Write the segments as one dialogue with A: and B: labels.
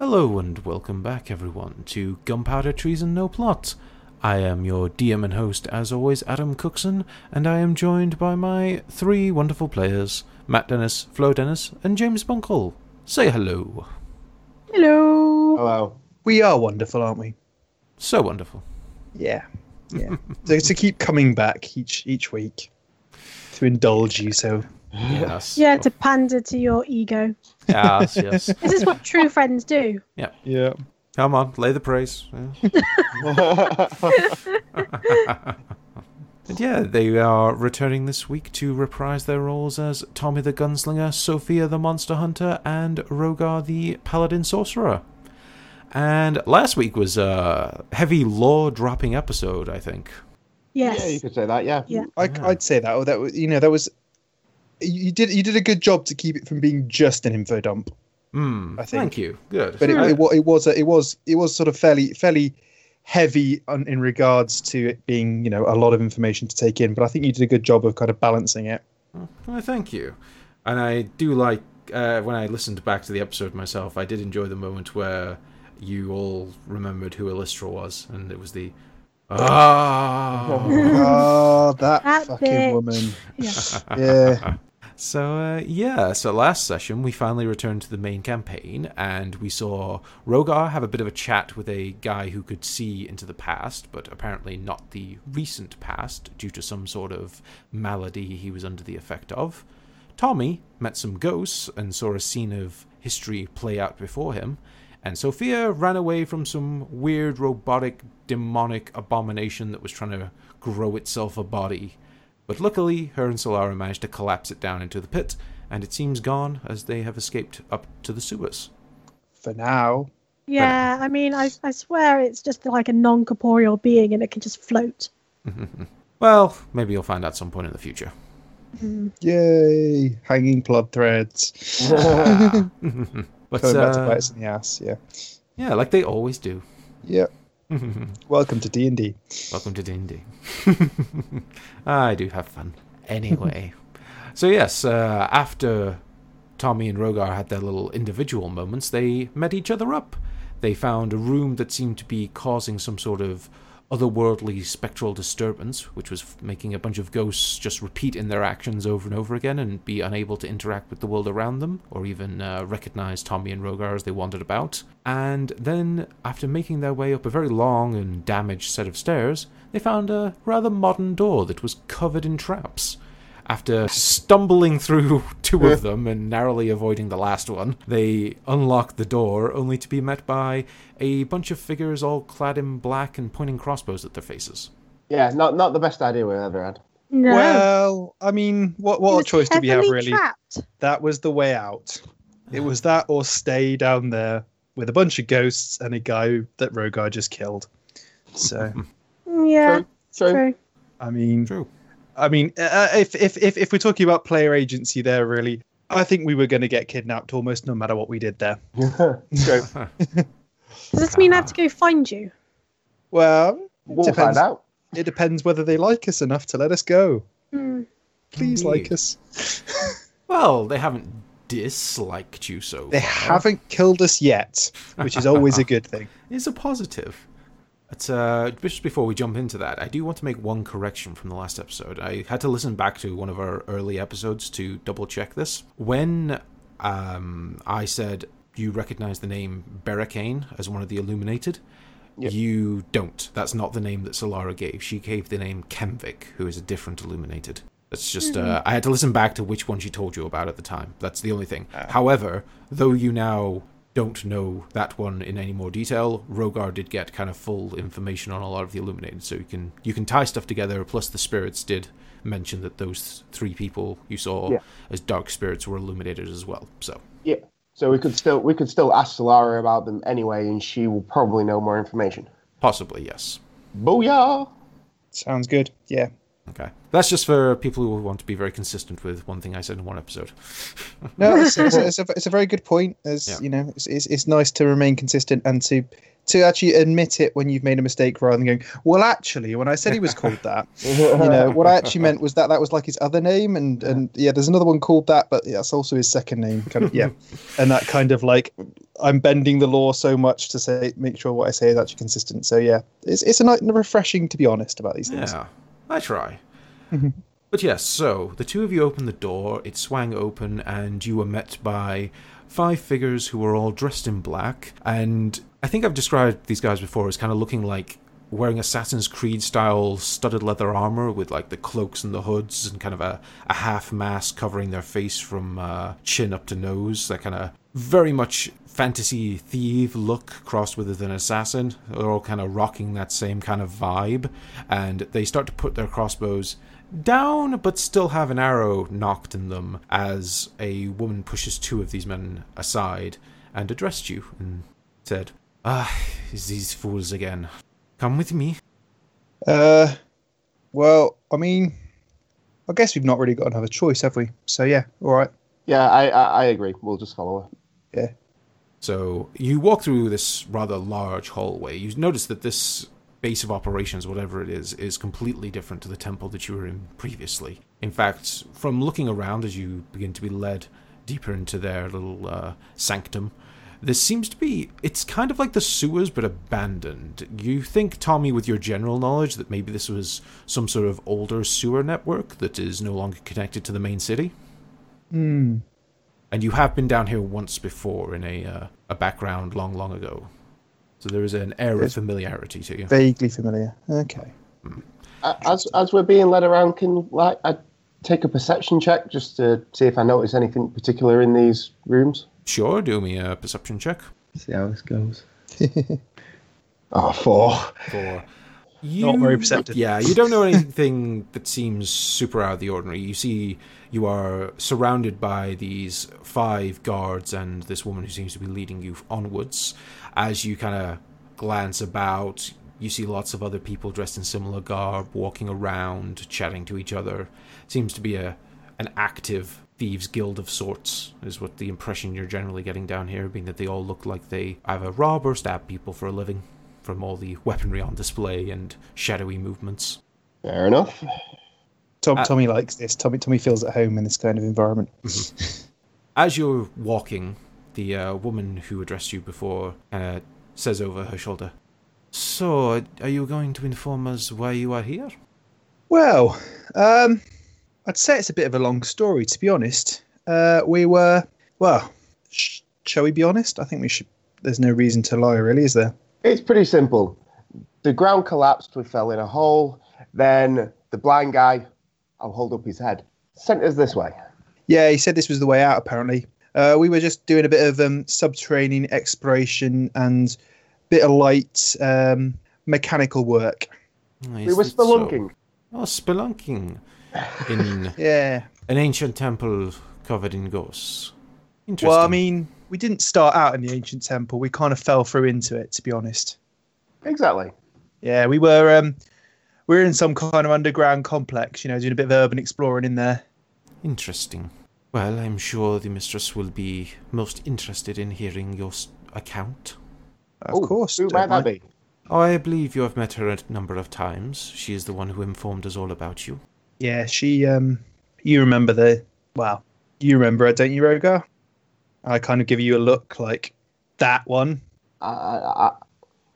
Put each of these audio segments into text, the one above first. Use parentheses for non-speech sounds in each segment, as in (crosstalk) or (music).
A: Hello and welcome back, everyone, to Gunpowder Treason No Plot. I am your DM and host, as always, Adam Cookson, and I am joined by my three wonderful players Matt Dennis, Flo Dennis, and James Bunkle. Say hello.
B: Hello.
C: Hello.
B: We are wonderful, aren't we?
A: So wonderful.
B: Yeah. Yeah. (laughs) to, to keep coming back each each week to indulge you. So
A: Yes.
D: Yeah, to pander to your ego.
A: yes, yes.
D: This is what true friends do.
B: yeah.
A: Come on, lay the praise. Yeah. And yeah, they are returning this week to reprise their roles as Tommy the Gunslinger, Sophia the Monster Hunter, and Rogar the Paladin Sorcerer. And last week was a heavy lore dropping episode, I think.
C: Yeah, you
D: Yes.
C: could say that. Yeah.
D: Yeah.
B: I,
A: Yeah.
B: I'd say that. That was you know that was you did you did a good job to keep it from being just an info dump.
A: Hmm.
B: I think.
A: Thank you. Good. Hmm.
B: But it,
A: I-
B: it, wa- it was a, it was it was sort of fairly fairly heavy on, in regards to it being you know a lot of information to take in. But I think you did a good job of kind of balancing (laughs) it.
A: Well, Oh, thank you. And I do like uh, when I listened back to the episode myself. I did enjoy the moment where you all remembered who Elistra was, and it was the ah.
B: oh, that,
D: That
B: fucking
D: bitch.
B: woman.
D: Yeah.
B: Yeah.
A: So uh, yeah, so last session we finally returned to the main campaign, and we saw Rogar have a bit of a chat with a guy who could see into the past, but apparently not the recent past due to some sort of malady he was under the effect of. Tommy met some ghosts and saw a scene of history play out before him, and Sophia ran away from some weird robotic demonic abomination that was trying to grow itself a body. But luckily, her and Solara managed to collapse it down into the pit, and it seems gone as they have escaped up to the sewers.
B: For now.
D: Yeah, I mean, I, I swear it's just like a non corporeal being and it can just float.
A: Well, maybe you'll find out some point in the future.
B: Yay! Hanging blood threads.
A: But
B: Coming back to
A: uh,
B: bite us in the ass. Yeah.
A: yeah, like they always do. (laughs)
B: Yeah. Welcome to D and D.
A: Welcome to D&D. (laughs) I do have fun. Anyway.
B: (laughs)
A: so yes, uh, after Tommy and Rogar had their little individual moments, they met each other up. They found a room that seemed to be causing some sort of otherworldly spectral disturbance, which was f- making a bunch of ghosts just repeat in their actions over and over again and be unable to interact with the world around them or even uh, recognize Tommy and Rogar as they wandered about. And then, after making their way up a very long and damaged set of stairs, they found a rather modern door that was covered in traps. After stumbling through (laughs) two of them and narrowly avoiding the last one, they unlocked the door, only to be met by a bunch of figures all clad in black and pointing crossbows at their faces.
C: Yeah. Not not the best idea we've ever had.
D: No.
B: Well, I mean, what
D: He
B: what
D: was
B: choice did we have
D: heavily
B: really?
D: Trapped.
B: That was the way out. It was that or stay down there with a bunch of ghosts and a guy who- that Rogar just killed.
A: (laughs)
B: So
D: Yeah,
C: True. True.
D: true.
B: I mean,
A: True.
B: I mean, uh, if if if if we're talking about player agency, there really, I think we were going to get kidnapped almost no matter what we did there.
C: True.
D: Does this mean I have to go find you?
B: Well,
C: (laughs) We'll
B: Depends.
C: find out.
B: it depends whether they like us enough to let us go.
D: Hmm.
B: Please
A: Indeed.
B: like us.
A: Well, they haven't disliked you so
B: They
A: far.
B: haven't killed us yet, which is always a good thing.
A: is a positive. But uh, just before we jump into that, I do want to make one correction from the last episode. I had to listen back to one of our early episodes to double check this. When um, I said you recognize the name Berricane as one of the Illuminated, you don't. That's not the name that Solara gave. She gave the name Kemvik, who is a different Illuminated. That's just, uh, I had to listen back to which one she told you about at the time. That's the only thing. However, though you now don't know that one in any more detail, Rogar did get kind of full information on a lot of the Illuminated, so you can you can tie stuff together. Plus, the spirits did mention that those three people you saw
C: Yeah.
A: as dark spirits were illuminated as well. So
C: Yeah. So we could still we could still ask Solara about them anyway, and she will probably know more information.
A: possibly yes.
C: Booyah!
B: Sounds good. Yeah.
A: Okay. That's just for people who want to be very consistent with one thing I said in one episode. (laughs)
B: No, it's, it's, a, it's, a, it's a very good point. As
A: Yeah.
B: you know, it's, it's it's nice to remain consistent and to to actually admit it when you've made a mistake, rather than going, "Well, actually, when I said he was called that, you know, what I actually meant was that that was like his other name, and and yeah, there's another one called that, but that's also his second name,
A: (laughs)
B: kind of yeah, and that kind of like I'm bending the law so much to say make sure what I say is actually consistent. So yeah, it's it's a nice refreshing to be honest about these things.
A: Yeah, I try. but yes, so the two of you opened the door, it swung open, and you were met by five figures who were all dressed in black. And I think I've described these guys before as kind of looking like wearing Assassin's Creed style studded leather armor with like the cloaks and the hoods and kind of a, a half mask covering their face from uh, chin up to nose. That kind of very much fantasy thief look crossed with an assassin. They're all kind of rocking that same kind of vibe, and they start to put their crossbows down, but still have an arrow knocked in them as a woman pushes two of these men aside and addressed you and said, Ah, is these fools again. Come with me.
B: Uh, well, I mean, I guess we've not really got another choice, have we? So yeah, all right.
C: yeah, I, I I agree. We'll just follow her.
A: So you walk through this rather large hallway. You notice that this base of operations, whatever it is, is completely different to the temple that you were in previously. In fact, from looking around as you begin to be led deeper into their little uh, sanctum, this seems to be. It's kind of like the sewers, but abandoned. You think, Tommy, with your general knowledge, that maybe this was some sort of older sewer network that is no longer connected to the main city?
B: Hmm.
A: and you have been down here once before in a uh, a background long, long ago. So there is an air of
B: Yes.
A: familiarity to you.
B: Vaguely familiar. Okay.
C: A- As as we're being led around, can like I take a perception check just to see if I notice anything particular in these rooms?
A: Sure, do me a perception check.
C: See how this goes. oh, four.
A: For
B: Not very perceptive.
A: Yeah, you don't know anything (laughs) that seems super out of the ordinary. You see, you are surrounded by these five guards and this woman who seems to be leading you onwards. As you kind of glance about, you see lots of other people dressed in similar garb walking around, chatting to each other. Seems to be a an active thieves guild of sorts is what the impression you're generally getting down here being that they all look like they either rob or stab people for a living from all the weaponry on display and shadowy movements.
C: Fair enough.
B: Tom,
A: Uh,
B: Tommy likes this. Tommy, Tommy feels at home in this kind of environment.
A: As you're walking, the uh, woman who addressed you before uh, says over her shoulder, So, are you going to inform us why you are here?
B: Well, um, I'd say it's a bit of a long story, to be honest. Uh, we were, well, sh- shall we be honest? I think we should. There's no reason to lie, really, is there?
C: It's pretty simple. The ground collapsed. We fell in a hole. Then the blind guy, I'll hold up his head. Sent us this way.
B: Yeah, he said this was the way out. Apparently, uh, we were just doing a bit of um, subterranean exploration and bit of light um, mechanical work.
C: We were spelunking.
A: Oh, spelunking in
B: Yeah.
A: an ancient temple covered in ghosts. Interesting.
B: Well, I mean, we didn't start out in the ancient temple. We kind of fell through into it, to be honest.
C: Exactly.
B: Yeah, we were um, we were in some kind of underground complex. You know, doing a bit of urban exploring in there.
A: Interesting. Well, I'm sure the mistress will be most interested in hearing your s- account. Oh,
B: Of
C: Ooh,
B: course.
C: Who
B: don't
C: might that
B: mind.
C: be?
A: I believe you have met her a number of times. She is the one who informed us all about you.
B: Yeah, she. Um, you remember the? Well, you remember it, don't you, Rogar? I kind of give you a look like that one.
C: I, I, I,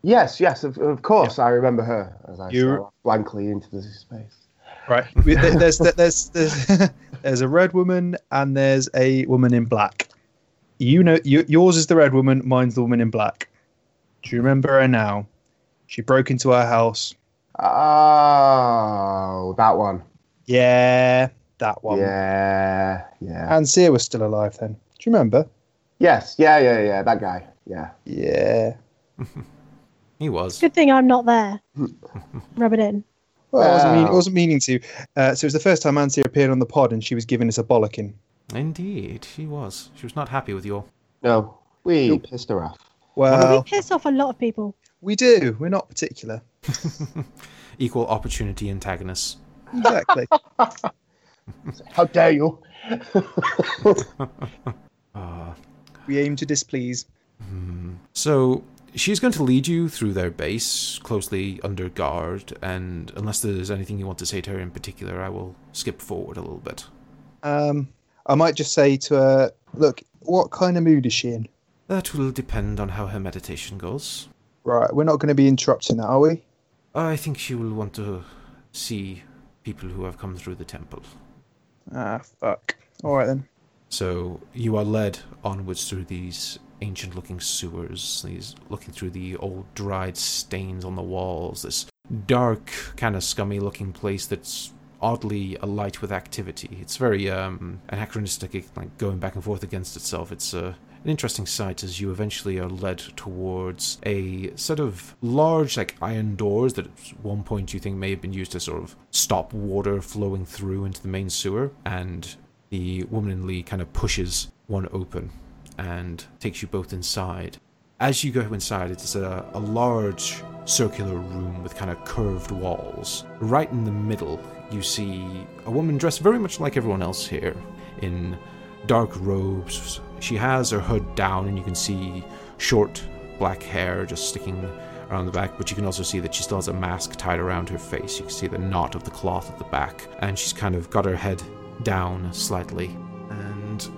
C: yes, yes, of, of course. I remember her as I
B: You-
C: stared blankly into the space.
B: Right. We- there- there's there's (laughs) there's there's a red woman and there's a woman in black. You know, you, yours is the red woman. Mine's the woman in black. Do you remember her now? She broke into our house.
C: Oh, that one.
B: Yeah, that one.
C: Yeah, yeah.
B: And Sear was still alive then. Do you remember?
C: Yes, yeah, yeah, yeah. That guy. Yeah.
B: Yeah.
A: He was.
D: Good thing I'm not there. Rub it in.
B: Well, I wasn't, mean, I
C: Wow.
B: wasn't meaning to. Uh, so it was the first time Ansia appeared on the pod, and she was giving us a bollocking.
A: Indeed, she was. She was not happy with you all.
C: No, we
B: Nope.
C: pissed her off.
D: Well,
B: Well,
D: we piss off a lot of people.
B: we do. We're not particular.
A: Equal opportunity antagonists.
B: Exactly.
C: How dare you?
A: Ah.
B: we aim to displease.
A: So she's going to lead you through their base, closely under guard, and unless there's anything you want to say to her in particular, I will skip forward a little bit.
B: Um, I might just say to her, look, what kind of mood is she in?
A: That will depend on how her meditation goes.
B: Right, we're not going to be interrupting that, are we?
A: I think she will want to see people who have come through the temple.
B: Ah, fuck. All right then.
A: So you are led onwards through these ancient looking sewers, these looking through the old dried stains on the walls, this dark, kind of scummy looking place that's oddly alight with activity. It's very um, anachronistic, it- like going back and forth against itself. It's uh, an interesting sight as you eventually are led towards a set of large, like iron doors that at one point you think may have been used to sort of stop water flowing through into the main sewer. And the woman in Lee kind of pushes one open and takes you both inside. As you go inside, it's a, a large circular room with kind of curved walls. Right in the middle, you see a woman dressed very much like everyone else here in dark robes. She has her hood down, and you can see short black hair just sticking around the back, but you can also see that she still has a mask tied around her face. You can see the knot of the cloth at the back, and she's kind of got her head down slightly. And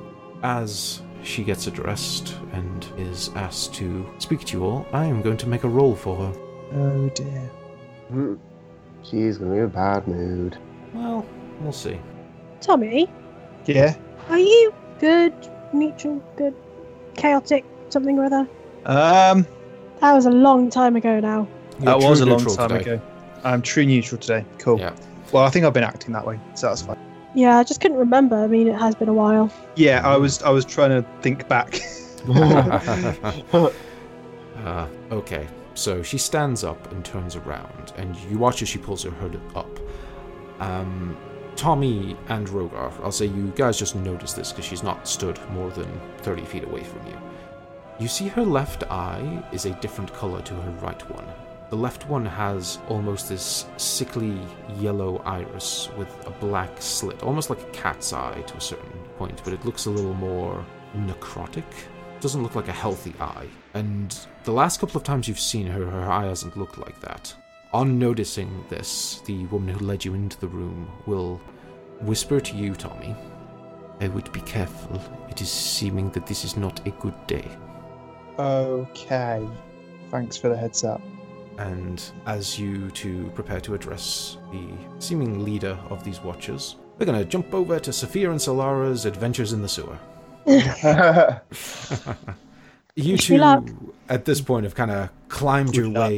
A: as she gets addressed and is asked to speak to you all, I am going to make a roll for her.
B: Oh dear.
C: Hmm. She's gonna be in a bad mood.
A: Well, we'll see.
D: Tommy,
B: Yeah.
D: are you good, neutral, good, chaotic, something or other?
B: Um,
D: That was a long time ago now.
B: that
A: You're
B: was a
A: true
B: long
A: neutral
B: time
A: today.
B: ago. I'm true neutral today. Cool.
A: Yeah.
B: Well, I think I've been acting that way, so that's fine.
D: Yeah, I just couldn't remember. I mean, it has been a while.
B: Yeah, I was I was trying to think back. (laughs)
C: (laughs)
A: Uh, okay, so she stands up and turns around, and you watch as she pulls her hood up. Um, Tommy and Rogar, I'll say you guys just noticed this because she's not stood more than 30 feet away from you. You see her left eye is a different color to her right one. The left one has almost this sickly yellow iris with a black slit, almost like a cat's eye to a certain point, but it looks a little more necrotic. Doesn't look like a healthy eye. And the last couple of times you've seen her, her eye hasn't looked like that. On noticing this, the woman who led you into the room will whisper to you, Tommy. I would be careful. It is seeming that this is not a good day.
B: okay. Thanks for the heads up.
A: and as you two prepare to address the seeming leader of these watchers, we're going to jump over to Sophia and Solara's adventures in the
B: (laughs)
A: sewer. (laughs) You
D: Wish me
A: two,
D: luck.
A: at this point, have kind of climbed your
B: Good luck.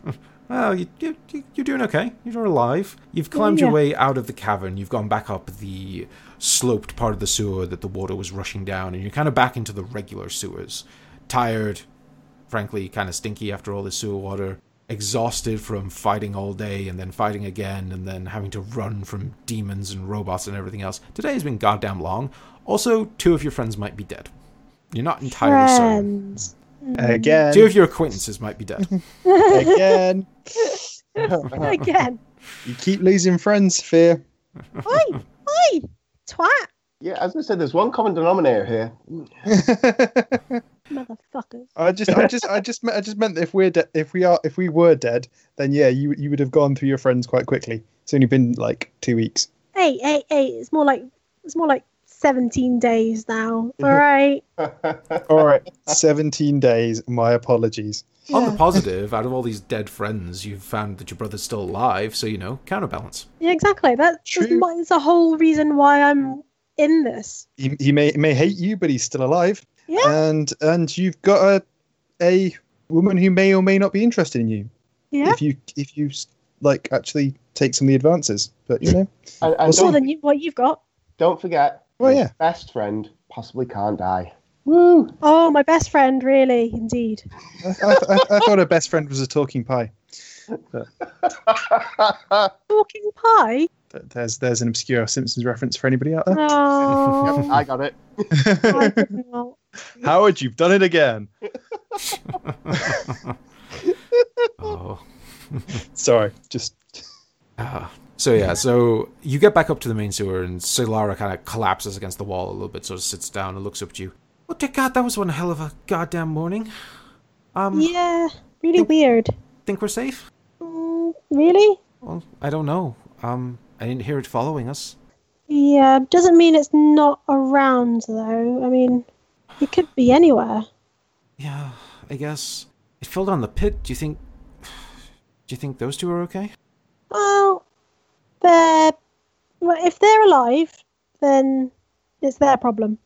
A: way. (laughs) well, you, you, you- you're doing okay. You're alive. You've climbed your
D: yeah.
A: way out of the cavern. You've gone back up the sloped part of the sewer that the water was rushing down, and you're kind of back into the regular sewers. Tired, frankly, kind of stinky after all the sewer water. Exhausted from fighting all day and then fighting again and then having to run from demons and robots and everything else. Today has been goddamn long. Also, two of your friends might be dead. You're not entirely certain.
D: Friends.
B: Again.
A: Two of your acquaintances might be dead.
B: again.
D: Again.
B: You keep losing friends, (laughs) fear.
D: Oi! Oi! Twat!
C: yeah, as I said, there's one common denominator here. (laughs)
D: Motherfuckers.
B: I just, I just, I just, me- I just meant that if we're de- if we are, if we were dead, then yeah, you you would have gone through your friends quite quickly. It's only been like two weeks.
D: Hey, hey, hey! It's more like it's more like seventeen days now. All right. (laughs)
B: All right, seventeen days. My apologies.
A: On the positive, out of all these dead friends, you've found that your brother's still alive, so you know, counterbalance.
D: Yeah, exactly. That is
B: True.
D: my- it's a whole reason why I'm in this.
B: He, he may he may hate you, but he's still alive.
D: Yeah.
B: And and you've got a a woman who may or may not be interested in you
D: Yeah.
B: if you if you s- like actually take some of the advances. But you know,
C: And, and
B: Also-
D: More
C: don't,
D: than you, what you've got.
C: don't forget,
A: Oh,
B: Well,
C: your
B: yeah.
C: best friend possibly can't die. Woo! (laughs)
D: Oh, my best friend, really, indeed.
B: I, I, I, I thought her best friend was a talking pie.
D: Talking pie.
B: But there's there's an obscure Simpsons reference for anybody out there.
D: Oh,
C: I got it. (laughs)
D: I (laughs)
B: (laughs)
D: did not.
B: Howard, you've done it again.
A: Oh.
B: Sorry, just
A: Ah. So yeah, so you get back up to the main sewer, and Solara kind of collapses against the wall a little bit, sort of sits down and looks up at you. What dear God, that was one hell of a goddamn morning. Um,
D: Yeah, really weird.
A: think we're safe?
D: Mm, really?
A: Well, I don't know. Um, I didn't hear it following us.
D: Yeah, doesn't mean it's not around though. I mean, it could be anywhere.
A: Yeah, I guess it fell down the pit. Do you think? Do you think those two are okay?
D: Well, they're well, if they're alive, then it's their problem.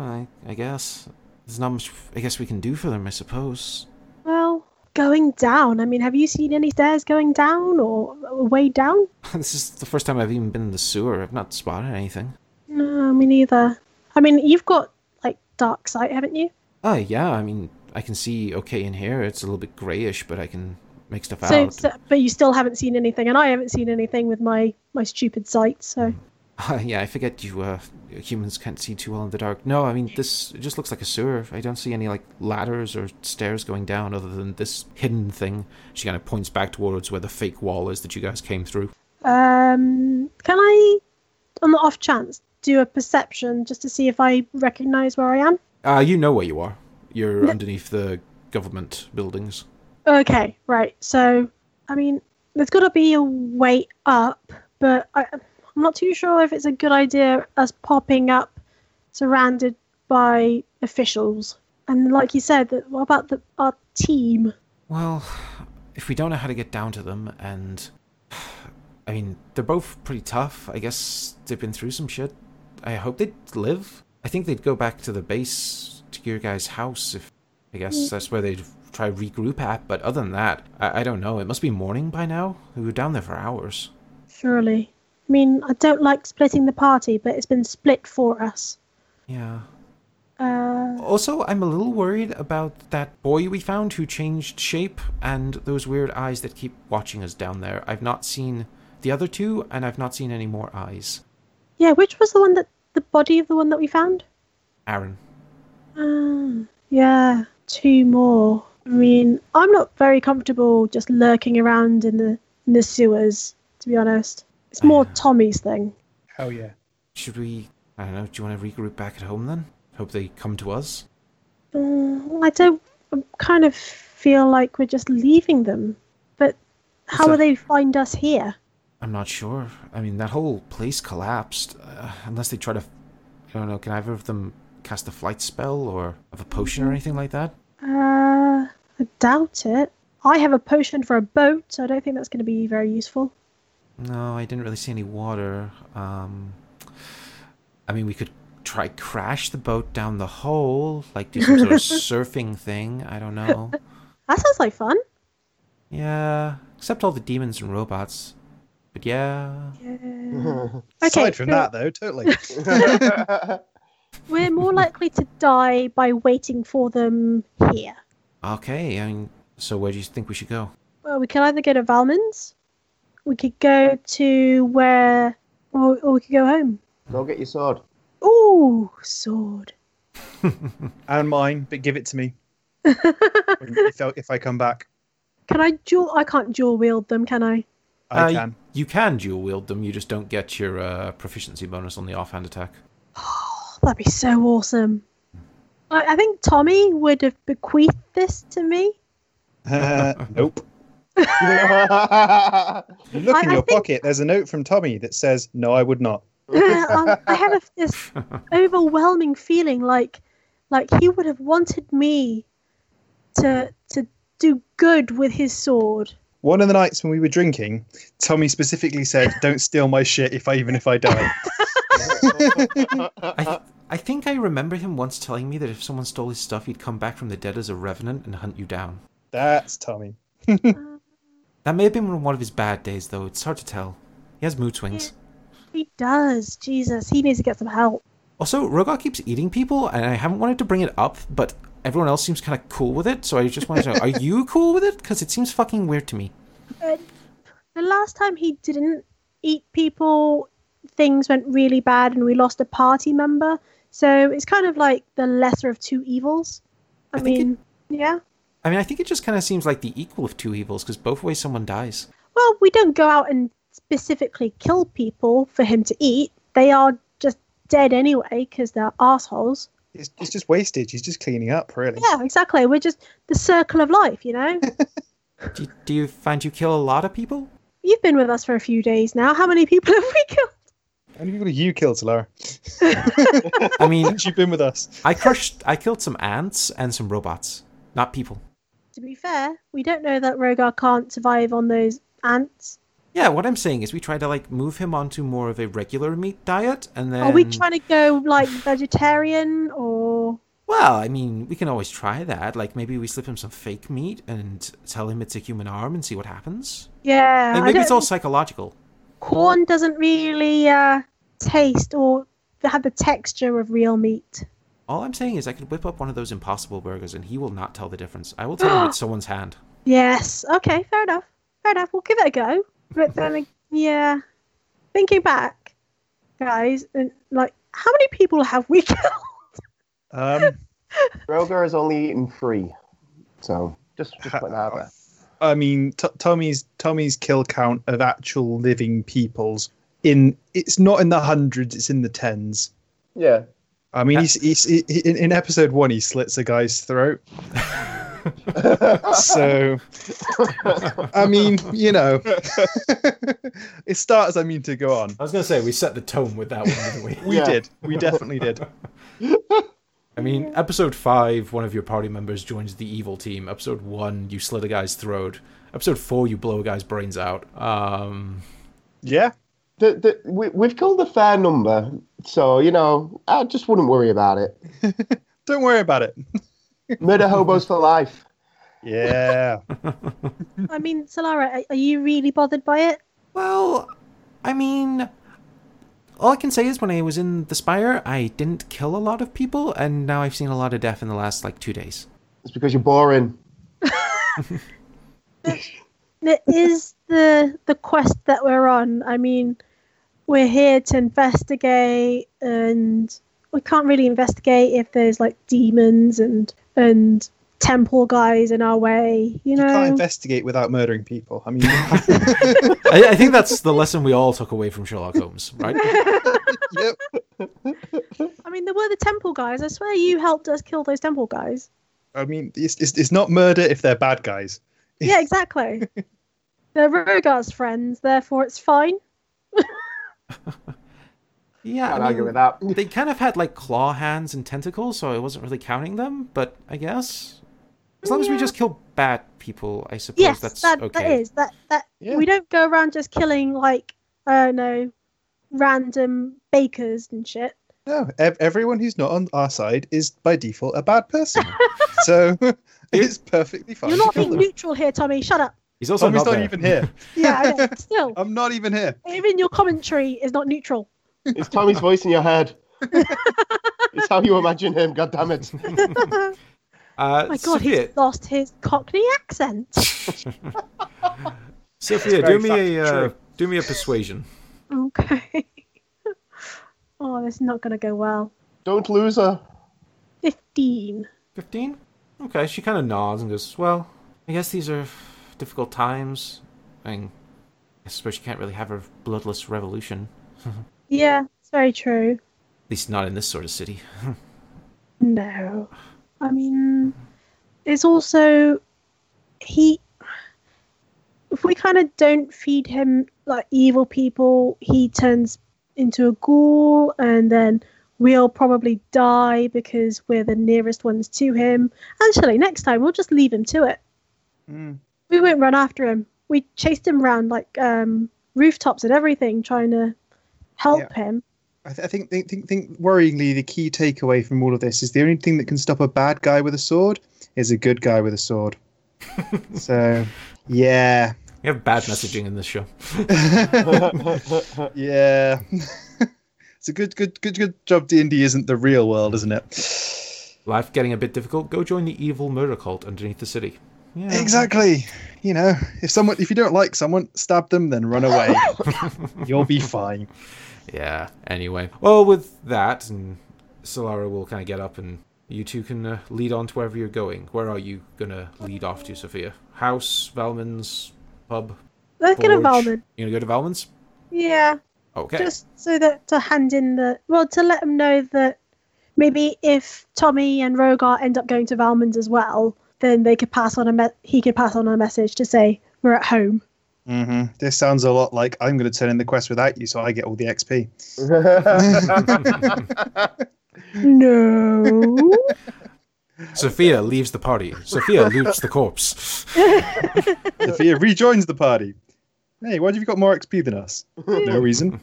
A: I I guess there's not much. I guess we can do for them. I suppose. (laughs)
D: Well, going down. I mean, have you seen any stairs going down or way down?
A: this is the first time I've even been in the sewer. I've not spotted anything.
D: No, me neither. I mean, you've got like dark sight, haven't you?
A: Oh yeah, I mean I can see okay in here. It's a little bit grayish, but I can make stuff
D: So,
A: out. (laughs)
D: so, but you still haven't seen anything, and I haven't seen anything with my my stupid sight. So,
A: Ah, yeah, I forget you uh, humans can't see too well in the dark. No, I mean this it just looks like a sewer. I don't see any like ladders or stairs going down other than this hidden thing. She kind of points back towards where the fake wall is that you guys came through.
D: um, can I, on the off chance, do a perception just to see if I recognise where I am?
A: Uh you know where you are. You're underneath the government buildings.
D: Okay, right. So, I mean, there's got to be a way up, but I, I'm not too sure if it's a good idea us popping up surrounded by officials. And like you said, that what about the, our team?
A: Well, if we don't know how to get down to them, and I mean, they're both pretty tough. I guess they've been through some shit. I hope they'd live. I think they'd go back to the base, to your guys' house. If I guess that's where they'd try regroup at. But other than that, I, I don't know. It must be morning by now. We were down there for hours.
D: Surely. I mean, I don't like splitting the party, but it's been split for us.
A: Yeah.
D: Uh,
A: Also, I'm a little worried about that boy we found who changed shape and those weird eyes that keep watching us down there. I've not seen the other two, and I've not seen any more eyes.
D: yeah, which was the one that the body of the one that we found?
A: Aaron.
D: Ah, (sighs) yeah, two more. I mean, I'm not very comfortable just lurking around in the in the sewers, to be honest. It's more Tommy's thing.
B: Hell yeah.
A: Should we? I don't know. Do you want to regroup back at home then? Hope they come to us.
D: Mm, I don't I kind of feel like we're just leaving them. But how
A: So-
D: will they find us here?
A: I'm not sure. I mean, that whole place collapsed. Uh, unless they try to, I don't know. Can either of them cast a flight spell or have a potion or anything like that?
D: Uh, I doubt it. I have a potion for a boat, so I don't think that's going to be very useful.
A: No, I didn't really see any water. Um, I mean, we could try crash the boat down the hole, like do some sort of surfing thing. I don't know.
D: That sounds like fun.
A: Yeah, except all the demons and robots. But yeah,
B: Aside from
D: so-
B: that, though, totally.
D: We're more likely to die by waiting for them here.
A: okay. I mean, so where do you think we should go?
D: Well, we could either go to Valmond's, we could go to where, or, or we could go home.
C: Go get your sword. (laughs)
D: Ooh, sword.
B: (laughs)
D: (laughs)
B: and mine, but give it to me when- if, I- if I come back.
D: Can I dual? I can't dual wield them, can I?
B: I
A: Uh,
B: can.
A: You can dual wield them, you just don't get your uh, proficiency bonus on the offhand attack.
D: Oh, that'd be so awesome. I, I think Tommy would have bequeathed this to me. (laughs)
B: Uh, (laughs) nope.
C: That's
B: You look
D: I-
B: in
D: I
B: your
D: think-
B: pocket. There's a note from Tommy that says, "No, I would not."
D: Um, I have a, this overwhelming feeling like, like he would have wanted me to to do good with his sword.
B: One of the nights when we were drinking, Tommy specifically said, "Don't steal my shit if I even if I (laughs) die."
A: I, th- I think I remember him once telling me that if someone stole his stuff, he'd come back from the dead as a revenant and hunt you down.
B: That's Tommy.
A: That may have been one of his bad days, though. It's hard to tell. He has mood swings.
D: He does. Jesus, he needs to get some help.
A: Also, Rogar keeps eating people, and I haven't wanted to bring it up, but everyone else seems kind of cool with it, so I just wanted to know, are you cool with it? Because it seems fucking weird to me.
D: The last time he didn't eat people, things went really bad, and we lost a party member. So it's kind of like the lesser of two evils. I,
A: I think it-
D: mean, yeah.
A: I mean, I think it just kind of seems like the equal of two evils, because both ways someone dies.
D: Well, we don't go out and specifically kill people for him to eat. They are just dead anyway because they're assholes.
B: It's, it's just wastage. He's just cleaning up, really.
D: Yeah, exactly. We're just the circle of life,
A: (laughs)
D: you know?
A: Do, do you find you kill a lot of people?
D: You've been with us for a few days now. How many people have we killed?
B: How many people have you killed, Solara?
A: I mean,
B: Since you've been with us.
A: I crushed. I killed some ants and some robots, not people.
D: To be fair, we don't know that Rogar can't survive on those ants.
A: Yeah, what I'm saying is we try to like move him onto more of a regular meat diet, and then
D: Are Oh, we trying to go like vegetarian or
A: Well, I mean, we can always try that. Like maybe we slip him some fake meat and tell him it's a human arm and see what happens.
D: yeah?
A: and
D: Uh, I
A: maybe it's
D: don't-
A: all psychological.
D: corn doesn't really uh, taste or have the texture of real meat.
A: All I'm saying is I could whip up one of those impossible burgers and he will not tell the difference. I will tell
D: (gasps)
A: him it's someone's hand.
D: Yes. Okay. Fair enough. Fair enough. We'll give it a go. But then, ag- yeah, thinking back, guys, and like, how many people have we (laughs) killed?
B: Um,
C: Roger has only eaten three. So just, just put that out there.
B: I mean, t- Tommy's Tommy's kill count of actual living peoples in it's not in the hundreds; it's in the tens.
C: Yeah.
B: I mean, he's, he's he, he- in, in episode one, he slits a guy's throat. So, I mean, you know, (laughs) it starts. I mean, to go on.
A: I was gonna say we set the tone with that one, didn't
B: We
C: Yeah.
B: did. We definitely did.
A: (laughs) I mean, episode five, one of your party members joins the evil team. Episode one, you slit a guy's throat. Episode four, you blow a guy's brains out. Um,
B: Yeah.
C: The, the, we, we've killed a fair number, so you know I just wouldn't worry about it.
B: Don't worry about it.
C: Murder hobos for life.
B: Yeah.
D: I mean, Solara, are, are you really bothered by it?
A: Well, I mean, all I can say is when I was in the Spire, I didn't kill a lot of people, and now I've seen a lot of death in the last like two days.
C: It's because you're boring.
D: That is the the quest that we're on. I mean, we're here to investigate, and we can't really investigate if there's like demons and and temple guys in our way. You
B: You can't
D: know,
B: investigate without murdering people. I mean,
A: I, I think that's the lesson we all took away from Sherlock Holmes, right?
B: (laughs)
C: (laughs)
B: yep.
D: I mean, there were the temple guys. I swear, you helped us kill those temple guys.
B: I mean, it's, it's, it's not murder if they're bad guys.
D: Yeah, exactly.
B: (laughs)
D: They're Rogar's friends, therefore it's fine.
A: Yeah,
C: Can't
A: I
C: argue
A: mean,
C: with that.
A: they kind of had like claw hands and tentacles, so I wasn't really counting them. But I guess as long as we
D: Yeah.
A: just kill bad people, I suppose
D: yes,
A: that's
D: that,
A: okay.
D: that is that that
B: Yeah.
D: we don't go around just killing like I don't know random bakers and shit.
B: No, ev- everyone who's not on our side is by default a bad person. (laughs) so it's perfectly fine.
D: You're
B: to
D: not
B: kill
D: being
B: them.
D: neutral here, Tommy. Shut up.
A: He's also
B: Tommy's
A: not,
B: not
A: there.
B: even here.
D: Yeah, (laughs) I know.
B: (laughs)
D: still,
B: I'm not even here.
D: even your commentary is not neutral.
C: It's Tommy's voice in
D: (laughs)
C: your head. it's how you imagine him. God damn it.
D: oh
A: Uh,
D: my god,
A: Sophia,
D: he's lost his Cockney accent.
A: Sophia, do
B: Very
A: me a uh,
B: true.
A: do me a persuasion.
D: okay. (laughs) oh, this is not going to go well.
C: Don't
B: (laughs)
C: lose her.
D: Fifteen.
A: 15? Okay, she kind of nods and goes, Well, I guess these are difficult times. I mean, I suppose she can't really have a bloodless revolution.
D: Yeah, it's very true.
A: At least not in this sort of city.
D: No. I mean, it's also he. If we kind of don't feed him like evil people, he turns into a ghoul, and then we'll probably die because we're the nearest ones to him. Actually, next time we'll just leave him to it.
B: Mm.
D: We won't run after him. We chased him around like um, rooftops and everything, trying to help him.
B: I, th- I think, think, think, think, worryingly, the key takeaway from all of this is the only thing that can stop a bad guy with a sword is a good guy with a sword.
A: (laughs)
B: so, yeah.
A: We have bad messaging in this show.
B: Yeah. (laughs) it's a good, good, good, good job. D and D isn't the real world, isn't it?
A: Life getting a bit difficult. Go join the evil murder cult underneath the city. Yeah.
B: Exactly. You know, if someone, if you don't like someone, stab them, then
A: (laughs)
B: run away. You'll be fine.
A: Yeah. Anyway. Well, with that, and Solara will kind of get up and you two can uh, lead on to wherever you're going. Where are you going to lead off to, Sophia? House, Valman's, pub?
D: Let's get
A: Forge?
D: involved.
A: You going to go to Valman's?
D: Yeah.
A: Okay.
D: just so that to hand in the well to let them know that maybe if Tommy and Rogar end up going to Valmond's as well, then they could pass on a me- he could pass on a message to say we're at home.
B: hmm This sounds a lot like I'm going to turn in the quest without you, so I get all the XP.
D: No.
A: Sophia leaves the party. Sophia loots the corpse.
B: Sophia rejoins the party. Hey, why have you got more XP than us? No (laughs) reason.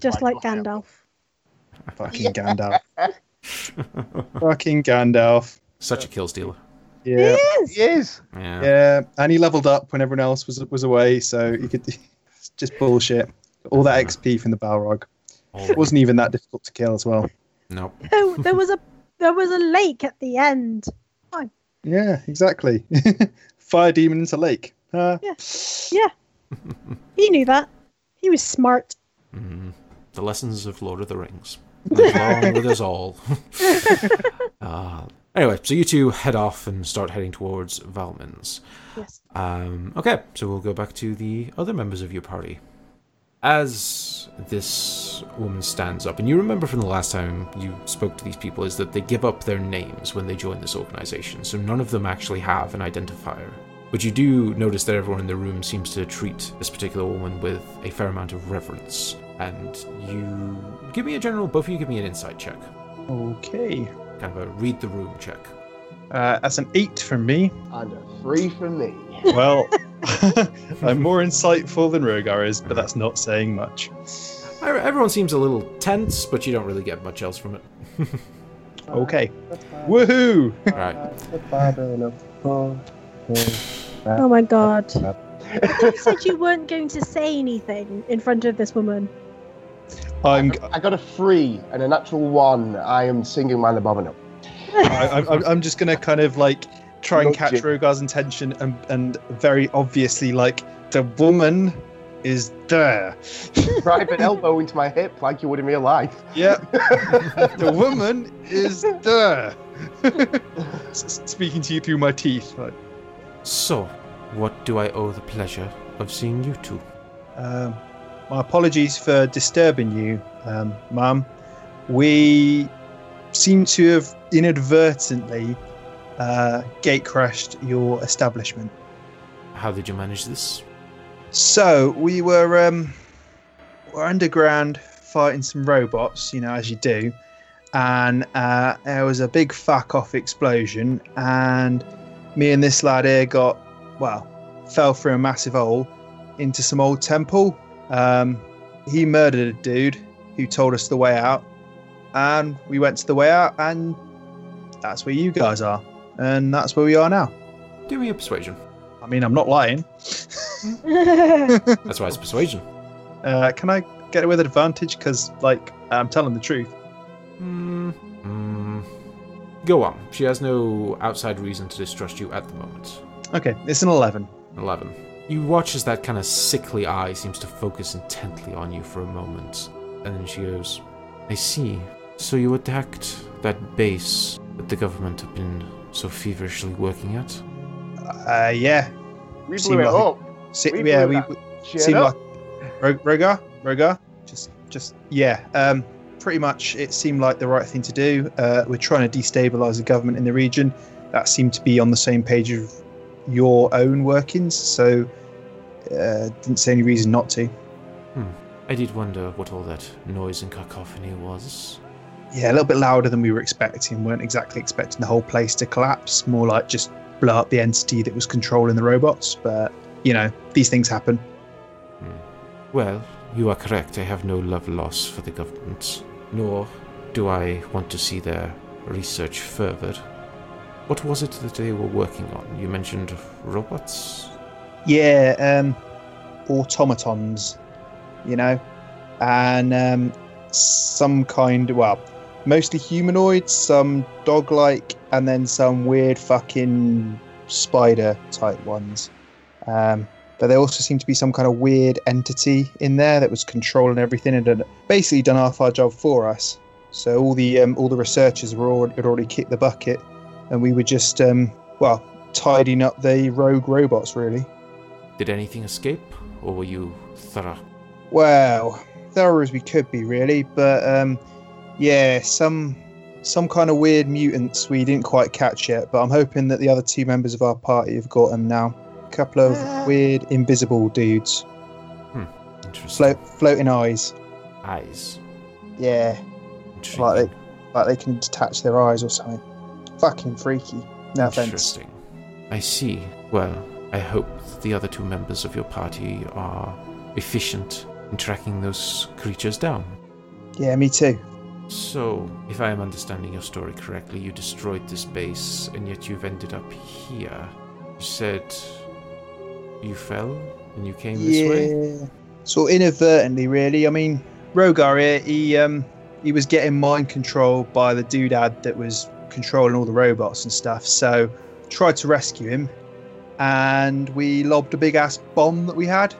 D: just like Gandalf.
B: Fucking Gandalf. Fucking Gandalf.
A: Such a kills dealer.
B: Yeah,
D: Yes.
C: Yes.
A: Yeah.
B: yeah. And he leveled up when everyone else was was away, so he could. (laughs) it's just bullshit. All that XP from the Balrog.
A: All-
B: It wasn't even that difficult to kill as well.
A: Nope.
D: There, there was a there was a lake at the end.
B: Yeah, exactly. (laughs) Fire demon into lake. Huh?
D: He knew that. He was smart.
A: Mhm. The lessons of Lord of the Rings. Live long with us all. (laughs) Ah. anyway, so you two head off and start heading towards Valmans.
D: Yes.
A: Um, okay, so we'll go back to the other members of your party. As this woman stands up, and you remember from the last time you spoke to these people, is that they give up their names when they join this organization, so none of them actually have an identifier. But you do notice that everyone in the room seems to treat this particular woman with a fair amount of reverence. And you give me a general, both of you give me an insight check,
B: Okay.
A: kind of a read the room check.
B: Uh, that's an eight from me.
C: And a three from me.
B: Well, (laughs) I'm more insightful than Rogar is, but that's not saying much.
A: Everyone seems a little tense, but you don't really get much else from it.
B: Okay. Woohoo!
A: Right.
D: Oh my god. You said you weren't going to say anything in front of this woman. (laughs)
B: I'm
C: I got a three and a natural one. I am singing Man Abominable.
B: I, I'm- I'm I'm just gonna kind of like try and catch
C: Logic.
B: Rogar's intention and and very obviously like the woman is there.
D: (laughs)
C: Private elbow into my hip like you would in real life.
B: (laughs) Yep. the woman is there. (laughs) S- s- Speaking to you through my teeth. Like,
A: So, what do I owe the pleasure of seeing you two?
B: Um, my apologies for disturbing you, um, Mum. We seem to have inadvertently uh, gate crashed your establishment.
A: How did you manage this?
B: So we were um, were underground fighting some robots, you know, as you do, and uh, there was a big fuck off explosion, and me and this lad here got well fell through a massive hole into some old temple. Um, he murdered a dude who told us the way out, and we went to the way out, and that's where you guys are, and that's where we are now.
A: Do me a persuasion.
B: I mean, I'm not lying.
A: That's why it's persuasion.
B: Uh, can I get it with advantage? Because like I'm telling the truth.
A: Mm. Mm. Go on. She has no outside reason to distrust you at the moment.
B: Okay, it's an eleven.
A: 11. You watch as that kind of sickly eye seems to focus intently on you for a moment, and then she goes, I see. So you attacked that base that the government have been so feverishly working at?
B: Uh, yeah.
C: We
B: Seem
C: blew it
B: like-
C: up.
B: Si-
C: We
B: yeah,
C: blew
B: we
C: that
B: we-
C: Shut
B: seem
C: up.
B: like Ro- Rogar, Rogar, just, just yeah. Um, pretty much, it seemed like the right thing to do. Uh, we're trying to destabilize the government in the region. That seemed to be on the same page of your own workings, so uh, didn't see any reason not to.
A: I did wonder what all that noise and cacophony was.
B: Yeah, a little bit louder than we were expecting. weren't exactly expecting the whole place to collapse. More like just blow up the entity that was controlling the robots. But you know, these things happen.
A: Well, you are correct. I have no love loss for the government, nor do I want to see their research furthered. What was it that they were working on? You mentioned robots?
B: Yeah, um, automatons, you know, and um, some kind. Well, mostly humanoids, some dog-like, and then some weird fucking spider type ones. Um, but there also seemed to be some kind of weird entity in there that was controlling everything and had basically done half our job for us. So all the um, all the researchers were already, had already kicked the bucket, and we were just um, well tidying up the rogue robots really.
A: Did anything escape? or were you thorough?
B: Well, thorough as we could be, really, but um, yeah, some some kind of weird mutants we didn't quite catch yet. But I'm hoping that the other two members of our party have got them now. A couple of weird invisible dudes,
A: Interesting.
B: float, floating eyes.
A: Eyes.
B: Yeah,
A: Intriguing.
B: like they, like they can detach their eyes or something. Fucking freaky. No offense.
A: Interesting. I see. Well, I hope that the other two members of your party are efficient in tracking those creatures down.
B: Yeah, me too.
A: So, if I am understanding your story correctly, you destroyed this base and yet you've ended up here. You said you fell and you came this way?
B: So inadvertently, really. I mean, Rogar here, he um, he was getting mind controlled by the doodad that was controlling all the robots and stuff. So tried to rescue him, and we lobbed a big ass bomb that we had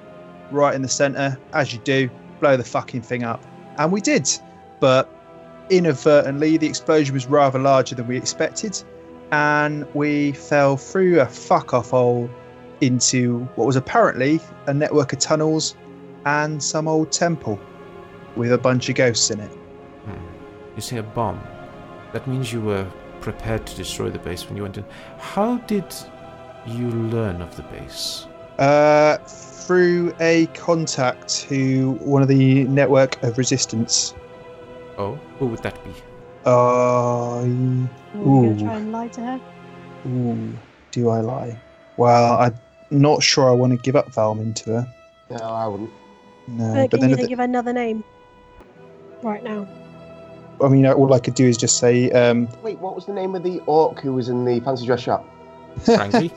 B: right in the center, as you do, blow the fucking thing up, and we did. But inadvertently, the explosion was rather larger than we expected, and we fell through a fuck off hole into what was apparently a network of tunnels and some old temple with a bunch of ghosts in it.
A: Hmm. You say a bomb. That means you were prepared to destroy the base when you went in. How did you learn of the base?
B: Uh, through a contact who one of the network of resistance.
A: Oh, who would that be?
B: Uh,
D: Ooh, you
B: Ooh.
D: gonna try and lie to her.
B: ooh, do I lie? Well, I'm not sure I want to give up Valmin to her.
C: No, I wouldn't. Uh,
B: No,
D: But
B: but
D: can
B: then
D: you
B: at
D: think
B: the,
D: of another name? Right now.
B: I mean, all I could do is just say, um,
C: Wait, what was the name of the orc who was in the fancy dress shop?
A: Frankie?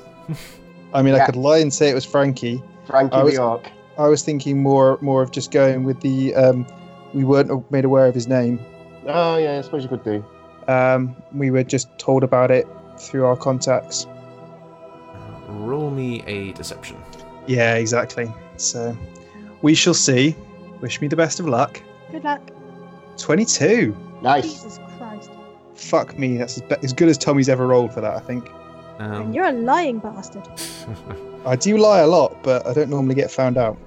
B: I mean, I
C: Yeah.
B: could lie and say it was Frankie.
C: Frankie
B: I was-
C: the orc.
B: I was thinking more, more of just going with the. Um, we weren't made aware of his name.
C: Oh yeah, I suppose you could do.
B: Um, we were just told about it through our contacts.
A: Uh, Roll me a deception.
B: Yeah, exactly. So we shall see. Wish me the best of luck.
D: Good luck.
B: 22.
C: Nice.
D: Jesus Christ.
B: Fuck me, that's as, be- as good as Tommy's ever rolled for that, I think.
A: Um,
D: and you're a lying bastard.
B: I do lie a lot, but I don't normally get found out.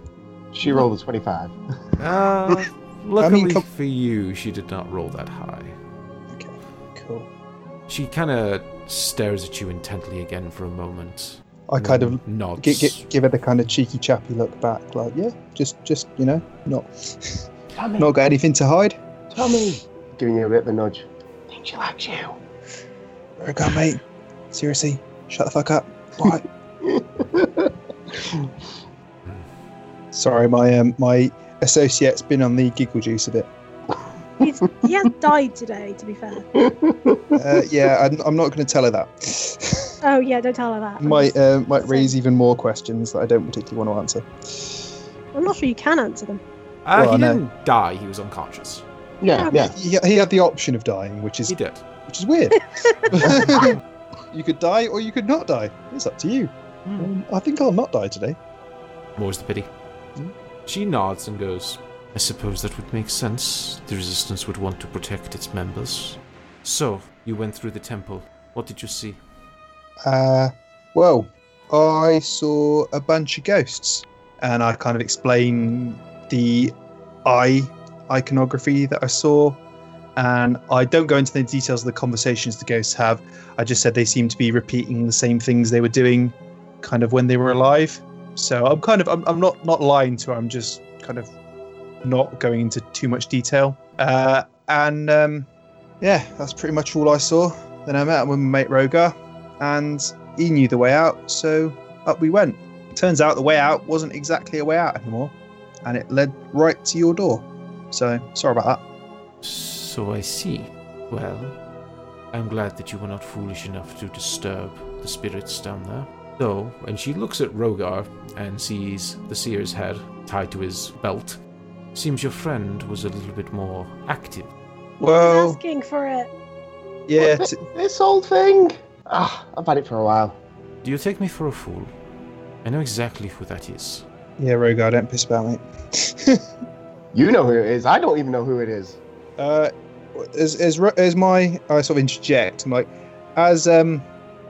C: She rolled a twenty-five.
A: (laughs) uh, luckily
B: com-
A: for you, she did not roll that high.
B: Okay, cool.
A: She kind of stares at you intently again for a moment.
B: I
A: and
B: kind
A: then
B: of
A: nods.
B: gi- gi- give her the kind of cheeky chappy look back, like, yeah, just, just you know, not
C: Tommy,
B: not got anything to hide.
C: Tommy, giving you a bit of a nudge. Think she likes you.
B: Rogar, mate, seriously, shut the fuck up. Why? Sorry, my um, my associate's been on the giggle juice a bit.
D: He's, he
C: (laughs)
D: has died today, to be fair.
B: Uh, yeah, I'm, I'm not going to tell her that. (laughs)
D: Oh, yeah, don't tell her that. I'm,
B: might
D: just-
B: uh, might raise even more questions that I don't particularly want to answer.
D: I'm not sure you can answer them.
A: Uh,
B: Well,
A: he
B: no.
A: didn't die, he was unconscious.
C: Yeah, yeah.
B: He, he had the option of dying, which is
A: He did.
B: which
A: (laughs)
B: is weird. (laughs) you could die or you could not die. It's up to you.
A: Hmm.
B: Um, I think I'll not die today.
A: More's the pity.
B: Hmm?
A: She nods and goes, I suppose that would make sense. The resistance would want to protect its members. So, you went through the temple. What did you see?
B: Uh, well, I saw a bunch of ghosts, and I kind of explain the eye iconography that I saw. And I don't go into the details of the conversations the ghosts have. I just said they seem to be repeating the same things they were doing, kind of when they were alive. So I'm kind of I'm, I'm not not lying to her. I'm just kind of not going into too much detail. Uh, and um, yeah, that's pretty much all I saw. Then I met up with my mate Rogar and he knew the way out, so up we went. Turns out the way out wasn't exactly a way out anymore, and it led right to your door. So sorry about that.
A: So I see. Well, I'm glad that you were not foolish enough to disturb the spirits down there. Though, and she looks at Rogar and sees the seer's head tied to his belt. Seems your friend was a little bit more active.
D: I'm
B: Well,
D: asking for it.
B: yeah,
C: What,
B: t-
C: thi- this old thing. Ah, I've had it for a while.
A: Do you take me for a fool? I know exactly who that is.
B: yeah, Rogar, don't piss about, mate. (laughs)
C: You know who it is. I don't even know who it is.
B: uh, as as Ro- as my I sort of interject, I'm like, as um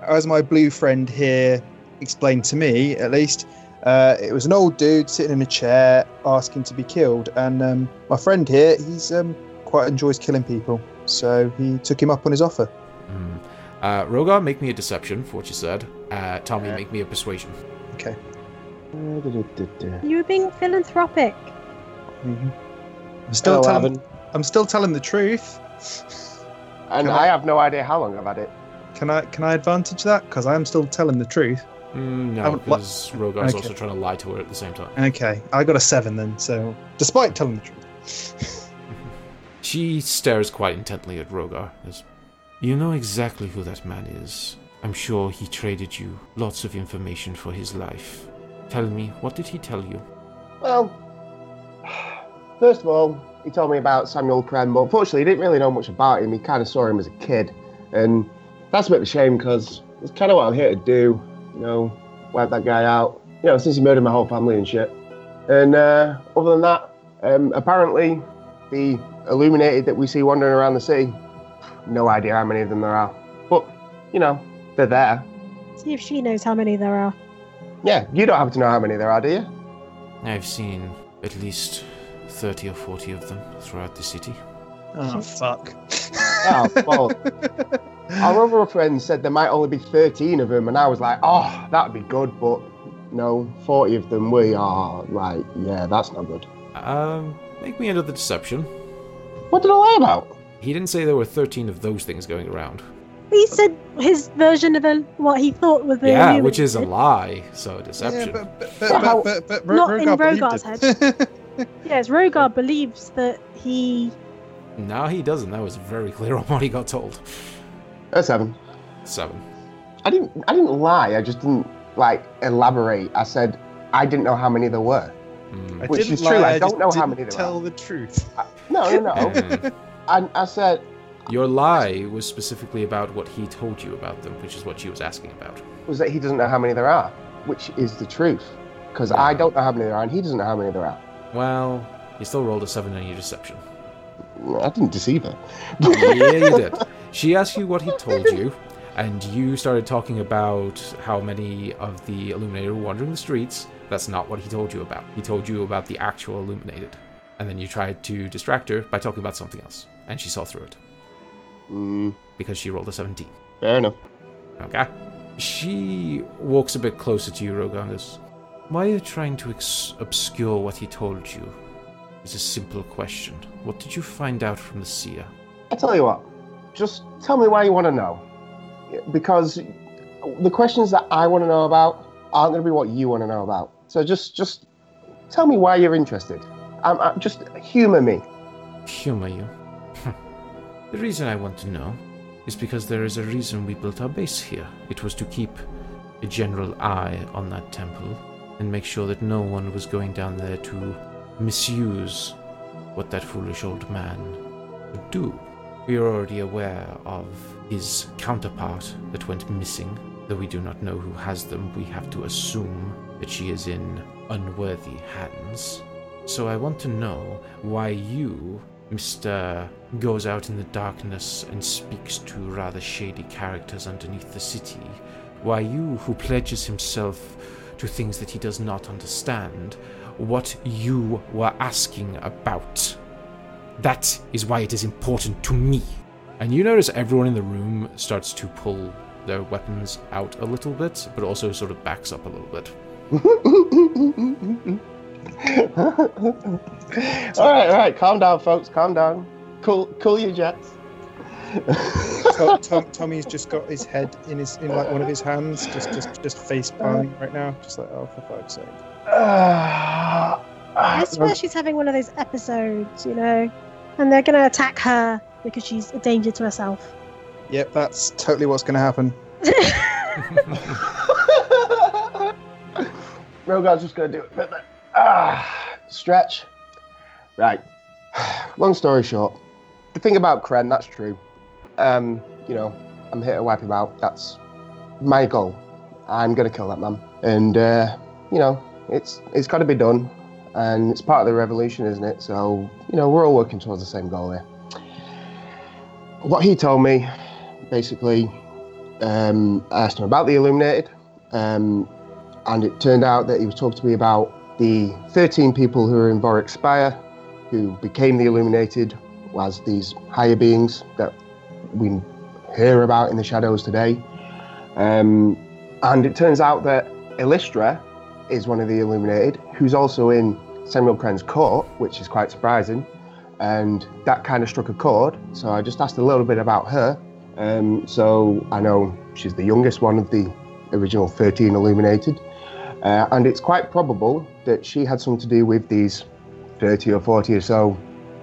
B: as my blue friend here explained to me, at least, Uh, it was an old dude sitting in a chair asking to be killed, and um, my friend here, he's um, quite enjoys killing people, so he took him up on his offer.
A: Mm. Uh, Rogar, make me a deception for what you said. Uh, Tommy,
C: Yeah.
A: make me a persuasion.
C: Uh,
D: You were being philanthropic.
B: I'm still
C: Hello,
B: telling,
C: Ivan.
B: I'm still telling the truth.
C: And
B: Can
C: I
B: I-
C: have no idea how long I've had it.
B: Can I can I advantage that? Because I am still telling the truth.
A: Mm, no,
B: Haven't li-
A: because Rogar's
B: Okay.
A: also trying to lie to her at the same time.
B: Okay, I got a seven then. So despite telling the truth,
A: She stares quite intently at Rogar. As, you know exactly who that man is. I'm sure he traded you lots of information for his life. Tell me, what did he tell you?
C: Well, first of all, he told me about Samuel Prem, but unfortunately, he didn't really know much about him. He kind of saw him as a kid, and that's a bit of a shame because it's kind of what I'm here to do, you know, wipe that guy out. You know, since he murdered my whole family and shit. And uh, other than that, um, apparently, the illuminated that we see wandering around the city, no idea how many of them there are, but you know, they're there.
D: See if she knows how many there are.
C: Yeah, you don't happen to know how many there are, do you?
A: I've seen at least 30 or 40 of them throughout the city.
B: oh fuck.
C: Oh, well, Our other friend said there might only be 13 of them, and I was like, oh, that'd be good, but no, 40 of them, we are like, yeah, that's not good.
A: Um, make me another deception.
C: What did I lie about?
A: He didn't say there were 13 of those things going around.
D: He said his version of a, what he thought was the
A: yeah,
D: human-
A: which is a lie, so
B: Yeah,
A: deception.
B: but but
D: Yeah,
B: but
D: how-
B: but, but, but
D: not in
B: Rogar
D: Rogar's
B: believed him. (laughs)
D: Yes, Rogar believes that he.
A: No, he doesn't. That was very clear on what he got told.
C: A seven.
A: Seven.
C: I didn't, I didn't lie, I just didn't, like, elaborate. I said, I didn't know how many there were.
A: Mm.
B: I
C: Which
B: didn't
C: is true,
B: lie,
C: I don't
B: just
C: know how
B: didn't
C: many there
B: Tell the truth. (laughs)
C: No,
A: (laughs)
C: (laughs) no, no.
A: Mm.
C: and I said,
A: Your lie was specifically about what he told you about them, which is what she was asking about.
C: was that he doesn't know how many there are, which is the truth. Because I don't know how many there are, and he doesn't know how many there are.
A: Well, you still rolled a seven on your deception.
C: I didn't deceive her.
A: yeah, you did. She asked you what he told you, and you started talking about how many of the Illuminated were wandering the streets. That's not what he told you about. He told you about the actual Illuminated. And then you tried to distract her by talking about something else, and she saw through it
C: Mm,
A: because she rolled a 17.
C: fair enough.
A: Okay. She walks a bit closer to you, Rogar, and goes, Why are you trying to ex- obscure what he told you? It's a simple question. What did you find out from the seer?
C: I tell you what, just tell me why you want to know. Because the questions that I want to know about aren't going to be what you want to know about. So just just tell me why you're interested. I'm, i just humor me. (laughs)
A: Humor you. Hmm. the reason I want to know is because there is a reason we built our base here. It was to keep a general eye on that temple and make sure that no one was going down there to misuse what that foolish old man would do. We are already aware of his counterpart that went missing. Though we do not know who has them, we have to assume that she is in unworthy hands. So I want to know why you, Mr. Goes out in the darkness and speaks to rather shady characters underneath the city, why you, who pledges himself to things that he does not understand, what you were asking about. That is why it is important to me. And you notice everyone in the room starts to pull their weapons out a little bit, but also sort of backs up a little bit. (laughs)
C: all right, all right, calm down, folks, calm down. Cool, cool your jets. (sighs)
B: Tom, Tom, Tommy's just got his head in his in like one of his hands, just just just face
D: Uh.
B: palming right now, just like oh for fuck's sake.
C: Ah,
D: I
C: ah, (sighs)
D: swear she's having one of those episodes, you know, and they're going to attack her because she's a danger to herself.
B: Yep, that's totally what's going to happen.
C: Rogar's just gonna do it. But- but- Ah, stretch. Right. Long story short, the thing about Kren, that's true. Um, you know, I'm here to wipe him out. That's my goal. I'm gonna kill that man. And uh, you know, it's it's gotta be done. And it's part of the revolution, isn't it? So, you know, we're all working towards the same goal here. What he told me, basically, um, I asked him about the Illuminated. Um, and it turned out that he was talking to me about the 13 people who were in Vorix Spire, who became the Illuminated, as these higher beings that we hear about in the shadows today. Um, and it turns out that Illustra is one of the Illuminated, who's also in Samuel Cren's court, which is quite surprising. And that kind of struck a chord. So I just asked a little bit about her. Um, so I know she's the youngest one of the original 13 Illuminated. Uh, and it's quite probable that she had something to do with these 30 or 40 or so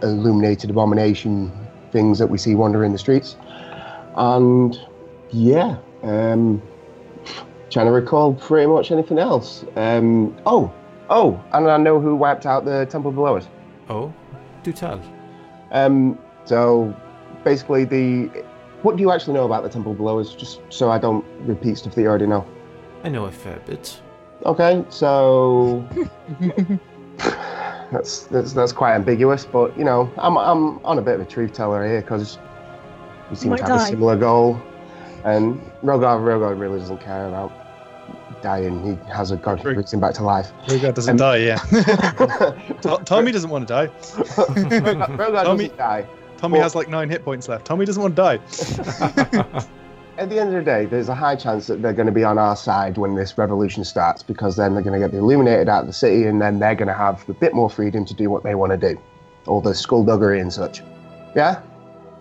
C: illuminated abomination things that we see wandering the streets. And yeah, um, trying to recall pretty much anything else. Um, oh, oh, and I know who wiped out the temple below us.
A: Oh, do tell.
C: Um, so basically, the what do you actually know about the temple below us? Just so I don't repeat stuff that you already know.
A: I know a fair bit.
C: Okay, so that's, that's that's quite ambiguous, but you know, I'm I'm on a bit of a truth teller here because we seem
D: might
C: to have
D: die.
C: a similar goal, and Rogar Rogar really doesn't care about dying. He has a god who
B: True.
C: brings him back to life. (laughs)
B: Rogar doesn't
C: Um,
B: die, (laughs) yeah. To-
C: Rogar
B: Tommy doesn't want to die.
A: (laughs)
C: Rogar
B: Tommy-
C: doesn't die.
B: Tommy
C: Well-
B: has like nine hit points left. Tommy doesn't want to die.
C: At the end of the day, there's a high chance that they're going to be on our side when this revolution starts because then they're going to get the illuminated out of the city and then they're going to have a bit more freedom to do what they want to do, all the skullduggery and such. Yeah,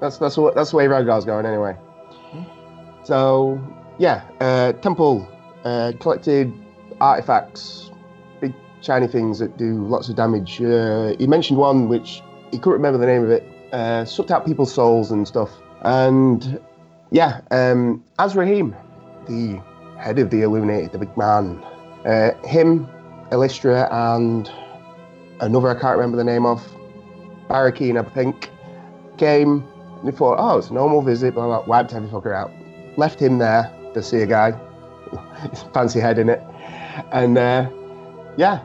C: that's that's what that's the way Rogar's going anyway. So yeah, uh, temple uh, collected artifacts, big shiny things that do lots of damage. Uh, he mentioned one which he couldn't remember the name of it. Uh, sucked out people's souls and stuff. And yeah, um, Azrahim, the head of the Illuminated, the big man, uh, him, Elistra, and another I can't remember the name of, Barakeen, I think, came and they thought, oh, it's a normal visit, blah, blah, blah, wiped every fucker out. Left him there, the seer guy, (laughs) fancy head in it. And uh, yeah,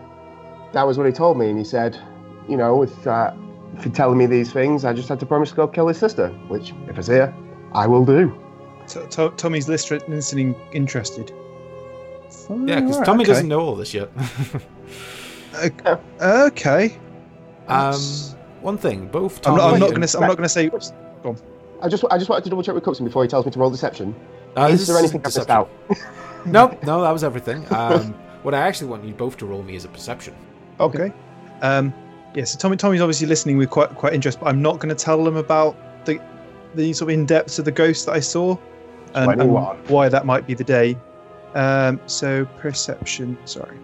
C: that was what he told me. And he said, you know, if, uh, if you're telling me these things, I just had to promise to go kill his sister, which, if I see her, I will do.
B: To- to- Tommy's list- listening interested.
A: Yeah, because
B: Alright,
A: Tommy
B: okay.
A: doesn't know all this
B: (laughs)
A: yet.
B: Okay.
A: um,
B: That's-
A: one thing, both
B: I'm
A: Tommy.
B: not, I'm not
A: and-
B: gonna. s- I'm not gonna say.
C: I just, I just wanted to double check with Cookson before he tells me to roll deception.
A: Uh,
C: is
A: this
C: there anything I missed
A: deception.
C: out?
A: (laughs) Nope, no, that was everything. Um, (laughs) what I actually want you both to roll me is a
B: (laughs)
A: perception.
B: Okay. Um, yeah. So Tommy, Tommy's obviously listening with quite quite interest, but I'm not gonna tell them about the the sort of in depths of the ghost that I saw, and, and
C: 21.
B: why that might be the day. Um, so perception. Sorry.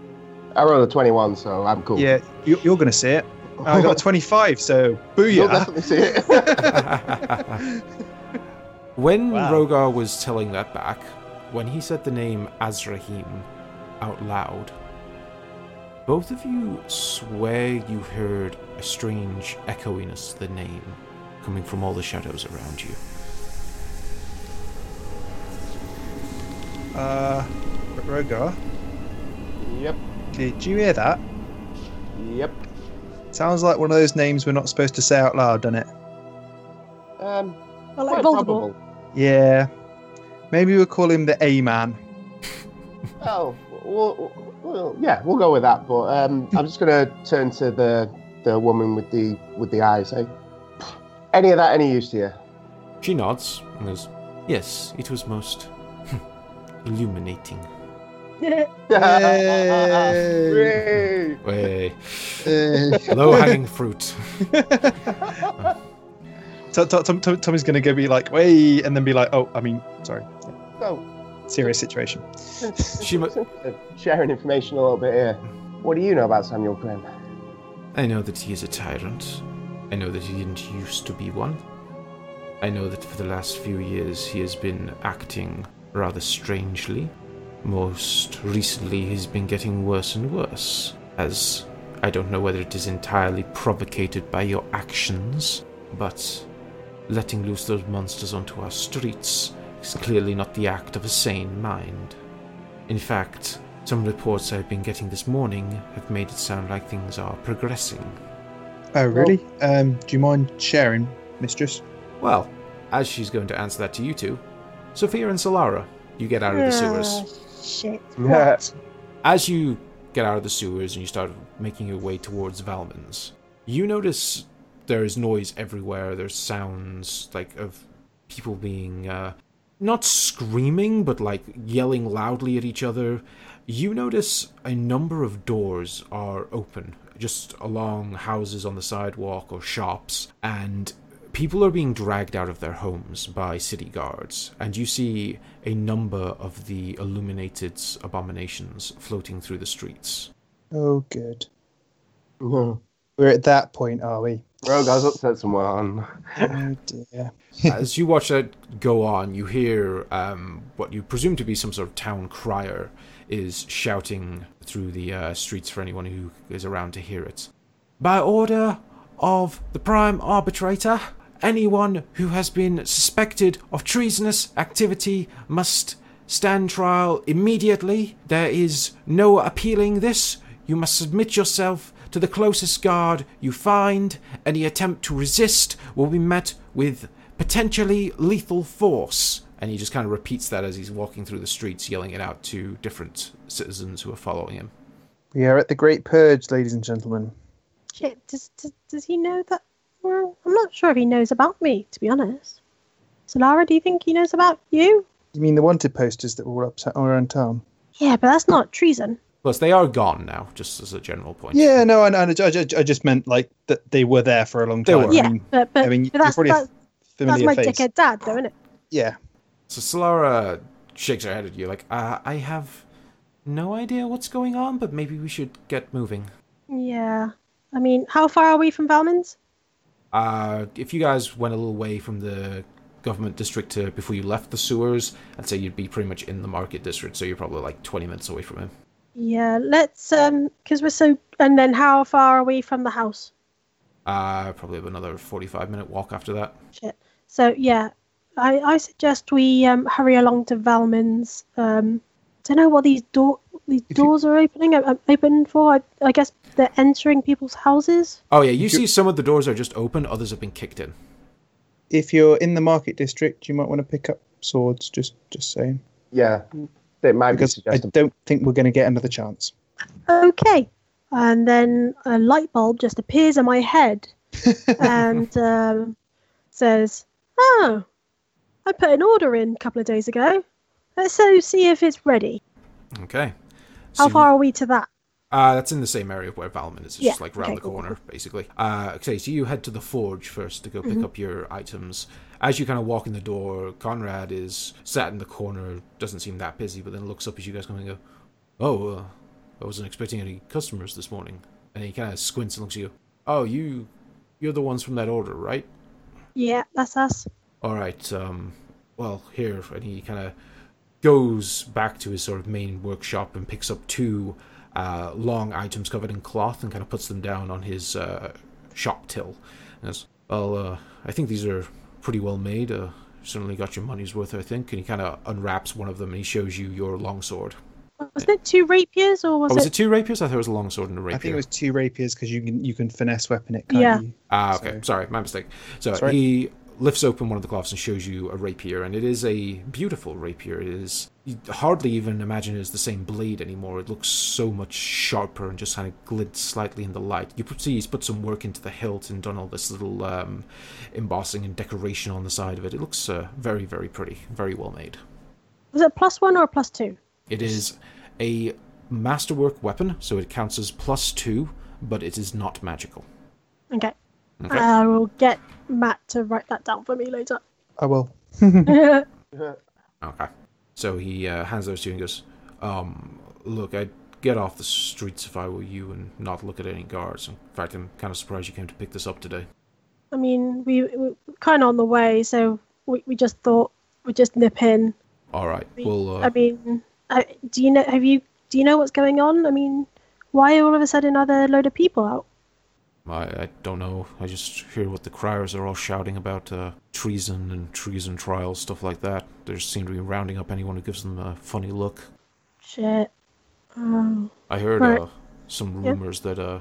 C: I rolled a 21, so I'm cool.
B: Yeah, you, you're gonna see it. I got a 25, so (laughs)
C: You'll
B: booyah.
C: definitely see it.
A: when
B: Wow.
A: Rogar was telling that back, when he said the name Azrahim out loud, both of you swear you heard a strange echoiness to the name coming from all the shadows around you.
B: Uh, Rogar,
C: yep,
B: did you hear that?
C: yep.
B: Sounds like one of those names we're not supposed to say out loud, doesn't it?
C: Um,
D: Well,
C: quite
D: like Voldemort.
C: probable.
B: Yeah. Maybe we'll call him the A Man.
C: Oh, well, well, yeah, we'll go with that. But um, I'm just gonna turn to the the woman with the with the eyes. Eh? Any of that any use to you?
A: She nods and goes, Yes, it was most (laughs) illuminating.
C: (laughs) Yay.
A: Way.
B: Yay.
A: Low hanging fruit.
B: Tom, Tom, Tom- Tommy's going to go be like, way, and then be like, oh, I mean, sorry.
C: So,
B: Serious situation.
A: She mu-
C: (laughs) sharing information a little bit here. What do you know about Samuel Cren?
A: I know that he is a tyrant. I know that he didn't used to be one. I know that for the last few years he has been acting rather strangely. Most recently, he's been getting worse and worse, as I don't know whether it is entirely provocated by your actions, but letting loose those monsters onto our streets is clearly not the act of a sane mind. In fact, some reports I've been getting this morning have made it sound like things are progressing.
B: Oh, really? Um, do you mind sharing, (laughs) mistress?
A: Well, as she's going to answer that to you two, Sophia and Solara, you get out of the sewers.
B: Mm.
C: (laughs)
D: Ah, shit.
C: Yeah.
A: As you get out of the sewers and you start making your way towards Valman's, you notice there is noise everywhere. There's sounds like of people being uh, not screaming, but like yelling loudly at each other. You notice a number of doors are open just along houses on the sidewalk or shops, and people are being dragged out of their homes by city guards. And you see a number of the illuminated abominations floating through the streets.
B: Oh, good.
C: Rogue
B: We're at that point, are we?
C: has upset someone.
B: Oh dear.
A: As you watch that go on, you hear um, what you presume to be some sort of town crier is shouting through the uh, streets for anyone who is around to hear it. By order of the Prime Arbitrator, anyone who has been suspected of treasonous activity must stand trial immediately. There is no appealing this. You must submit yourself to the closest guard you find. Any attempt to resist will be met with potentially lethal force. And he just kind of repeats that as he's walking through the streets, yelling it out to different citizens who are following him.
B: We are at the Great Purge, ladies and gentlemen.
D: Shit, does, does, does he know that? Well, I'm not sure if he knows about me, to be honest. Solara, do you think he knows about you?
B: You mean the wanted posters that were all upside all around town?
D: Yeah, but that's not treason.
A: Plus, they are gone now, just as a general point.
B: Yeah, no, and, and I, ju- I just meant like that they were there for a long
A: They
B: time.
A: were.
B: I
D: Yeah,
B: mean,
D: but, but,
B: I mean,
D: but that's,
B: you're probably
D: that's,
B: a
D: that's
B: familiar
D: my
B: face.
D: dickhead dad, though, isn't it?
B: Yeah,
A: So Solara shakes her head at you, like, uh, I have no idea what's going on, but maybe we should get moving.
D: Yeah. I mean, how far are we from Valmans?
A: Uh, if you guys went a little way from the government district to before you left the sewers, I'd say you'd be pretty much in the market district, so you're probably like 20 minutes away from him.
D: Yeah, let's, um, because we're so. And then how far are we from the house?
A: Uh, probably have another 45 minute walk after that.
D: Shit. So, yeah, I, I suggest we um, hurry along to Valmans. Um, don't know what these door these
B: If you-
D: doors are opening uh, open for. I, I guess they're entering people's houses.
A: Oh, yeah, you
B: Ju-
A: see some of the doors are just open, others have been kicked in.
B: if you're in the market district, you might want to pick up swords. Just, just saying,
C: Yeah, they might be
B: because I
C: suggesting.
B: don't think we're going to get another chance.
D: Okay. And then a light bulb just appears in my head and um, says, Oh, I put an order in a couple of days ago. Let's so see if it's ready.
A: Okay.
D: How
A: So-
D: far are we to that?
A: Uh, that's in the same area where Valman is. It's
D: Yeah,
A: just like round
D: okay,
A: the
D: cool, Mm-hmm. cool,
A: corner, basically. Uh, okay, so you head to the forge first to go pick up your items. As you kind of walk in the door, Conrad is sat in the corner, doesn't seem that busy, but then looks up as you guys come in and go, Oh, uh, I wasn't expecting any customers this morning. And he kind of squints and looks at you. Oh, you, you're the ones from that order, right?
D: Yeah, that's us.
A: all right, um, well, here, and he kind of goes back to his sort of main workshop and picks up two uh, long items covered in cloth and kind of puts them down on his uh, shop till. And it's, well, uh, I think these are pretty well made. Uh, certainly got your money's worth, I think. And he kind of unwraps one of them and he shows you your longsword.
D: Wasn't it two rapiers or was,
A: Oh, was
D: it?
A: it two rapiers? I thought it was a longsword and a rapier.
B: I think it was two rapiers because you can you can finesse weapon it. Can't
D: Yeah.
B: You?
A: Ah, okay.
B: So-
A: Sorry, my mistake. So
B: Sorry.
A: he lifts open one of the cloths and shows you a rapier, and it is a beautiful rapier. It is you hardly even imagine it's the same blade anymore. It looks so much sharper and just kind of glints slightly in the light. You put, see he's put some work into the hilt and done all this little um, embossing and decoration on the side of it. It looks uh, very, very pretty, very well made.
D: Was it plus one or a plus two?
A: It is a masterwork weapon, so it counts as plus two, but it is not magical.
D: Okay.
A: Okay.
D: I will get Matt to write that down for me later.
B: I will.
A: Okay. So he uh, hands those to you and goes, um, Look, I'd get off the streets if I were you and not look at any guards. In fact, I'm kind of surprised you came to pick this up today.
D: I mean, we, we were kind of on the way, so we, we just thought we'd just nip in.
A: All right.
D: We-
A: Well,
D: I
A: uh,
D: mean, uh, do you know? Have you? Do you know what's going on? I mean, why all of a sudden are there a load of people out?
A: I, I don't know. I just hear what the criers are all shouting about uh, treason and treason trials, stuff like that. They just seem to be rounding up anyone who gives them a funny look.
D: Shit. Oh.
A: I heard
D: Right.
A: uh, some
D: Yeah.
A: rumors that uh,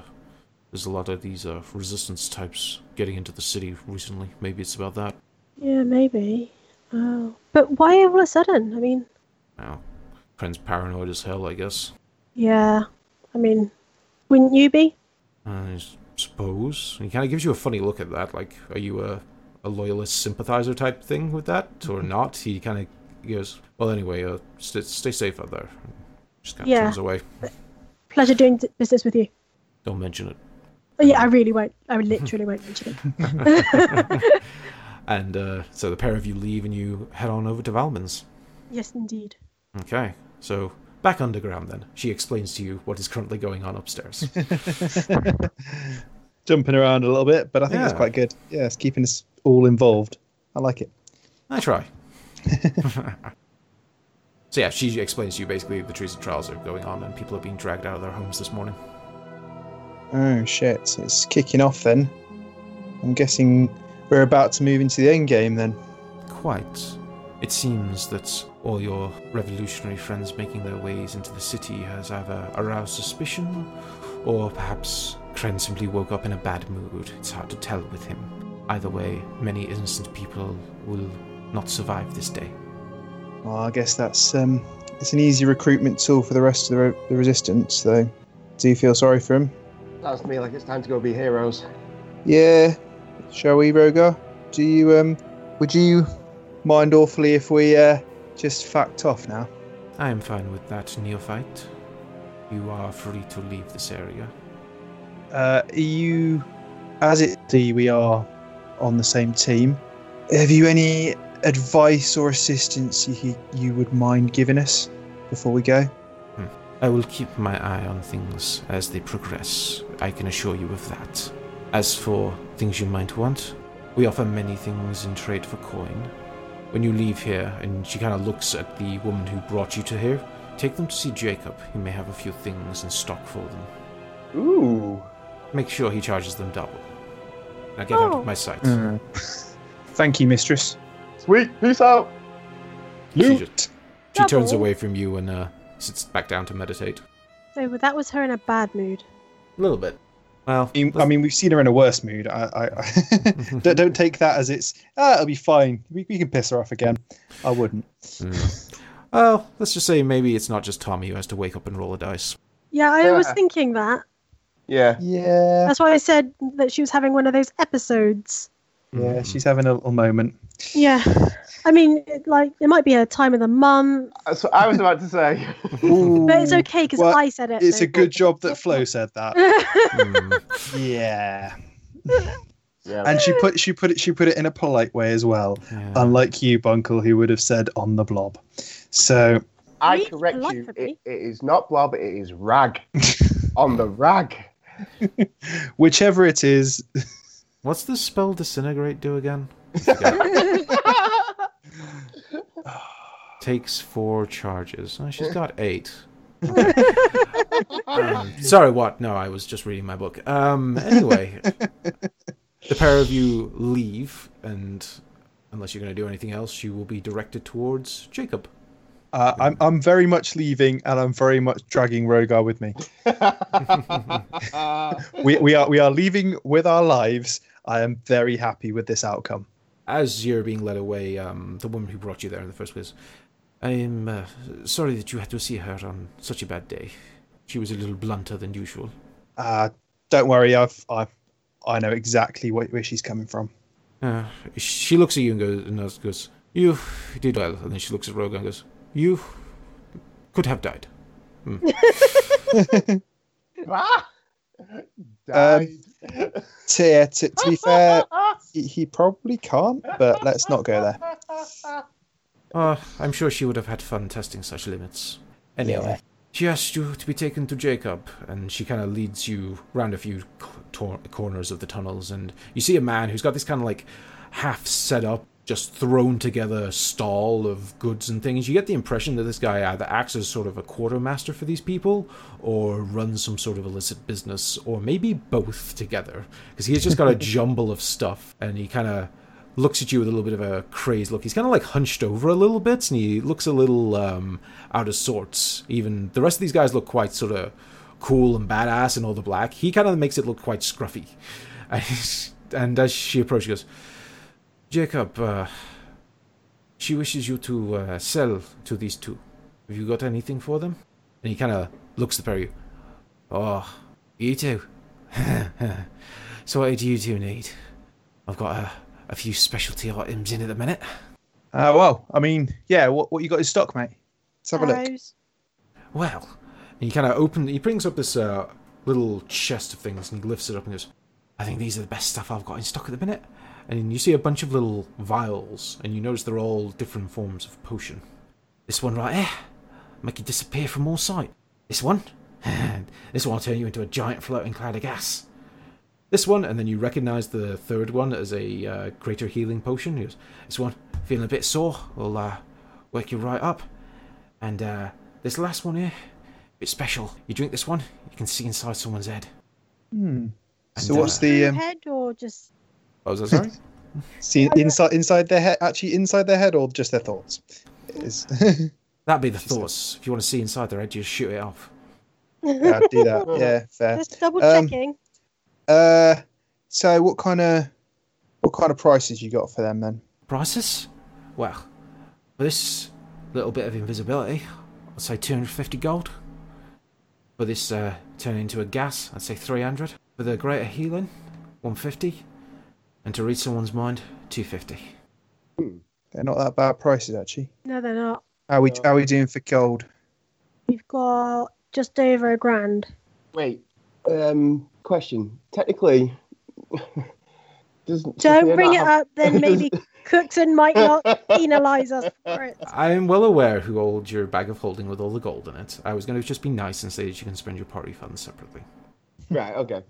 A: there's a lot of these uh, resistance types getting into the city recently. Maybe it's about that.
D: Yeah, maybe. Oh. But why all of a sudden? I mean,
A: Now, friend's paranoid as hell, I guess.
D: Yeah. I mean, wouldn't you be?
A: I s- suppose. He kind of gives you a funny look at that. Like, are you a, a loyalist sympathizer type thing with that or not? He kind of goes, well, anyway, uh, st- stay safe out there. Just kind of
D: Yeah.
A: turns away.
D: Pleasure doing d- business with you.
A: Don't mention it.
D: Oh, yeah, I really won't. I literally won't mention
A: (laughs)
D: it.
A: And uh, so the pair of you leave and you head on over to Valman's.
D: Yes, indeed.
A: Okay. So back underground then. She explains to you what is currently going on upstairs.
B: Jumping around a little bit, but I think it's
A: Yeah.
B: quite good. Yeah, it's keeping us all involved. I like it.
A: I try. so yeah, she explains to you basically the treason trials are going on and people are being dragged out of their homes this morning.
B: Oh shit, so it's kicking off then. I'm guessing we're about to move into the end game then.
A: Quite. It seems that all your revolutionary friends making their ways into the city has either aroused suspicion, or perhaps Kren simply woke up in a bad mood. It's hard to tell with him. Either way, many innocent people will not survive this day.
B: Well, I guess that's um, it's an easy recruitment tool for the rest of the, re- the resistance. Though, do you feel sorry for him?
C: Sounds to me like it's time to go be heroes.
B: Yeah. Shall we, Rogar? Do you um, would you mind awfully if we uh, just fact off now?
A: I am fine with that, neophyte. You are free to leave this area.
B: Uh, are you, as it see, we are on the same team. Have you any advice or assistance you, you would mind giving us before we go?
A: I will keep my eye on things as they progress, I can assure you of that. As for things you might want, we offer many things in trade for coin. When you leave here, and she kind of looks at the woman who brought you to here, take them to see Jacob. He may have a few things in stock for them.
C: Ooh.
A: Make sure he charges them double. Now get out
D: Oh.
A: of my sight.
B: (laughs) Mm. Thank you, mistress.
C: Sweet. Peace out.
A: She, just, she turns
D: Double.
A: away from you and uh, sits back down to meditate.
D: So well, that was her in a bad mood.
A: A little bit. Well,
B: I mean, I mean, we've seen her in a worse mood. I, I, I (laughs) don't, don't take that as it's. Ah, it'll be fine. We, we can piss her off again. I wouldn't.
A: well, let's just say maybe it's not just Tommy who has to wake up and roll a dice.
D: Yeah, I was
C: Yeah.
D: thinking that.
C: Yeah.
B: Yeah,
D: That's why I said that she was having one of those episodes.
B: yeah. She's having a little moment.
D: Yeah. I mean, it, like, it might be a time of the month,
C: That's what I was about to
B: (laughs)
C: say.
D: but it's okay because
B: Mm. Well,
D: I said it.
B: It's
D: so-
B: a good job that Flo said
D: (laughs)
B: (laughs) that.
A: Mm.
B: Yeah,
C: yeah.
B: and she put she put it she put it in a polite way as well,
A: Yeah.
B: unlike you, Bunkle, who would have said on the blob. So
C: I
D: Really
C: correct
D: polite
C: you.
D: of
C: It,
D: me.
C: it is not blob. It is
B: (laughs)
C: rag. on the rag.
B: whichever it is,
A: What's the spell disintegrate do again? Takes four charges. Oh, she's got eight. Um, sorry, what? No, I was just reading my book. Um, anyway, the pair of you leave, and unless you're going to do anything else, you will be directed towards Jacob.
B: uh, I'm I'm very much leaving, and I'm very much dragging Rogar with me.
C: Ah. (laughs)
B: we, we are we are leaving with our lives. I am very happy with this outcome.
A: As you're being led away, um, the woman who brought you there in the first place, I'm uh, sorry that you had to see her on such a bad day. She was a little blunter than usual.
B: Uh, don't worry, I've I I know exactly what, where she's coming from.
A: Uh, she looks at you and goes, and goes- goes, "You did well." And then she looks at Rogan and goes, "You could have died."
C: Ah!
B: Um,
C: Died.
B: To, yeah, to, to be fair, he, he probably can't, but let's not go there.
A: Uh, I'm sure she would have had fun testing such limits. Anyway, she asked you to be taken to Jacob, and she kind of leads you round a few co- tor- corners of the tunnels, and you see a man who's got this kind of like half set up, just thrown together stall of goods and things. You get the impression that this guy either acts as sort of a quartermaster for these people, or runs some sort of illicit business, or maybe both together, because he's just got a jumble of stuff, and he kind of looks at you with a little bit of a crazed look. He's kind of like hunched over a little bit, and he looks a little um, out of sorts. Even the rest of these guys look quite sort of cool and badass and all the black. He kind of makes it look quite scruffy. (laughs) And, he's- and as she approaches, she goes, Jacob, uh, she wishes you to uh, sell to these two. Have you got anything for them? And he kind of looks at the pair of you. Oh, you two. (laughs) so what do you two need? I've got a, a few specialty items in at the minute.
B: Uh, well, I mean, yeah, what, what you got in stock, mate? Let's have a look.
D: Arrows.
A: Well, and he kind of open. He brings up this uh, little chest of things and he lifts it up and goes, "I think these are the best stuff I've got in stock at the minute." And you see a bunch of little vials, and you notice they're all different forms of potion. This one right here, make you disappear from all sight. This one, this one will turn you into a giant floating cloud of gas. This one, and then you recognise the third one as a uh, greater healing potion. He goes, This one, feeling a bit sore, will uh, work you right up. And uh, this last one here, a bit special. You drink this one, you can see inside someone's head.
B: Hmm.
A: And,
B: So what's
A: uh,
B: the um,
D: Head or just
A: What was Oh, that? Sorry.
B: see inside inside their head? Actually, inside their head or just their thoughts? Is
A: (laughs)
B: (laughs)
A: That'd be the thoughts. If you want to see inside their head, you just shoot it off.
B: yeah, I'd do that. Yeah,
D: (laughs)
B: fair.
D: just double
B: Um,
D: checking?
B: Uh, so what kind of what kind of prices you got for them then?
A: Prices? Well, for this little bit of invisibility, I'd say 250 gold. For this uh, turn into a gas, I'd say 300. For the greater healing, 150. And to read someone's mind, 250.
B: They're not that bad prices actually.
D: No, they're not.
B: How we how we doing for gold?
D: We've got just over a grand.
C: (laughs) Wait, um, question. Technically, (laughs) does
D: Don't bring it up, then
B: (laughs)
D: maybe Cookson might not penalise us for it.
A: I am well aware who holds your bag of holding with all the gold in it. I was going to just be nice and say that you can spend your party funds separately.
C: (laughs) Right, okay.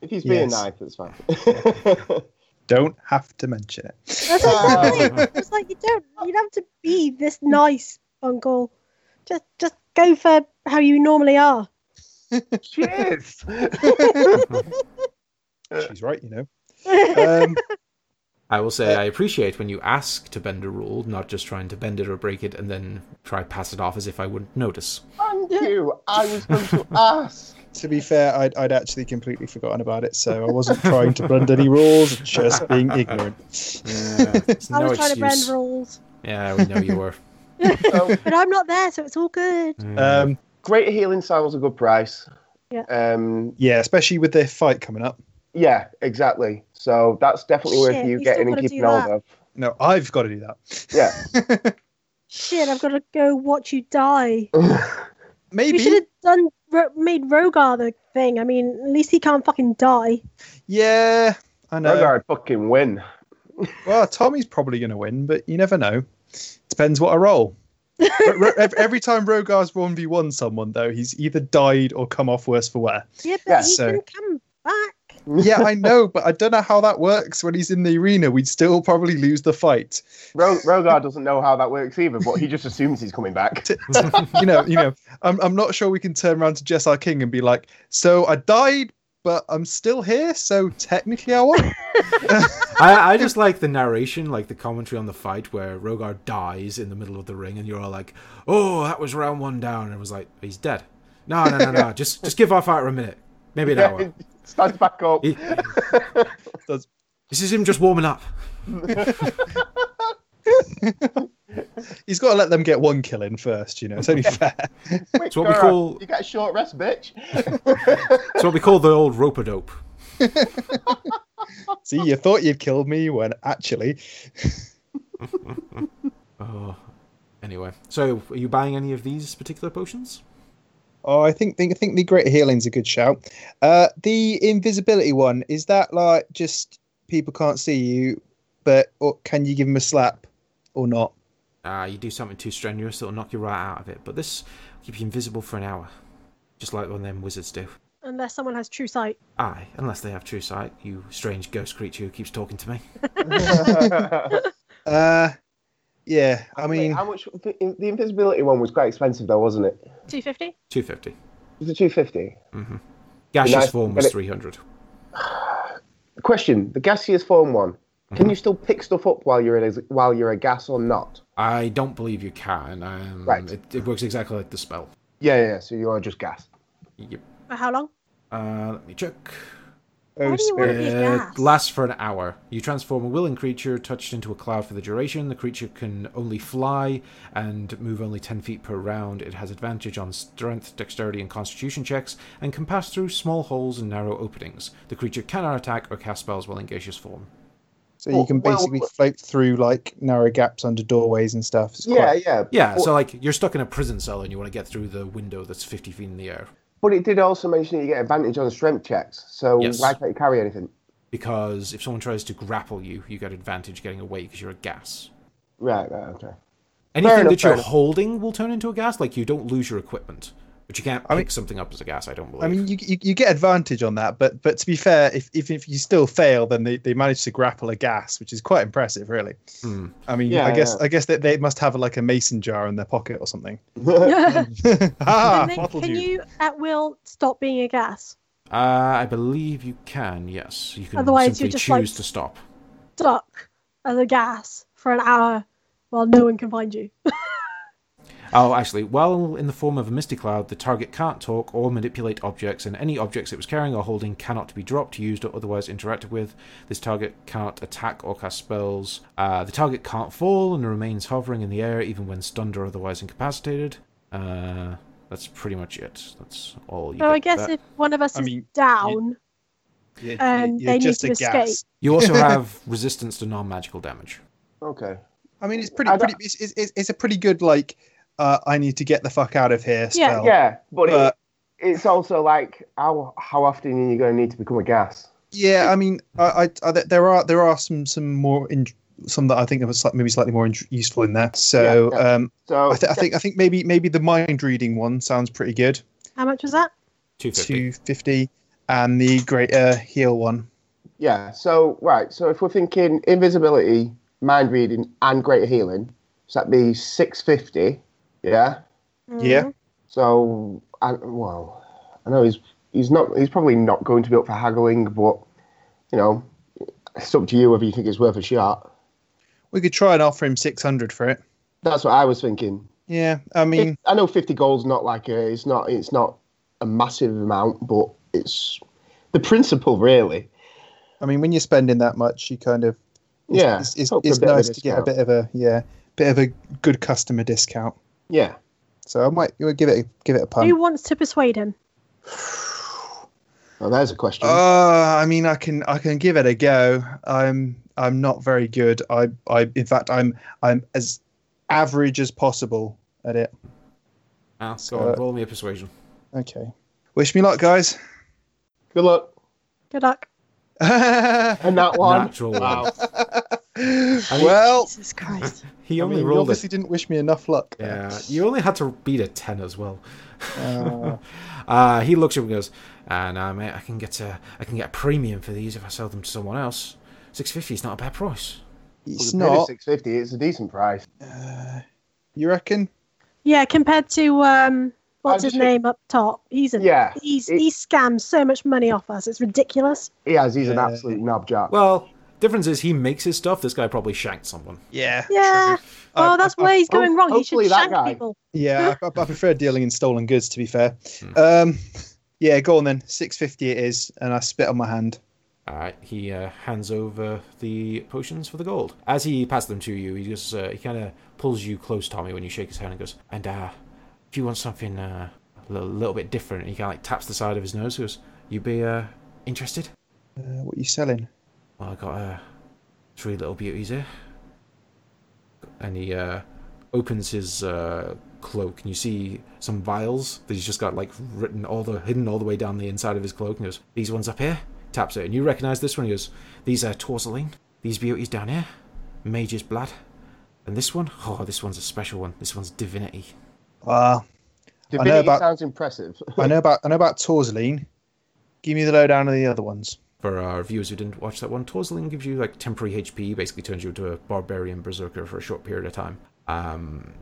C: If he's being
B: Yes.
C: nice, it's fine.
B: (laughs)
C: (laughs)
B: Don't have to mention it.
D: That's what
B: Um,
D: I'm saying. It's like you don't. You don't have to be this nice, Uncle. Just, just go for how you normally are. (laughs)
B: Cheers.
D: Uh.
B: She's right, you know. Um, (laughs)
A: I will say I appreciate when you ask to bend a rule, not just trying to bend it or break it and then try pass it off as if I wouldn't notice.
C: (laughs) Thank you. I was going to ask.
B: to be fair, I'd, I'd actually completely forgotten about it, so I wasn't trying to blend any rules, just being
A: (laughs)
B: ignorant.
A: It's
D: I
A: no
D: was trying to bend
A: excuse.
D: rules,
A: Yeah, we know you were.
C: So,
D: but I'm not there, so it's all good.
B: Um,
C: great healing sounds a good price.
D: Yeah.
C: Um,
B: yeah, especially with their fight coming up.
C: yeah, exactly. So that's definitely
D: Shit,
C: worth you
D: we still
C: getting and
D: gotta do
C: keeping hold
D: that.
C: of.
B: No, I've got to do that.
C: Yeah.
D: Shit, I've got to go watch you die. We
B: Maybe.
D: should have done ro- made Rogar the thing. I mean, at least he can't fucking die.
B: Yeah, I know.
C: No. I'd fucking win.
B: Well, Tommy's probably going to win, but you never know. Depends what I roll. Ro- ro- ev- Every time Rogar's 1v1 someone, though, he's either died or come off worse for wear.
D: Yeah, but
C: Yeah,
D: he
B: so-
D: can come back.
B: Yeah, I know, but I don't know how that works when he's in the arena. We'd still probably lose the fight.
C: Ro- Rogar doesn't know how that works either, but he just assumes he's coming back.
B: (laughs) You know, you know. I'm, I'm not sure we can turn around to Jess our King and be like, so I died, but I'm still here, so technically I won.
A: I, I just like the narration, like the commentary on the fight where Rogar dies in the middle of the ring, and you're all like, "Oh, that was round one down," and it was like, "He's dead." No, no, no, no. just just give our fighter a minute, maybe an hour.
C: (laughs) Stands back up. (laughs)
A: He-
B: That's-
A: this is him just warming up.
B: He's got to let them get one kill in first, you know. It's only fair.
C: It's
A: what we call-
C: You get a short rest, bitch.
A: It's what we call the old rope a dope.
B: See, you thought you'd killed me when actually.
A: Oh. Anyway, so are you buying any of these particular potions?
B: Oh, I think think I think the great healing's a good shout. Uh, the invisibility one is that like just people can't see you, but or can you give them a slap or not?
A: Uh, you do something too strenuous, it'll knock you right out of it. But this will keep you invisible for an hour, just like one of them wizards do.
D: Unless someone has true sight.
A: Aye, unless they have true sight, you strange ghost creature who keeps talking to me.
B: Uh, yeah. I
C: Wait,
B: mean,
C: how much? The the invisibility one was quite expensive, though, wasn't it?
D: 250?
A: 250.
C: Was it two fifty?
A: Gaseous
C: Nice,
A: form
C: but
A: was
C: it-
A: 300.
C: Question: The gaseous form one.
B: Mm-hmm.
C: Can you still pick stuff up while you're in a, while you're a gas or not?
A: I don't believe you can. Um,
C: Right.
A: it, it works exactly like the spell.
C: Yeah, yeah. So you are just gas.
A: Yep.
D: For how long?
A: Uh, let me check.
D: Why
B: Oh,
D: do you want to
B: spirit.
D: be
A: Uh,
D: a gas?
A: lasts for an hour. You transform a willing creature touched into a cloud for the duration. The creature can only fly and move only 10 feet per round. It has advantage on strength, dexterity, and constitution checks and can pass through small holes and narrow openings. The creature cannot attack or cast spells while in gaseous form.
B: So you can
C: Well-
B: basically float through like narrow gaps under doorways and stuff. It's
C: Yeah,
B: quite-
C: yeah.
A: Yeah,
C: But,
A: so like you're stuck in a prison cell and you want to get through the window that's 50 feet in the air
C: but it did also mention that you get advantage on strength checks. So
A: Yes.
C: why can't you carry anything?
A: because if someone tries to grapple you, you get advantage getting away because you're a gas.
C: Right, right, okay.
A: Anything
C: enough,
A: that
C: fair
A: you're
C: enough.
A: holding will turn into a gas. Like you don't lose your equipment, but you can't pick
B: mean-
A: something up as a gas. I don't believe.
B: I mean, you, you, you get advantage on that, but but to be fair, if if, if you still fail, then they, they manage to grapple a gas, which is quite impressive, really.
A: Hmm.
B: I mean,
C: Yeah,
B: I guess
C: yeah.
B: I guess that they must have like a mason jar in their pocket or something.
D: Can
B: (laughs) ah,
D: they-
B: bottled
D: can
B: you.
D: you at will stop being a gas?
A: uh, I believe you can. Yes, you can.
D: Otherwise,
A: simply
D: you're just
A: choose
D: like-
A: to stop.
D: Stuck as a gas for an hour while no one can find you.
A: Oh, actually, while in the form of a misty cloud, the target can't talk or manipulate objects, and any objects it was carrying or holding cannot be dropped, used, or otherwise interacted with. This target can't attack or cast spells. Uh, the target can't fall and remains hovering in the air even when stunned or otherwise incapacitated. Uh, that's pretty much it. That's all you
D: So I
A: get
D: guess
A: there.
D: if one of us
B: I
D: is
B: mean,
D: down,
B: You're-
D: Um,
B: you're
D: they need
B: just
D: to
B: a
D: escape.
B: gas.
A: You also have (laughs) resistance to non magical damage.
C: okay.
B: I mean, it's pretty,
C: I don't-
B: pretty it's, it's, it's a pretty good like. Uh, I need to get the fuck out of here.
D: Yeah.
B: Spell.
C: Yeah, but
B: But
C: it, it's also like how how often are you going to need to become a gas?
B: yeah, I mean, I, I, I, there are there are some some more in, some that I think are slight- maybe slightly more in, useful in there. So
C: Yeah, yeah.
B: Um,
C: So
B: I, th- I think I think maybe maybe the mind reading one sounds pretty good.
D: how much was that?
A: 250.
B: Two fifty, and the greater heal one.
C: yeah. So right. So if we're thinking invisibility, mind reading, and greater healing, so that'd be six fifty. Yeah.
D: Mm.
B: Yeah.
C: So I, well, I know he's he's not he's probably not going to be up for haggling, but you know, it's up to you whether you think it's worth a shot.
B: We could try and offer him six hundred for it.
C: That's what I was thinking.
B: Yeah, I mean,
C: I know fifty gold's not like a, it's not it's not a massive amount, but it's the principle really.
B: I mean, when you're spending that much, you kind of it's,
C: Yeah,
B: it's, it's,
C: hope for
B: it's
C: a bit of a
B: nice to get a
C: discount.
B: bit of a yeah, bit of a good customer discount.
C: Yeah.
B: So I might you would give it a- give it a
D: Who
B: punt.
D: wants to persuade him?
C: Well, there's a question.
B: Uh, I mean, I can I can give it a go. I'm I'm not very good. I I in fact I'm I'm as average as possible at it.
A: Ah, go
B: So-
A: on, roll me a persuasion.
B: Okay. Wish me luck, guys. (laughs)
C: Good luck.
D: Good luck.
B: (laughs)
C: And that one.
A: Natural
C: Wow.
A: one.
B: well,
D: Jesus Christ.
A: He
B: I
A: only
B: mean, you
A: rolled a
B: obviously didn't wish me enough luck.
A: Yeah, you only had to beat a 10 as well.
B: Uh,
A: (laughs) Uh, he looks at him and goes, ah, no, mate, I can, get a, I can get a premium for these if I sell them to someone else. 650 is not a bad price.
B: it's
C: Well, the bid is
B: not.
C: 650. It's a decent price.
B: You reckon?
D: (laughs) Yeah, compared to um, what's
C: I
D: his
C: just-
D: name up top? He's a
C: Yeah,
D: He's
C: it-
D: he scams so much money off us. It's ridiculous.
C: He has. He's an
B: Yeah.
C: absolute knob job.
A: Well, difference is he makes his stuff. This guy probably shanked someone.
B: Yeah. Uh,
D: Yeah. Oh, that's
B: way.
D: where he's going wrong. He should
C: Uh, hopefully that
D: shank
C: guy-
D: people.
B: Yeah, I, I prefer dealing in stolen goods. To be fair, um, yeah, go on then. Six fifty it is, and I spit on my hand.
A: All right, he uh, hands over the potions for the gold. As he passes them to you, he just uh, he kind of pulls you close, Tommy, when you shake his hand and goes, and uh, if you want something uh, a li- little bit different, he kind of like taps the side of his nose, goes, you be uh, interested?
B: Uh, what are you selling?
A: Well, I got uh, three little beauties here. And he uh, opens his uh, cloak, and you see some vials that he's just got like written all the hidden all the way down the inside of his cloak. And he goes, "These ones up here." Taps it, and you recognise this one. He goes, "These are torsoline. These beauties down here, mage's blood, and this one, oh, this one's a special one. This one's divinity."
B: Ah,
C: Divinity
B: about-
C: sounds impressive.
B: I know about I know about Torsoline. Give me the lowdown of the other ones.
A: For our viewers who didn't watch that one, Torslin gives you like temporary HP, basically turns you into a barbarian berserker for a short period of time. Um,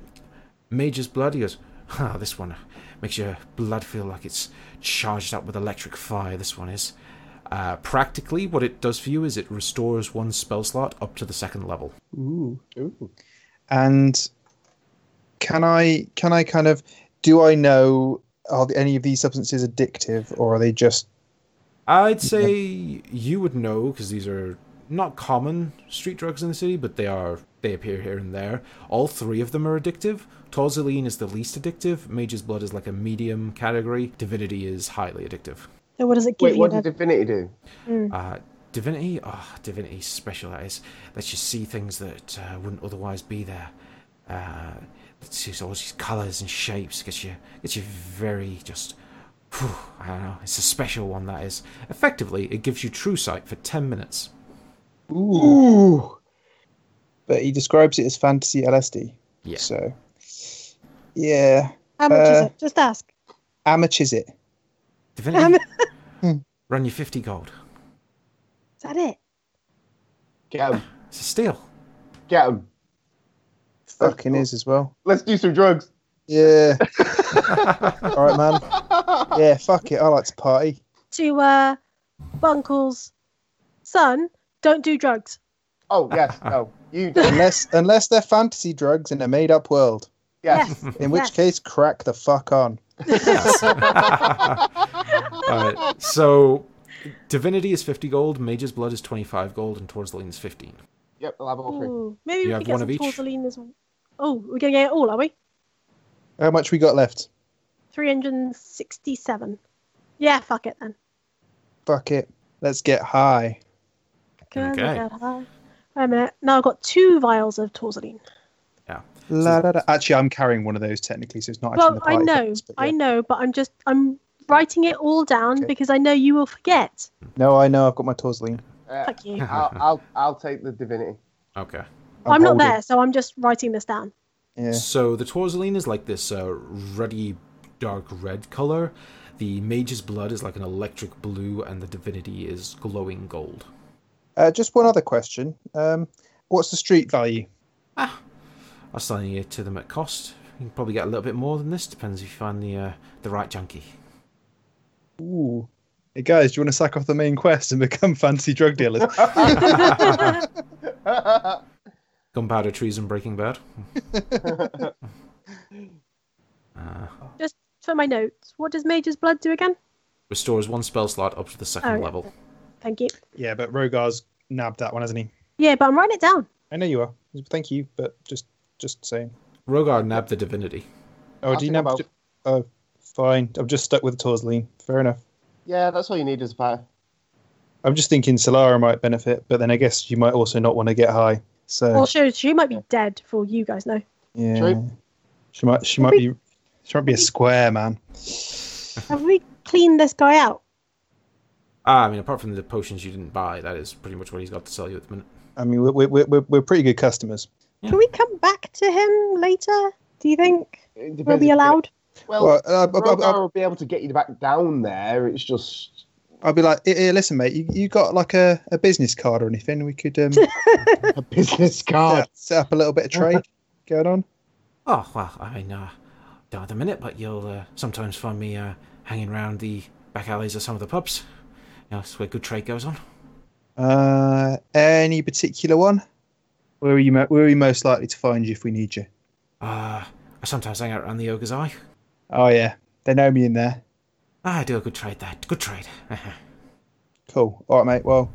A: Mage's Blood, he goes, ah, this one makes your blood feel like it's charged up with electric fire, this one is. Uh, practically, what it does for you is it restores one spell slot up to the second level.
B: Ooh.
C: Ooh.
B: And can I can I kind of do I know are any of these substances addictive or are they just
A: I'd say you would know because these are not common street drugs in the city, but they are they appear here and there. All three of them are addictive. Torzoline is the least addictive. Mage's blood is like a medium category. Divinity is highly addictive.
D: So what does it give
C: Wait,
D: you
C: what did
D: then?
C: Divinity do?
A: Uh, divinity, ah, divinity specialize. Lets you see things that uh, wouldn't otherwise be there. Uh, it sees all these colors and shapes. Gets you, gets you very just. Whew, I don't know. It's a special one that is. Effectively, it gives you true sight for ten minutes.
B: Ooh. But he describes it as fantasy LSD.
A: Yeah.
B: So, yeah.
D: How much is
B: Uh,
D: it? Just ask.
B: How much is it?
A: Divinity.
D: Um,
A: (laughs) Run your fifty gold.
D: Is that it?
C: Get him.
A: It's a steal.
C: Get him.
B: Fucking is as well.
C: Let's do some drugs.
B: Yeah. All right, man. Yeah, fuck it. I like to party.
D: To uh, Bunkle's son, don't do drugs.
C: Oh,
B: (laughs)
C: yes. No. You do.
B: Unless unless they're fantasy drugs in a made up world.
C: Yes.
B: In which
D: Yes.
B: case, crack the fuck on.
A: Yes. (laughs) All right. So, divinity is fifty gold. Mage's blood is twenty-five gold, and Torzoline is fifteen.
C: Yep, we'll have all three.
D: Ooh, maybe
A: You
D: we
A: have
D: could get
A: one
D: some
A: of each?
D: tortellini as Oh, we're gonna get it all, are we?
B: How much we got left?
D: Three hundred and sixty-seven. Yeah, fuck it then.
B: Fuck it. Let's get high.
D: Gonna
A: Okay.
D: get high. Wait a minute. Now I've got two vials of tortellini.
B: La, da, da. Actually, I'm carrying one of those technically, so it's not actually in
D: Well,
B: the
D: I
B: party.
D: know,
B: focus, but
D: I
B: yeah.
D: know, but I'm just I'm writing it all down
B: Okay.
D: because I know you will forget.
B: No, I know. I've got my Torsley.
C: Uh,
D: Fuck
C: (laughs)
D: you.
C: I'll, I'll, I'll take the divinity. (laughs)
A: Okay.
D: I'm, not there, so I'm just writing this down. (laughs)
B: Yeah.
A: So the torzoline is like this uh, ruddy, dark red color. The mage's blood is like an electric blue, and the divinity is glowing gold.
B: Uh, just one other question. Um, what's the street value?
A: I'm selling it to them at cost. You can probably get a little bit more than this. Depends if you find the uh, the right junkie.
B: Ooh. Hey guys, do you want to sack off the main quest and become (laughs) fancy drug dealers?
A: Gunpowder trees and Breaking Bad. uh,
D: Just for my notes. What does Mage's blood do again?
A: restores one spell slot up to the second
D: Oh, yeah.
A: level.
D: Thank you.
B: yeah, but Rogar's nabbed that one, hasn't he?
D: Yeah, but I'm writing it down.
B: I know you are. Thank you, but just just saying.
A: Rogar nabbed the divinity.
B: Oh,
C: I'll
B: do you
C: think
B: nab?
C: about-
B: Oh, fine. I'm just stuck with the Torsley. Fair enough.
C: Yeah, that's all you need is a pair.
B: I'm just thinking Solara might benefit, but then I guess you might also not want to get high. So
D: Also, she might be dead for all you guys know.
B: yeah,
C: True.
B: she might she might be she might be a square man.
D: Have we cleaned this guy out?
A: Ah, I mean, apart from the potions you didn't buy, that is pretty much what he's got to sell you at the minute.
B: I mean, we're we're we're, we're pretty good customers.
D: Can we come back to him later? Do you think
C: It depends
D: we'll
C: if
D: be
C: you-
D: allowed?
C: Well,
B: Well, uh, I,
C: Rogar
B: I,
C: will be able to get you back down there. It's just.
B: I'd be like, "Eh, eh, listen, mate, you, you got like a, a business card or anything? We could (laughs) um, set,
C: a (laughs) business
B: (laughs)
C: card.
B: up- set up a little bit of (laughs) trade going on.
A: Oh well, I mean, uh, not at the minute, but you'll uh, sometimes find me uh, hanging around the back alleys of some of the pubs. You know, that's where good trade goes on.
B: Uh, any particular one? Where are you? Mo- where are we most likely to find you if we need you?
A: Uh, I sometimes hang out around the ogre's eye.
B: Oh yeah, they know me in there.
A: Ah, I do a good trade there. Good trade. (laughs)
B: Cool. All right, mate. Well,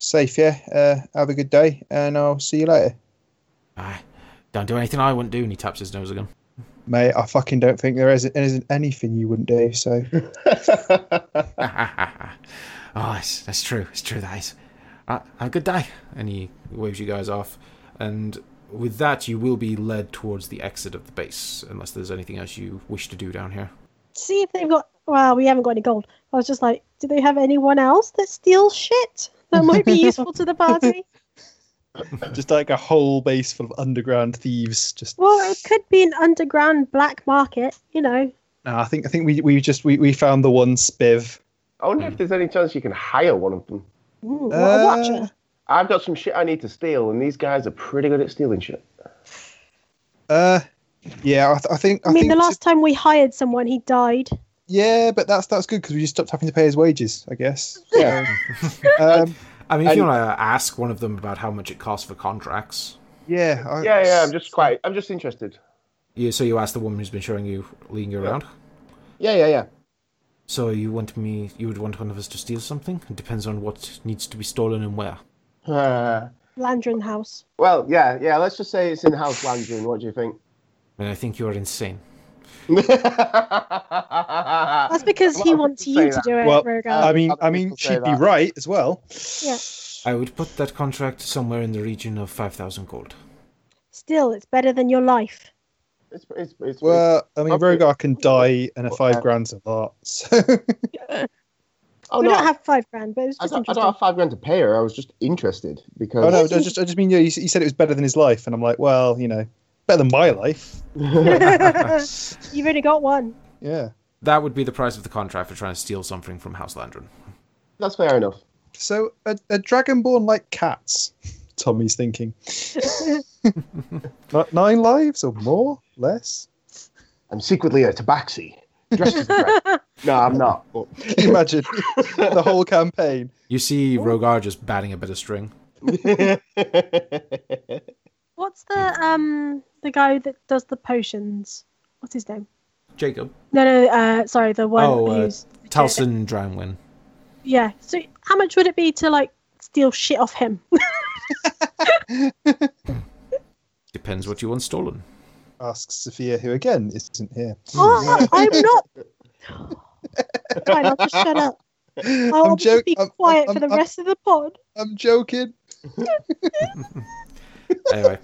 B: safe. Yeah. Uh, have a good day, and I'll see you later,
A: Ah, don't do anything I wouldn't do. And he taps his nose again. (laughs)
B: mate. I fucking don't think there isn't, isn't anything you wouldn't do. So
A: oh, that's, that's true. It's true, that is. Uh, have a good day. And he waves you guys off. And with that, you will be led towards the exit of the base, unless there's anything else you wish to do down here.
D: See if they've got. Well, we haven't got any gold. I was just like, do they have anyone else that steals shit that might be useful to the party?
B: (laughs) just like a whole base full of underground thieves. Just.
D: Well, it could be an underground black market, you know.
B: No, I think I think we we just we, we found the one spiv.
C: I wonder if there's any chance you can hire one of them.
D: Ooh, what a
B: Uh,
D: watcher.
C: I've got some shit I need to steal, and these guys are pretty good at stealing shit.
B: uh, yeah. I, th- I think. I,
D: I mean,
B: think
D: the last time we hired someone, he died.
B: Yeah, but that's that's good because we just stopped having to pay his wages. I guess.
C: Yeah.
B: Um,
A: I mean, if you
B: And-
A: want to ask one of them about how much it costs for contracts,
B: yeah. I,
C: yeah, yeah. I'm just quite. I'm just interested.
A: you so you ask the woman who's been showing you leading you around.
C: Yeah, yeah, yeah.
A: So you want me? You would want one of us to steal something? It depends on what needs to be stolen and where.
C: Uh,
D: Landrin House.
C: well, yeah, yeah. Let's just say it's in house landing. What do you think?
A: And I think you are insane.
D: That's because
C: Well,
D: he
C: I
D: wants
C: wouldn't say
D: you to
C: that.
D: do it,
B: Well,
D: Rogar.
B: I mean,
C: Uh, Other
B: I mean,
C: people say
B: she'd be
C: that.
B: right as well.
D: Yeah.
A: I would put that contract somewhere in the region of five thousand gold.
D: Still, it's better than your life.
C: It's, it's, it's,
B: Well, I mean,
C: Okay.
B: Rogar can die, and a five grand's a lot. (laughs) So
C: oh,
D: we
C: no,
D: don't have five grand, but it's
C: I
D: just
C: don't, I
D: interesting.
C: don't have five grand to pay her. I was just interested because.
B: Oh no, I just I just mean you, you said it was better than his life, and I'm like, well, you know, better than my life.
D: (laughs) You've only got one.
B: Yeah,
A: That would be the price of the contract for trying to steal something from House Landrin.
C: (laughs) That's fair enough.
B: so a, a dragonborn like cats. (laughs)
D: (laughs)
B: Tommy's thinking. Like Nine lives or more, less.
C: I'm secretly a tabaxi. Dressed as a
D: (laughs)
C: dragon. no, I'm not. But (laughs)
B: Can you imagine the whole campaign?
A: You see Rogar just batting a bit of string.
D: What's the um the guy that does the potions? What's his name?
A: Jacob.
D: No, no, uh, sorry, the one
A: Oh, uh,
D: who's
A: Talson Drownwin.
D: Yeah. So, how much would it be to like steal shit off
B: (laughs)
D: him?
A: Depends what you want stolen.
B: Asks Sophia, who again isn't here.
D: oh, I, am not. Fine, I'll just shut up.
B: (laughs)
D: I'll
B: (laughs) I'm
D: Oh, just
B: joking.
D: be
B: I'm,
D: quiet
B: I'm-
D: for the
B: I'm-
D: rest of the
B: (laughs)
D: pod.
B: I'm joking.
A: Anyway.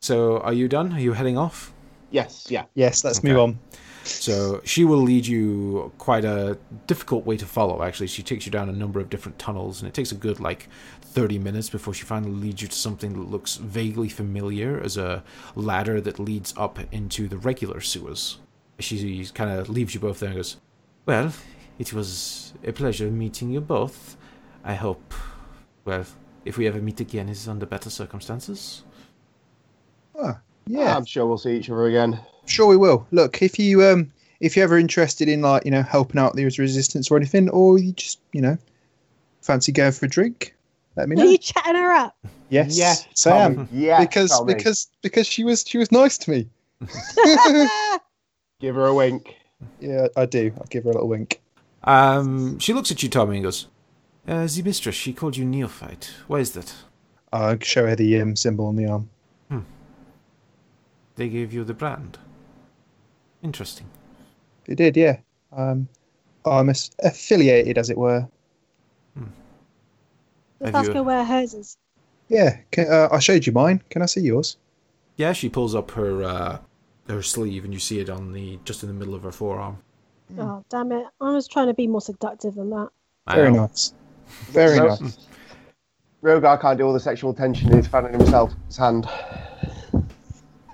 A: so are you done? Are you heading off?
C: yes, yeah.
B: Yes, let's
A: Okay.
B: move on.
A: So she will lead you quite a difficult way to follow, actually. She takes you down a number of different tunnels, and it takes a good, like, 30 minutes before she finally leads you to something that looks vaguely familiar as a ladder that leads up into the regular sewers. She kind of leaves you both there and goes, Well, it was a pleasure meeting you both. I hope, well, if we ever meet again, it's under better circumstances.
B: Ah, yeah,
C: I'm sure we'll see each other again.
B: sure we will. Look, if you um if you're ever interested in like you know helping out the resistance or anything, or you just you know fancy going for a drink, let me
D: Are (laughs)
B: know.
D: you chatting her up?
B: Yes,
C: Yes,
B: Sam.
C: Tommy. Yes,
B: because
C: Tommy.
B: because because she was she was nice to me.
C: give her a wink.
B: Yeah, I do. I'll give her a little wink.
A: Um, she looks at you, Tommy, and goes, uh, "The mistress, she called you neophyte. Why is that?
B: I'll show her the um, symbol on the arm.
A: They gave you the brand. Interesting.
B: It did, yeah. Um, I'm as- affiliated, as it were.
A: Have
D: Let's ask
A: you-
D: her where hers is.
B: Yeah, can, uh, I showed you mine. Can I see yours?
A: Yeah, she pulls up her uh, her sleeve, and you see it on the just in the middle of her forearm.
B: Hmm.
D: Oh, damn it. I was trying to be more seductive than that.
B: Very nice. Very
C: Ro-
B: nice.
C: Rogar can't do all the sexual tension. He's fanning himself with his hand.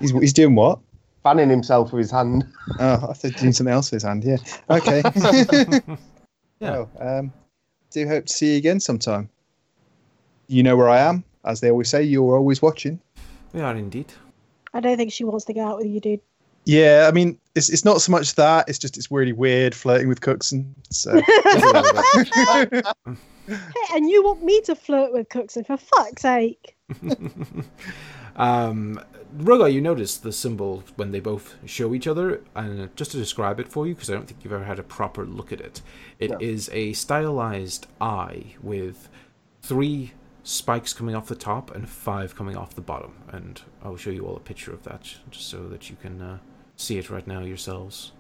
B: He's, he's doing what?
C: Fanning himself with his hand.
B: Oh, I thought he was doing something else with his hand. Yeah. Okay.
A: Yeah.
B: Well, um, do hope to see you again sometime. You know where I am, as they always say. You're always watching.
A: We are indeed.
D: I don't think she wants to go out with you, dude.
B: (laughs)
D: (laughs)
B: Yeah, I mean, it's it's not so much that. It's just it's really weird flirting with Cookson. (laughs) So.
D: Hey, and you want me to flirt with Cookson for fuck's sake.
A: um, Rogar, you notice the symbol when they both show each other, and just to describe it for you, because I don't think you've ever had a proper look at it. It is
C: No.
A: a stylized eye with three spikes coming off the top and five coming off the bottom, and I'll show you all a picture of that just so that you can uh, see it right now yourselves.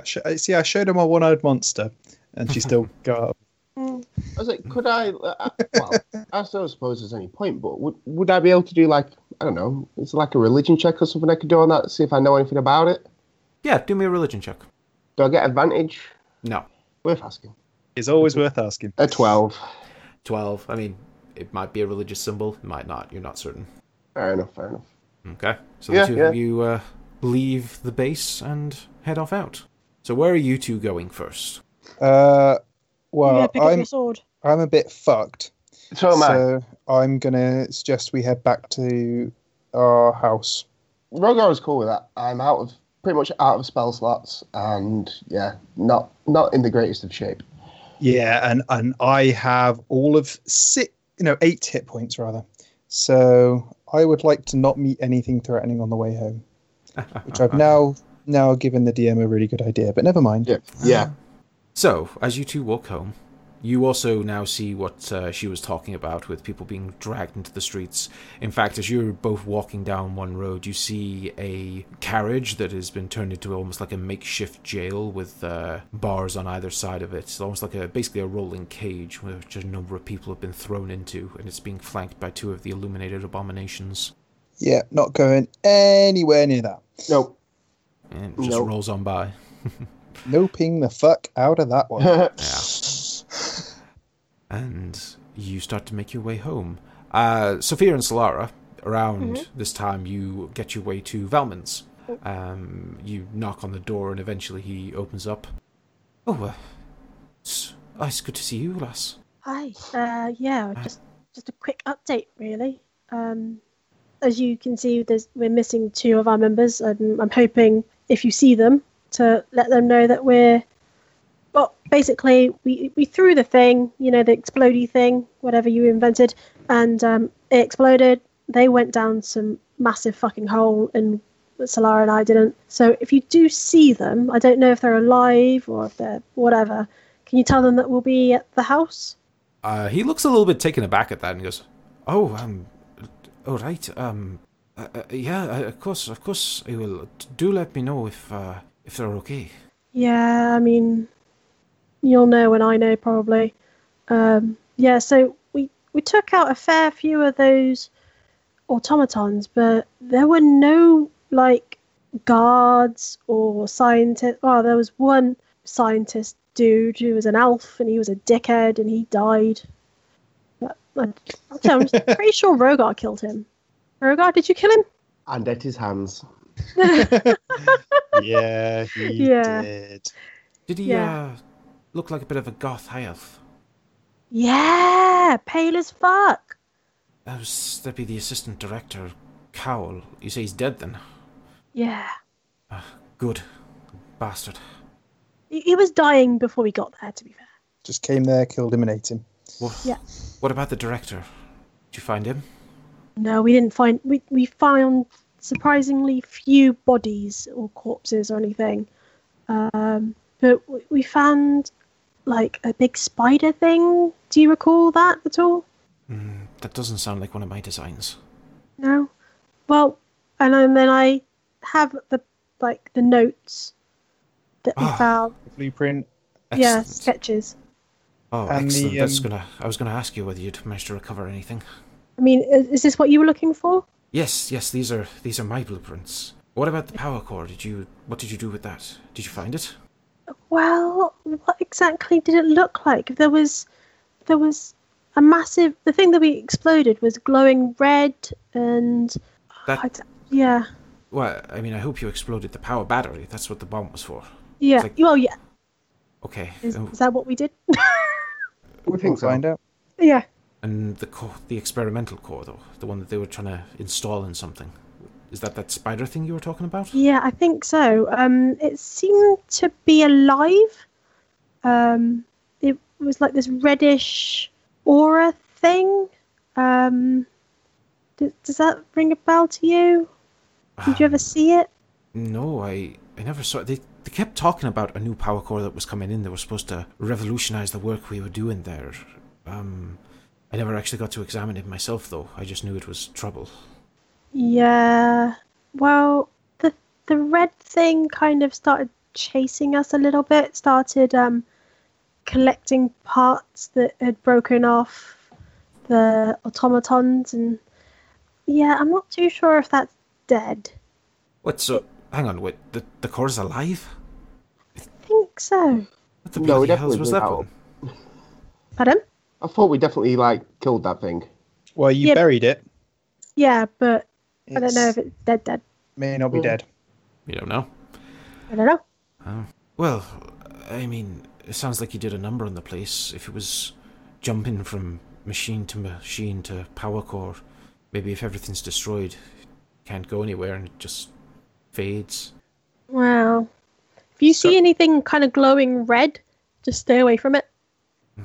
B: I sh- I- see, I showed her my one-eyed monster, and she (laughs) still got.
C: I was like, could I? Uh, (laughs) well, I don't suppose there's any point, but would, would I be able to do like I don't know? It's like a religion check or something I could do on that. See if I know anything about it.
A: Yeah, do me a religion check.
C: Do I get advantage?
A: No,
C: Worth asking.
B: It's always worth asking.
C: A twelve.
A: 12. I mean, it might be a religious symbol, it might not. You're not certain.
C: Fair enough. Fair enough.
A: Okay. So
C: Yeah,
A: the two
C: yeah.
A: of you uh, leave the base and head off out. So where are you two going first?
B: Uh,
D: You're
B: well,
D: gonna pick up
B: I'm
D: your Oh sword.
B: I'm a bit fucked,
C: So am I.
B: so I'm gonna suggest we head back to our house.
C: Rogar was cool with that. I'm out of pretty much out of spell slots, and yeah, not not in the greatest of shape.
B: Yeah, and and I have all of six, you know, eight hit points rather. So I would like to not meet anything threatening on the way home,
C: (laughs)
B: which I've now now given the DM a really good idea. But never mind.
C: Yeah. Yeah.
A: So, as you two walk home, you also now see what uh, she was talking about with people being dragged into the streets. In fact, as you're both walking down one road, you see a carriage that has been turned into almost like a makeshift jail with uh, bars on either side of it. It's almost like a basically a rolling cage, which a number of people have been thrown into, and it's being flanked by two of the illuminated abominations.
B: Yeah, not going anywhere near that.
C: No.
A: And it just
C: Nope.
A: rolls on by.
B: Noping the fuck out of that
C: (laughs)
B: one.
A: Yeah. And you start to make your way home. Uh, Sophia and Solara, around this time, you get your way to Valmond's. Um, you knock on the door, and eventually he opens up. Oh, uh, it's, ah, it's good to see you, lass.
D: Hi. Uh, yeah,
A: Hi.
D: just just a quick update, really. Um, as you can see, there's, we're missing two of our members. Um, I'm hoping if you see them to let them know that we're. Well, basically, we, we threw the thing, you know, the explodey thing, whatever you invented, and um, it exploded. They went down some massive fucking hole, and Solara and I didn't. So if you do see them, I don't know if they're alive or if they're whatever. Can you tell them that we'll be at the house?
A: Uh, he looks a little bit taken aback at that and goes, "Oh, um, all right, um, uh, uh, yeah, uh, of course, of course, I will. Do let me know if uh, if they're okay."
D: Yeah, I mean, you'll know when I know probably. Um, yeah, so we we took out a fair few of those automatons, but there were no like guards or scientists. Well, there was one scientist dude who was an elf, and he was a dickhead, and he died. But, like, I'm pretty sure Rogar killed him. Rogar, did you kill him?
C: (laughs) And at his hands.
B: yeah,
D: (laughs)
B: he
D: Yeah.
B: did.
A: Did he
D: Yeah.
A: uh, look like a bit of a goth high elf?
D: Yeah, pale as fuck.
A: That was that'd be the assistant director, Cowell. You say he's dead then?
D: Yeah.
A: Good. Bastard.
D: He he was dying before we got there, to be fair.
B: Just came there, killed him, and ate him.
A: What,
D: Yeah.
A: what about the director? Did you find him?
D: No, we didn't find. We, we found surprisingly few bodies or corpses or anything. Um, but we, we found, like, a big spider thing. Do you recall that at all?
A: Mm, that doesn't sound like one of my designs.
D: No. Well, and then- then I have the like the notes that we
A: Ah,
D: found.
B: Blueprint.
D: Yeah,
A: Excellent.
D: sketches.
A: Oh,
B: And the,
A: excellent. That's
B: um,
A: gonna. I was gonna ask you whether you'd managed to recover anything.
D: I mean, is, is this what you were looking for?
A: Yes, yes. These are these are my blueprints. What about the power core? Did you? What did you do with that? Did you find it?
D: Well, what exactly did it look like? There was, there was a massive. The thing that we exploded was glowing red, and I
A: That.
D: d- yeah,
A: Well, I mean, I hope you exploded the power battery. That's what the bomb was for.
D: yeah.
A: like-
D: well, yeah.
A: Okay.
D: Is,
A: oh,
D: is that what we did? (laughs)
C: We think so.
B: Find out.
D: yeah.
A: And the core, the experimental core, though, the one that they were trying to install in something, is that that spider thing you were talking about?
D: Yeah, I think so. Um, it seemed to be alive. Um, it was like this reddish aura thing. Um, d does that ring a bell to you?
A: (sighs)
D: Did you ever see it?
A: Ah, No, I, I never saw it. They, they kept talking about a new power core that was coming in. They were supposed to revolutionize the work we were doing there. Um, I never actually got to examine it myself, though. I just knew it was trouble.
D: Yeah. Well, the the red thing kind of started chasing us a little bit. Started um collecting parts that had broken off the automatons and yeah, I'm not too sure if that's dead.
A: What? So, hang on. Wait, the the core's alive?
D: I think so.
A: What the
C: No,
A: bloody hell
C: we definitely
A: was
C: blew
A: that
C: that
A: one?
D: Pardon?
C: I thought we definitely like killed that thing.
B: Well, you
D: Yeah.
B: buried it.
D: Yeah, but I don't know
B: It's-
D: if it's dead dead.
B: May not be dead.
A: You don't know.
D: I don't know.
A: Well, I mean, it sounds like you did a number on the place. If it was jumping from machine to machine to power core, maybe if everything's destroyed, it can't go anywhere and it just fades.
D: Wow. If you see anything kind of glowing red, just stay away from it.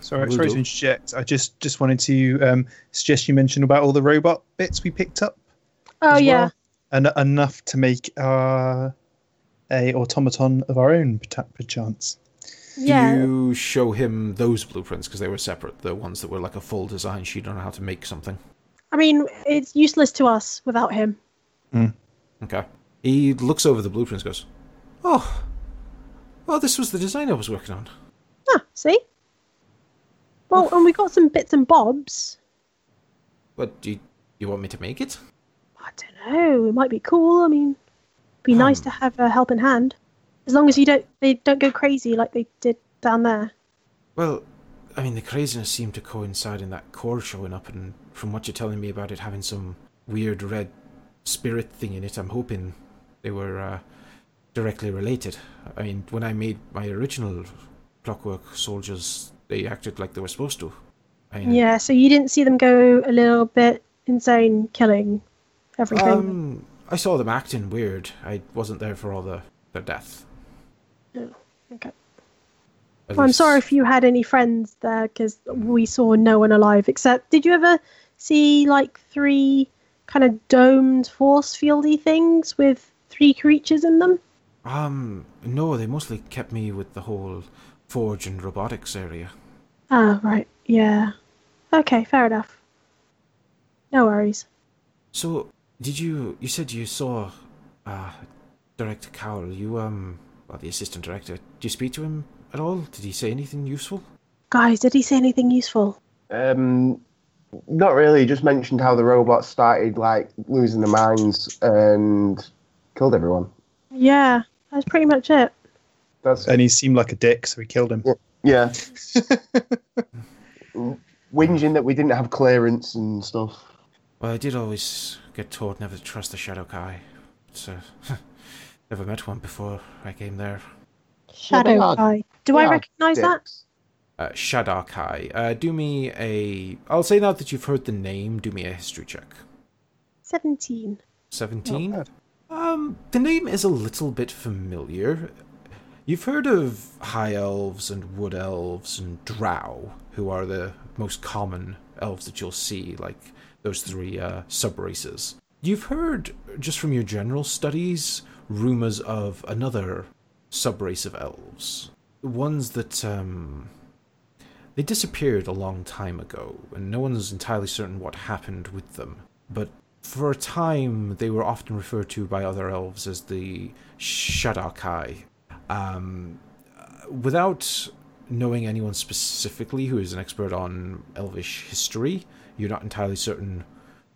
B: Sorry,
A: Will
B: sorry to
A: do.
B: interject. I just just wanted to um, suggest you mentioned about all the robot bits we picked up,
D: Oh
B: as
D: yeah.
B: well. and enough to make uh, a automaton of our own, perta- perchance.
D: Yeah.
A: You show him those blueprints because they were separate, the ones that were like a full design sheet on how to make something.
D: I mean, it's useless to us without him.
A: Okay. He looks over the blueprints goes, Oh, oh, this was the design I was working on.
D: Ah, see? Well, and we got some bits and bobs.
A: What, do you, you want me to make it?
D: I don't know. It might be cool. I mean, be nice to have a helping hand, as long as you don't they don't go crazy like they did down there.
A: Well, I mean, the craziness seemed to coincide in that core showing up, and from what you're telling me about it having some weird red spirit thing in it, I'm hoping they were uh, directly related. I mean, when I made my original clockwork soldiers, they acted like they were supposed to. I mean,
D: Yeah. So you didn't see them go a little bit insane, killing everything.
A: Um, I saw them acting weird. I wasn't there for all the their death.
D: Oh, okay.
A: At
D: Well, I'm
A: least-
D: sorry if you had any friends there because we saw no one alive except. Did you ever see like three kind of domed force fieldy things with three creatures in them?
A: Um, no, they mostly kept me with the whole forge and robotics area.
D: Ah, right. Yeah. Okay, fair enough. No worries.
A: So, did you? You said you saw uh, Director Cowell. You um, well, the assistant director. Did you speak to him at all? Did he say anything useful?
D: Guys, did he say anything useful?
C: Um, not really. Just mentioned how the robots started like losing their minds and killed everyone.
D: Yeah, that's pretty much it.
C: That's
B: And he seemed like a dick, so we killed him.
C: yeah. Whinging that we didn't have clearance and stuff.
A: Well, I did always get taught never to trust the Shadow Kai. So, (laughs) never met one before I came there.
D: Shadow
C: are-
D: Guy. Do
C: they
D: I
C: are
D: recognize that?
C: Dicks.
A: Uh, Shadar Kai. Uh, do me a. I'll say now that you've heard the name. Do me a history check.
D: 17.
A: 17. Um, the name is a little bit familiar. You've heard of high elves and wood elves and drow, who are the most common elves that you'll see, like those three uh, sub races. You've heard, just from your general studies, rumors of another sub race of elves. Ones that, um, they disappeared a long time ago, and no one's entirely certain what happened with them. But for a time, they were often referred to by other elves as the Shadakai. Um, uh, without knowing anyone specifically who is an expert on elvish history, you're not entirely certain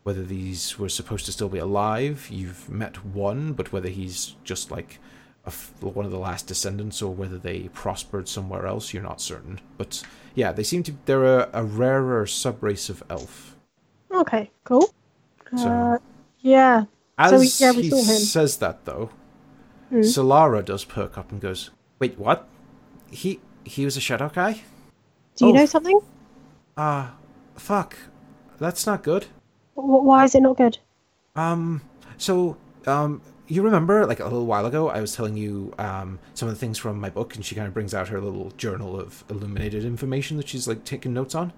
A: whether these were supposed to still be alive. You've met one, but whether he's just like a f- one of the last descendants or whether they prospered somewhere else, you're not certain. But yeah, they seem to. They're a, a rarer subrace of elf.
D: Okay, cool.
A: So-
D: Uh, yeah. So we-
A: As
D: yeah, we
A: he
D: saw him. Hmm.
A: says that, though, Solara does perk up and goes, "Wait, what? He he was a shadow guy?
D: Do you
A: Oh.
D: know something?
A: Ah, fuck, that's not good.
D: Wh- Why is it not good?
A: Um, so um, you remember like a little while ago, I was telling you um some of the things from my book, and she kind of brings out her little journal of illuminated information that she's like taking notes on.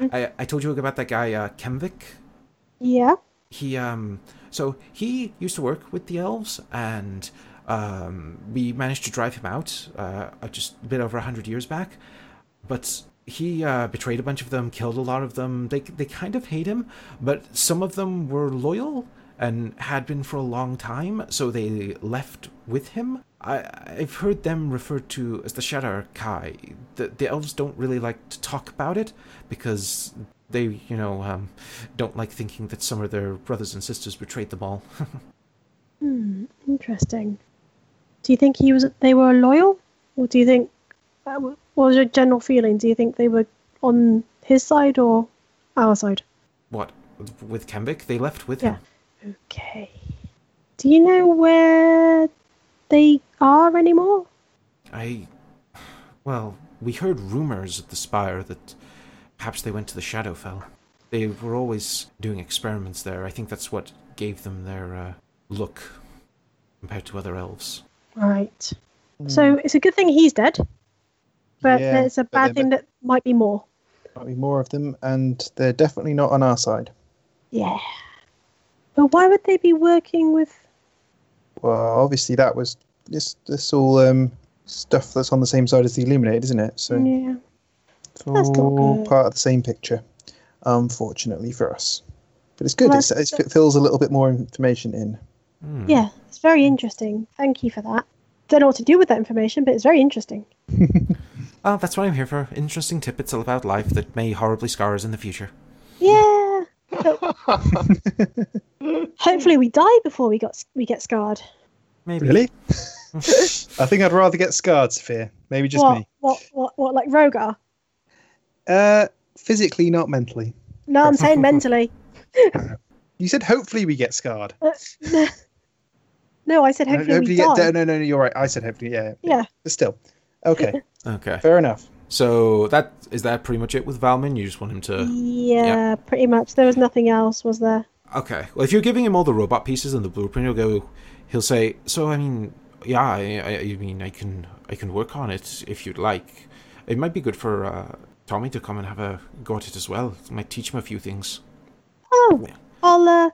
A: I I told you about that guy uh, Kemvik.
D: Yeah.
A: he um so he used to work with the elves and um we managed to drive him out uh just a bit over 100 years back but he uh, betrayed a bunch of them killed a lot of them they they kind of hate him but some of them were loyal and had been for a long time so they left with him I, I've heard them referred to as the Shadar Kai. The, the elves don't really like to talk about it because they, you know, um, don't like thinking that some of their brothers and sisters betrayed them all.
D: Hmm, interesting. Do you think he was? They were loyal, or do you think? uh, wh- What was your general feeling? Do you think they were on his side or our side?
A: what? With Kembik? They left with him.
D: Okay. Do you know where they are anymore?
A: I. Well, we heard rumors at the Spire that perhaps they went to the Shadowfell. They were always doing experiments there. I think that's what gave them their uh, look compared to other elves.
D: Right.
B: Hmm.
D: So it's a good thing he's dead, but
B: Yeah,
D: it's a
B: but
D: bad
B: they
D: thing that might be more.
B: Might be more of them, and they're definitely not on our side.
D: Yeah. But why would they be working with?
B: Well, obviously that was this. This all um, stuff that's on the same side as the illuminated, isn't it? So
D: Yeah.
B: it's all
D: That's not good.
B: part of the same picture, unfortunately for us. But it's good.
D: Well,
B: It's,
D: that's-
B: it's, it fills a little bit more information in.
A: Hmm.
D: Yeah, it's very interesting. Thank you for that. Don't know what to do with that information, but it's very interesting.
A: Oh, that's what I'm here for. Interesting tidbits all about life that may horribly scar us in the future.
D: Yeah.
B: (laughs)
D: But- Hopefully, we die before we got we get scarred.
A: Maybe.
B: Really? (laughs) I think I'd rather get scarred, Sophia. Maybe just
D: what,
B: me.
D: what? What? What? Like Rogar?
B: Uh, physically, not mentally.
D: No, I'm saying mentally.
B: You said hopefully we get scarred.
D: No, I said hopefully, we die.
B: get. No, no, no. You're right. I said hopefully. Yeah.
D: Yeah.
B: But still,
D: (laughs)
B: okay.
A: Okay.
B: Fair enough.
A: So that is that pretty much it with Valmin. You just want him to.
D: yeah, pretty much. There was nothing else, was there?
A: Okay. Well, if you're giving him all the robot pieces and the blueprint, he'll go. He'll say. So I mean, yeah. I, I, I mean, I can I can work on it if you'd like. It might be good for uh, Tommy to come and have a go at it as well. It might teach him a few things.
D: Oh,
A: Yeah.
D: I'll uh,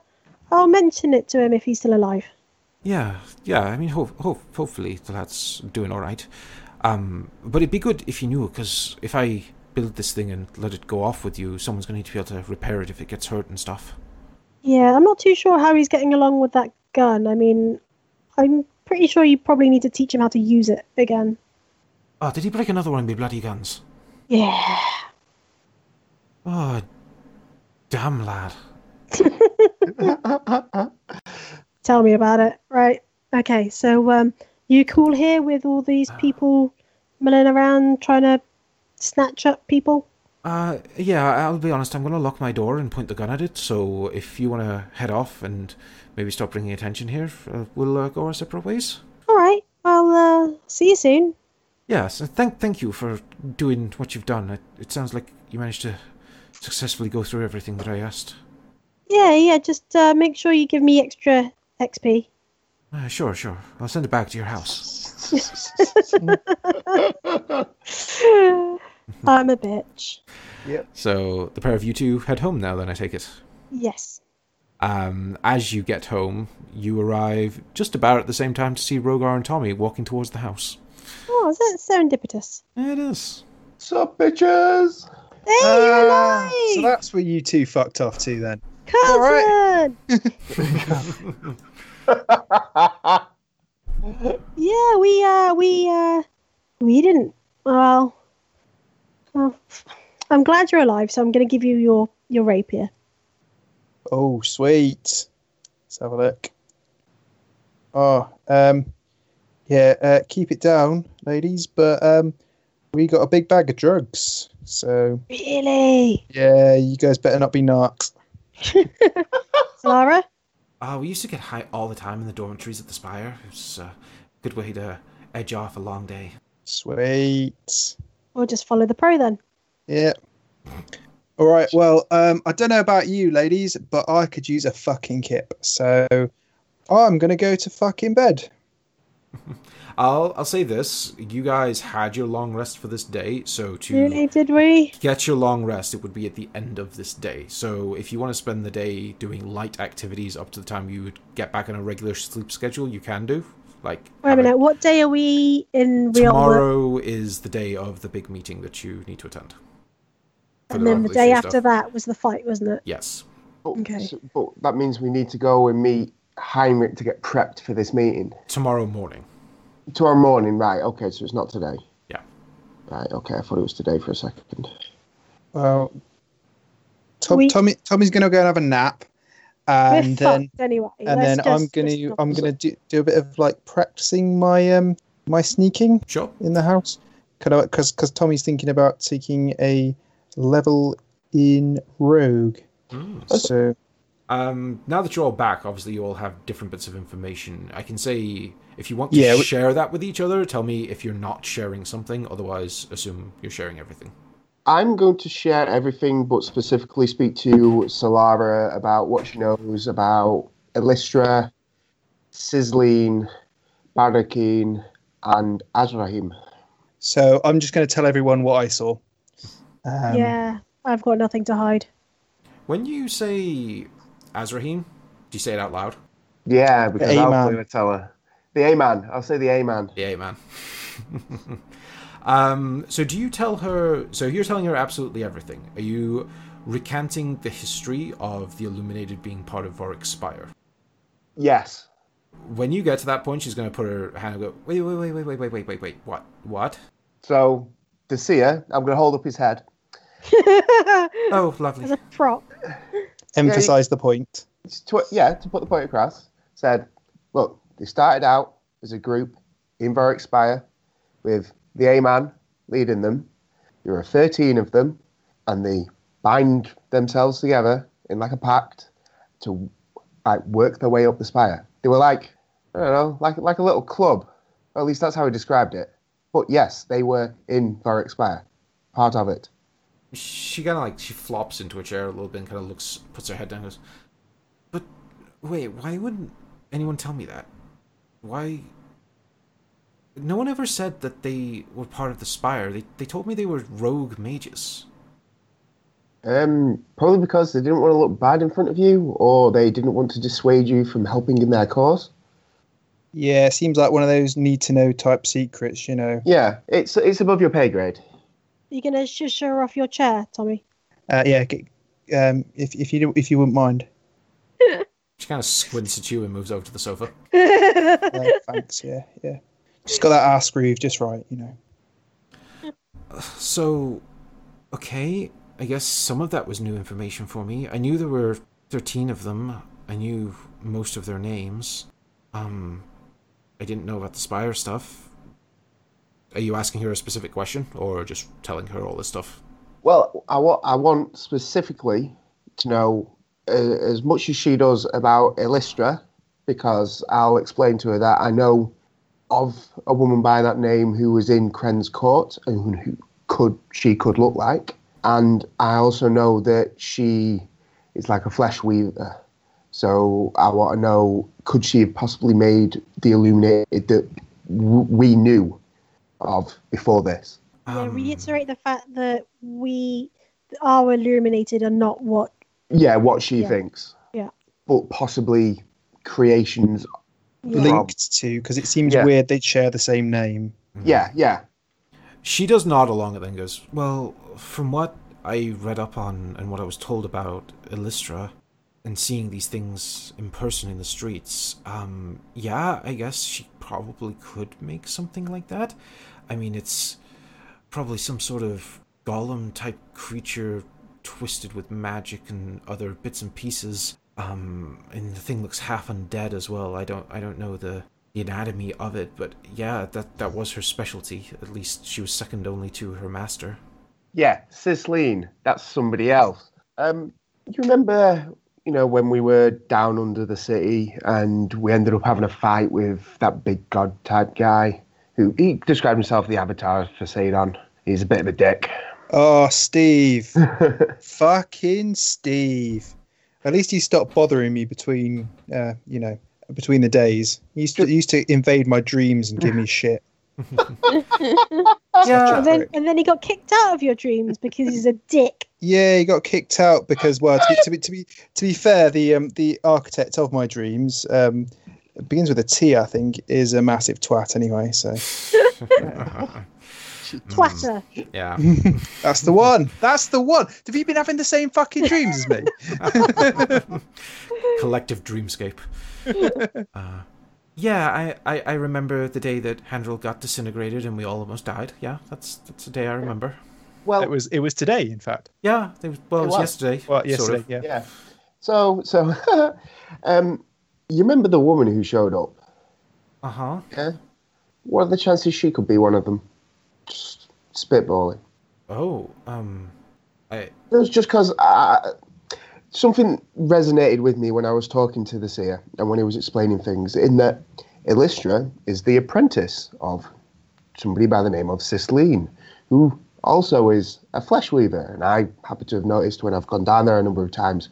D: I'll mention it to him if he's still alive.
A: Yeah, yeah. I mean, hope, hope, hopefully the lad's doing all right. Um, but it'd be good if you knew, because if I build this thing and let it go off with you, someone's gonna need to be able to repair it if it gets hurt and stuff.
D: Yeah, I'm not too sure how he's getting along with that gun. I mean, I'm pretty sure you probably need to teach him how to use it again.
A: Oh, did he break another one of my bloody guns?
D: Yeah.
A: Oh, damn lad.
D: Tell me about it. Right. Okay. So um, you cool here with all these people milling around trying to snatch up people?
A: Uh, yeah. I'll be honest. I'm gonna lock my door and point the gun at it. So if you wanna head off and maybe stop bringing attention here, uh, we'll uh, go our separate ways.
D: All right. I'll uh, see you soon.
A: Yes, and thank thank you for doing what you've done. It, it sounds like you managed to successfully go through everything that I asked.
D: Yeah, yeah. Just uh, make sure you give me extra XP.
A: (laughs) Uh, sure, sure. I'll send it back to your house.
D: I'm a bitch.
A: So the pair of you two head home now. Then I take it.
D: Yes.
A: Um, as you get home, you arrive just about at the same time to see Rogar and Tommy walking towards the house.
D: Oh, is that serendipitous?
A: It is.
C: (laughs) Sup, bitches? (laughs)
D: Hey,
A: Uh,
D: you're
B: Ah,
D: alive!
B: so that's where you two fucked off to then.
D: Cousin! yeah, we uh we uh we didn't well well, I'm glad you're alive, so I'm gonna give you your your rapier.
B: Oh, sweet. Let's have a look. Oh, um, yeah, uh, keep it down, ladies. But um, we got a big bag of drugs. So,
A: (laughs)
D: Really?
B: yeah, you guys better not be narcs.
D: Lara?
A: Uh, we used to get high all the time in the dormitories at the Spire. It was uh, a good way to edge off a long day.
B: Sweet.
D: Or just follow the pro then.
B: Yeah. All right. Well, um, I don't know about you, ladies, but I could use a fucking kip. So I'm going to go to fucking bed.
A: I'll I'll say this: you guys had your long rest for this day, so to
D: Really, did we?
A: get your long rest, it would be at the end of this day. So if you want to spend the day doing light activities up to the time you would get back on a regular sleep schedule, you can do. Like
D: Wait a
A: have a-
D: minute, what day are we in real world?
A: tomorrow is the day of the big meeting that you need to attend. For
D: And then the
A: revolutionary
D: day after
A: stuff.
D: that was the fight, wasn't it?
A: Yes.
C: But,
D: Okay.
C: so- but that means we need to go and meet Heinrich to get prepped for this meeting.
A: Tomorrow morning.
C: Tomorrow morning, right? Okay, so it's not today.
A: Yeah.
C: Right, okay, I thought it was today for a second.
B: Well, Tom,
D: We-
B: Tommy, Tommy's going to go and have a nap. And
D: We're
B: then,
D: fucked anyway.
B: and
D: Let's
B: then I'm
D: just-
B: gonna
D: let's not-
B: I'm gonna do, do a bit of like practicing my um my sneaking
A: Sure.
B: in the house. Could I? Because because Tommy's thinking about taking a level in rogue.
A: Mm.
B: So
A: Um, now that you're all back, obviously you all have different bits of information. I can say if you want to
B: Yeah, we-
A: share that with each other, tell me if you're not sharing something. Otherwise, assume you're sharing everything.
C: I'm going to share everything, but specifically speak to Solara about what she knows about Elistra, Sizzling, Barakeen, and Azrahim.
B: so I'm just gonna tell everyone what I saw. Um,
D: yeah, I've got nothing to hide. (laughs)
A: When you say Azrahim, do you say it out loud?
C: Yeah, because
B: The
C: I'll
B: A-man.
C: probably tell her. The A-man. I'll say the A-man.
A: Yeah, man. (laughs) um, so do you tell her? So you're telling her absolutely everything. Are you recanting the history of the Illuminated being part of Vorik Spire?
C: Yes.
A: When you get to that point, she's going to put her hand and go, wait, wait, wait, wait, wait, wait, wait, wait, wait. What? What?
C: So the seer, I'm going to hold up his head.
A: Oh,
D: As
A: lovely.
D: a prop.
B: Emphasize the point.
C: It's tw- yeah, to put the point across, said, look, they started out as a group in Vorik Spire with the A-man leading them. There were 13 of them, and they bind themselves together in like a pact to like work their way up the spire. They were like, I don't know, like, like a little club. Or at least that's how he described it. But yes, they were in Vorik Spire, part of it.
A: She kind of like she flops into a chair a little bit and kind of looks, puts her head down, and goes, "But wait, why wouldn't anyone tell me that? Why? No one ever said that they were part of the Spire. They they told me they were rogue mages."
C: Um, probably because they didn't want to look bad in front of you, or they didn't want to dissuade you from helping in their cause.
B: Yeah, it seems like one of those need to know type secrets, you know.
C: Yeah, it's it's above your pay grade.
D: You gonna shush her off your chair, Tommy? (laughs)
B: Uh, yeah, g- um, if if you do- if you
D: (laughs)
B: wouldn't mind.
A: She kind of squints at you and moves over to the sofa.
C: Um,
B: Uh, thanks. Yeah, yeah. Just got that ass groove just right, you know.
A: So, okay, I guess some of that was new information for me. I knew there were 13 of them. I knew most of their names. Um, I didn't know about the Spire stuff. Are you asking her a specific question or just telling her all this stuff?
C: Well, I want I want specifically to know uh, as much as she does about Illustra, because I'll explain to her that I know of a woman by that name who was in Kren's court and who could she could look like, and I also know that she is like a flesh weaver. So I want to know: could she have possibly made the Illuminated that w- we knew of before this?
D: Yeah,
A: Um,
D: reiterate the fact that we are illuminated and not what.
C: Yeah, what she
D: Yeah.
C: thinks.
D: Yeah.
C: But possibly creations.
D: Yeah.
C: Link-
B: Linked to because it seems
C: Yeah.
B: weird they'd share the same name.
A: Hmm.
C: Yeah, yeah.
A: She does nod along and then goes, Well, from what I read up on and what I was told about Illustra and seeing these things in person in the streets, um, yeah, I guess she probably could make something like that. I mean, it's probably some sort of golem type creature twisted with magic and other bits and pieces. Um, and the thing looks half undead as well. I don't, I don't know the, the anatomy of it, but yeah, that that was her specialty. At least she was second only to her master.
C: Yeah, Cisleen. That's somebody else. Um, you remember, you know, when we were down under the city and we ended up having a fight with that big god type guy who he described himself the avatar for Sadon. He's a bit of a dick. (laughs)
B: Oh, Steve. Fucking Steve. At least he stopped bothering me between, uh, you know, between the days. He used to, he used to invade my dreams and give me shit.
D: and then and then he got kicked out of your dreams because he's a dick.
C: (laughs)
B: Yeah, he got kicked out because, well, to be to be to be, to be fair, the um, the architect of my dreams um, it begins with a T, I think, is a massive twat anyway. So
D: Twatter.
A: yeah.
B: that's the one. That's the one. Have you been having the same fucking dreams as me?
A: Collective
B: (laughs)
A: dreamscape. Uh, yeah, I, I, I remember the day that Handrel got disintegrated and we all almost died. Yeah, that's that's the day I remember.
C: Well,
B: was it was today, in fact.
A: Yeah, it was, well, it
C: It
A: was,
C: was.
A: yesterday.
B: Well,
A: sort
B: yesterday.
A: of.
B: Yeah.
C: yeah. So, so, (laughs) um, you remember the woman who showed up?
A: Uh huh.
C: Yeah. What are the chances she could be one of them? Just spitballing.
A: Oh, um, I
C: It was just because something resonated with me when I was talking to the seer and when he was explaining things. In that, Illustra is the apprentice of somebody by the name of Cisleen, who also is a flesh weaver. And I happen to have noticed when I've gone down there a number of times,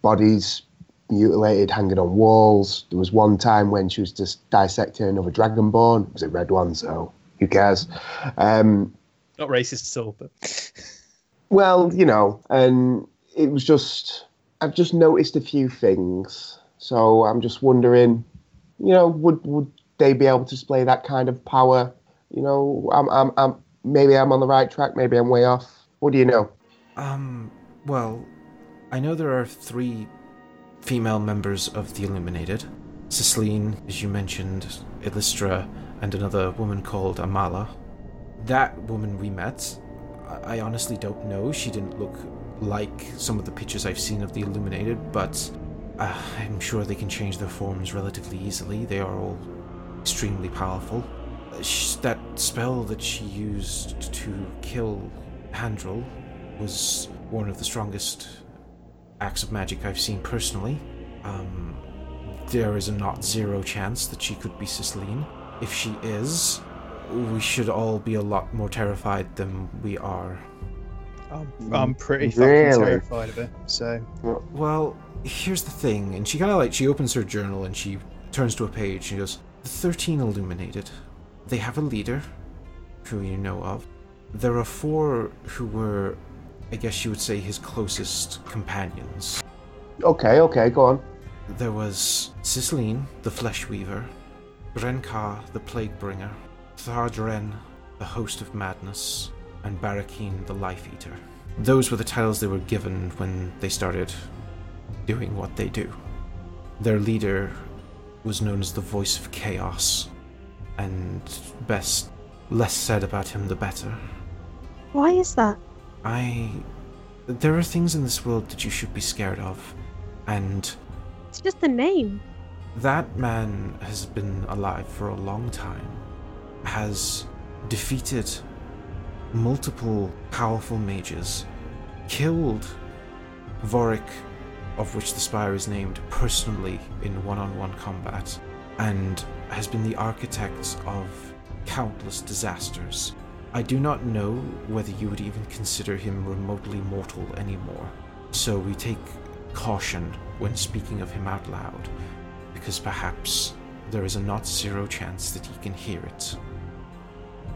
C: bodies mutilated, hanging on walls. There was one time when she was just dissecting another dragonborn. It was a red one, so who cares? Um,
B: Not racist at all, but
C: well, you know, and it was just I've just noticed a few things, so I'm just wondering, you know, would would they be able to display that kind of power You know, I'm, I'm, I'm, maybe I'm on the right track, maybe I'm way off. What do you know?
A: Um, well, I know there are three female members of the Illuminated. Cicelyne, as you mentioned, Illustra, and another woman called Amala. That woman we met, I I honestly don't know. She didn't look like some of the pictures I've seen of the Illuminated, but uh, I'm sure they can change their forms relatively easily. They are all extremely powerful. Uh, sh- That spell that she used to kill Handrel was one of the strongest acts of magic I've seen personally. Um, there is a not zero chance that she could be Cicelyne. If she is, we should all be a lot more terrified than we are.
B: I'm,
A: Mm.
B: I'm pretty
C: Really?
B: fucking terrified of it. So
A: Well, here's the thing, and she kind of like she opens her journal and she turns to a page. She goes, "The Thirteen Illuminated. They have a leader, who you know of. There are four who were, I guess you would say, his closest companions.
C: Okay, okay, go on.
A: There was Cicelyne, the Flesh Weaver, Brenka, the Plague Bringer, Thardren, the Host of Madness, and Barakeen, the Life Eater. Those were the titles they were given when they started doing what they do. Their leader was known as the Voice of Chaos, and best less said about him the better.
D: Why is that?
A: I. There are things in this world that you should be scared of, and
D: It's just the name.
A: That man has been alive for a long time, has defeated multiple powerful mages, killed Vorik, of which the Spire is named, personally in one on one combat, and has been the architect of countless disasters. I do not know whether you would even consider him remotely mortal anymore, so we take caution when speaking of him out loud because perhaps there is a not zero chance that he can hear it.
D: So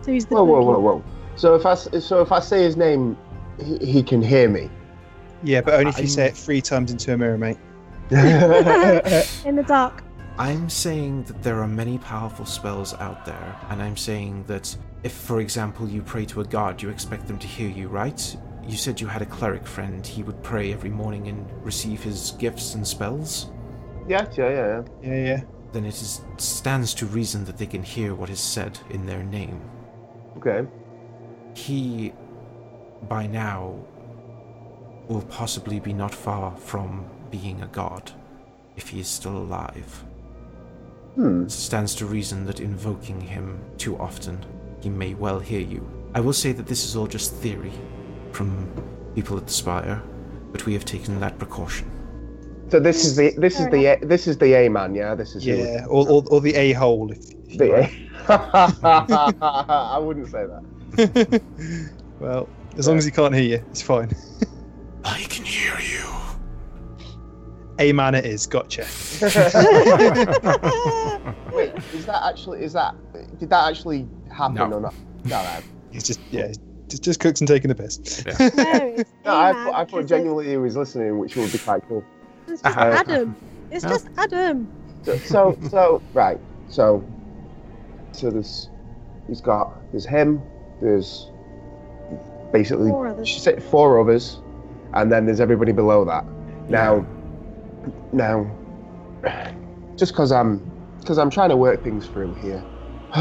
D: he's the
C: Whoa, whoa,
D: bogey.
C: whoa, whoa. So if I s- so if I say his name, he, he can hear me.
B: yeah, but only if you
A: I'm-
B: say it three times into a mirror,
C: (laughs)
B: mate. (laughs)
D: in the dark. (laughs)
A: I'm saying that there are many powerful spells out there, and I'm saying that if, for example, you pray to a god, you expect them to hear you, right? You said you had a cleric friend. He would pray every morning and receive his gifts and spells.
C: yeah, yeah, yeah.
B: Yeah, yeah.
A: Then it is, stands to reason that they can hear what is said in their name.
C: Okay.
A: he by now will possibly be not far from being a god if he is still alive.
C: Hmm.
A: Stands to reason that invoking him too often, he may well hear you. I will say that this is all just theory from people at the Spire, but we have taken that precaution.
C: So this is the this is the this is the A man. Yeah, this is who-
B: Yeah, or, or, or the a hole. If, if you
C: the
B: like.
C: A. (laughs) I wouldn't say that.
B: (laughs) well, as long as he can't hear you, it's fine.
A: I can hear you.
B: A man, it is. Gotcha.
C: Wait, is that actually is that did that actually happen
A: No.
C: or not? No, no.
B: He's just yeah, just, just cooks and taking the piss.
A: Yeah.
D: No, it's
C: no I,
D: Eman,
C: thought, I thought
D: because
C: genuinely he was listening, which would be quite cool.
D: It's it's just
A: Uh-huh.
D: Adam. It's
A: Yeah.
D: just Adam.
C: So, so, so right. So, so there's he's got there's him. There's basically
D: Four others.
C: she said four others, and then there's everybody below that. Now, now, just because I'm because I'm trying to work things through here. (sighs)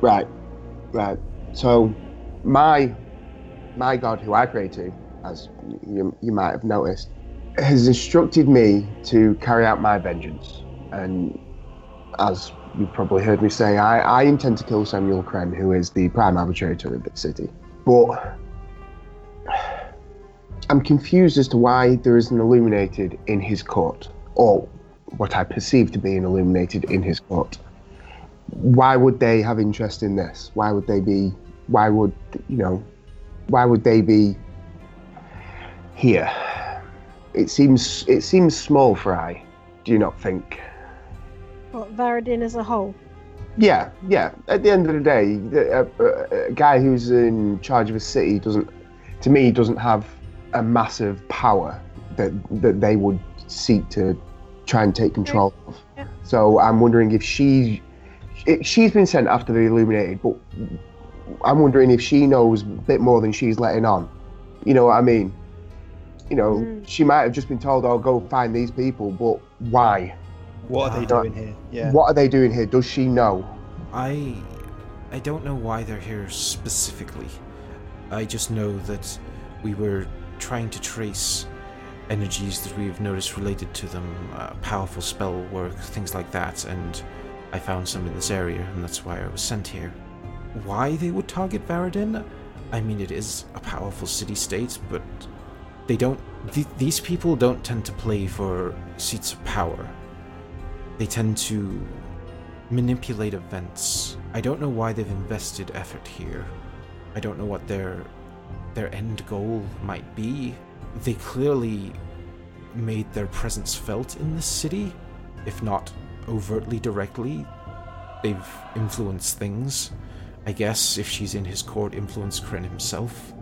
C: right, right. So, my my god, who I pray to, as you you might have noticed, has instructed me to carry out my vengeance. And as you've probably heard me say, I, I intend to kill Samuel Kren, who is the prime arbitrator of the city. But I'm confused as to why there is an illuminated in his court, or what I perceive to be an illuminated in his court. Why would they have interest in this? Why would they be? Why would you know? Why would they be here? It seems it seems small fry. Do you not think?
D: What, Varadin as a whole.
C: Yeah, yeah. At the end of the day, the- a, a, a guy who's in charge of a city doesn't, to me, doesn't have a massive power that that they would seek to try and take control of.
D: Yeah.
C: So I'm wondering if she it, she's been sent after the Illuminated, but I'm wondering if she knows a bit more than she's letting on. You know what I mean? You know,
D: Mm.
C: she might have just been told, "Oh, go find these people," but why?
B: (laughs) What are they
C: Uh,
B: doing here? Yeah.
C: What are they doing here? Does she know?
A: I I don't know why they're here specifically. I just know that we were trying to trace energies that we've noticed related to them, uh, powerful spell work, things like that, and I found some in this area, and that's why I was sent here. Why they would target Varadin? I mean, it is a powerful city-state, but they don't. Th- these people don't tend to play for seats of power. They tend to manipulate events. I don't know why they've invested effort here. I don't know what their their end goal might be. They clearly made their presence felt in this city, if not overtly directly. They've influenced things. I guess if she's in his court, influence Kryn himself.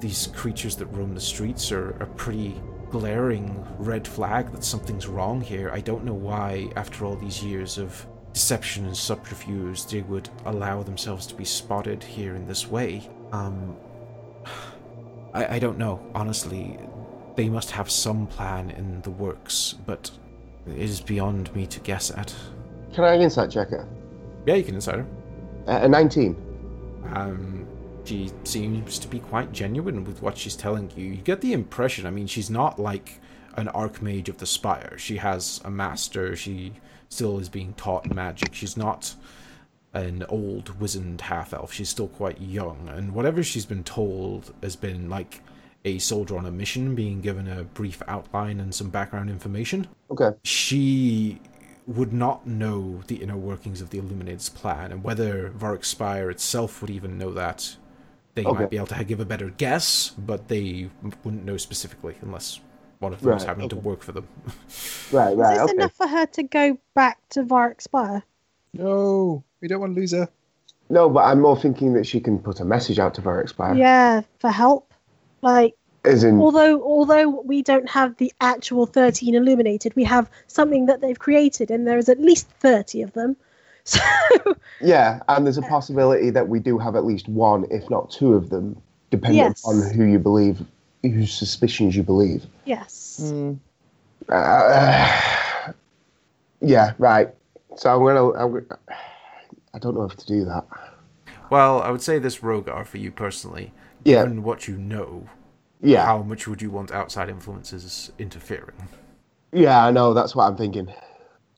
A: These creatures that roam the streets are a pretty glaring red flag that something's wrong here. I don't know why, after all these years of deception and subterfuge, they would allow themselves to be spotted here in this way. Um, (sighs) I, I don't know, honestly. They must have some plan in the works, but it is beyond me to guess at.
C: Can I insight check her?
A: Yeah, you can inside her.
C: Uh, a 19.
A: Um, she seems to be quite genuine with what she's telling you. You get the impression, I mean, she's not like an archmage of the spire. She has a master. She still is being taught magic. She's not an old wizened half elf. She's still quite young, and whatever she's been told has been like a soldier on a mission being given a brief outline and some background information
C: Okay.
A: she would not know the inner workings of the Illuminated's plan, and whether Varric Spire itself would even know that. They
C: Okay.
A: might be able to give a better guess, but they wouldn't know specifically unless one of them was
C: Right,
A: happening to work for them.
C: Right,
D: Is
C: right,
D: this
C: okay.
D: enough for her to go back to Varric Spire?
B: No, we don't want to lose her.
C: No, but I'm more thinking that she can put a message out to Varric Spire.
D: Yeah, for help. Like,
C: As in,
D: although although we don't have the actual 13 illuminated, we have something that they've created, and there is at least 30 of them. So,
C: yeah, and there's a possibility that we do have at least one, if not two of them, depending
D: Yes.
C: on who you believe, whose suspicions you believe.
D: yes.
C: Hmm. Mm. Uh, yeah, right. So I'm gonna, I'm gonna. I don't know if to do that.
A: well, I would say this Rogar for you personally,
C: Yeah.
A: given what you know,
C: Yeah,
A: how much would you want outside influences interfering?
C: yeah, I know. That's what I'm thinking.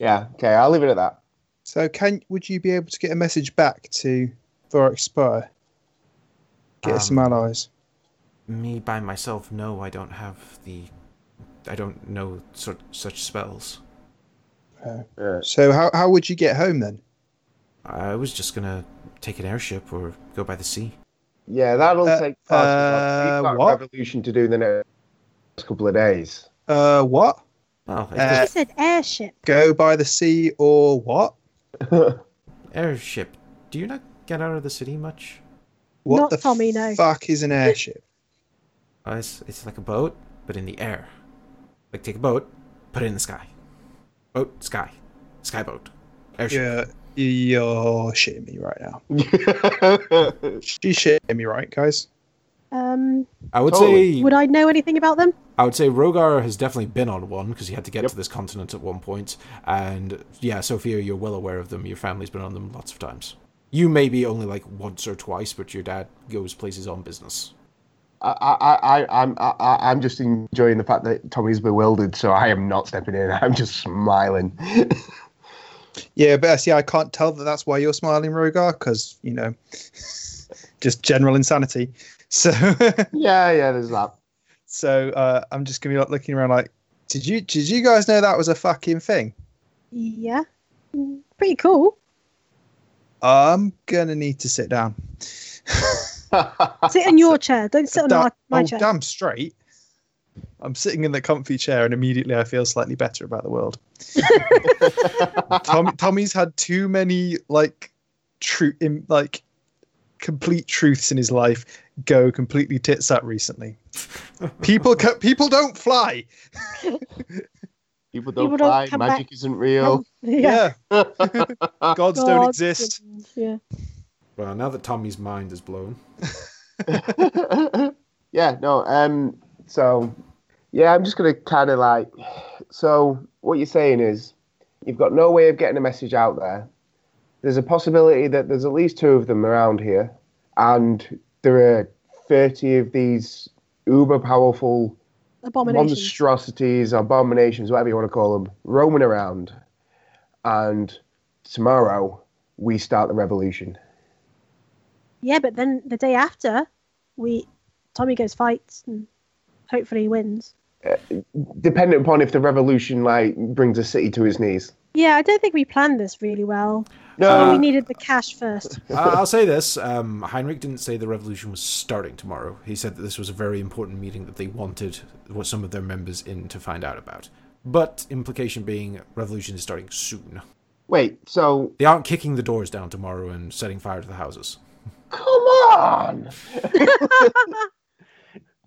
C: Yeah. Okay, I'll leave it at that.
B: So, can would you be able to get a message back to Vorax Spire? Get us some
A: Um,
B: allies.
A: Me by myself, no, I don't have the. I don't know such, such spells.
C: Yeah.
B: So, how, how would you get home then?
A: I was just gonna take an airship or go by the sea.
C: Yeah, that'll
B: Uh,
C: take part of
B: uh,
C: we've got a
B: what?
C: revolution to do in the next couple of days. (laughs)
B: Uh, what?
A: Well, if
B: Uh,
D: she said airship.
B: Go by the sea or what?
A: the airship. Do you not get out of the city much?
B: What
D: Not
B: the
D: Tommy, no.
B: fuck is an airship?
A: Uh, it's it's like a boat, but in the air. Like take a boat, put it in the sky. Boat, sky, sky boat, airship.
B: You're, you're shitting me right now.
C: yeah,
B: She's shitting me right, guys.
D: Um,
A: I would
C: Totally.
A: say
B: Hmm.
D: would I know anything about them?
A: I would say Rogar has definitely been on one because he had to get
C: Yep.
A: to this continent at one point, and yeah, Sophia, you're well aware of them. Your family's been on them lots of times. You maybe only like once or twice, but your dad goes places on business.
C: I, I, I, I'm, I, I- I'm just enjoying the fact that Tommy's bewildered, so I am not stepping in. (laughs) I'm just smiling. (laughs)
B: Yeah, but see, I can't tell that that's why you're smiling, Rogar, because, you know, (laughs) just general insanity. So, (laughs)
C: yeah, yeah, there's that. (laughs)
B: so uh, I'm just going to be like looking around like, did you did you guys know that was a fucking thing?
D: Yeah. Mm, Pretty cool.
B: I'm going to need to sit down.
D: Sit in your chair. Don't sit on
B: Da-
D: our, my
B: oh,
D: chair.
B: damn straight. I'm sitting in the comfy chair and immediately I feel slightly better about the world.
D: (laughs)
B: Tom, Tommy's had too many like true in like complete truths in his life go completely
D: (laughs)
B: tits up recently. People ca- people don't fly.
C: People don't
D: People don't
C: fly.
D: come
C: Magic
D: back. (laughs)
C: isn't real.
B: Yeah. (laughs) Gods don't
D: God
B: exist.
D: goodness, Yeah.
A: Well, now that Tommy's mind is blown,
C: (laughs) yeah, no. Um, so, yeah, I'm just gonna kind of like. So, what you're saying is, you've got no way of getting a message out there. There's a possibility that there's at least two of them around here, and there are 30 of these uber powerful
D: Abominations.
C: monstrosities, abominations, whatever you want to call them, roaming around. And tomorrow we start the revolution.
D: Yeah, but then the day after, we Tommy goes fights and hopefully he wins.
C: Dependent upon if the revolution like brings a city to its knees.
D: Yeah, I don't think we planned this really well.
C: No,
D: we needed the cash first.
A: I- I'll say this: um, Heinrich didn't say the revolution was starting tomorrow. He said that this was a very important meeting that they wanted what some of their members in to find out about. But implication being, revolution is starting soon.
C: wait. So
A: They aren't kicking the doors down tomorrow and setting fire to the houses.
C: come (laughs) on.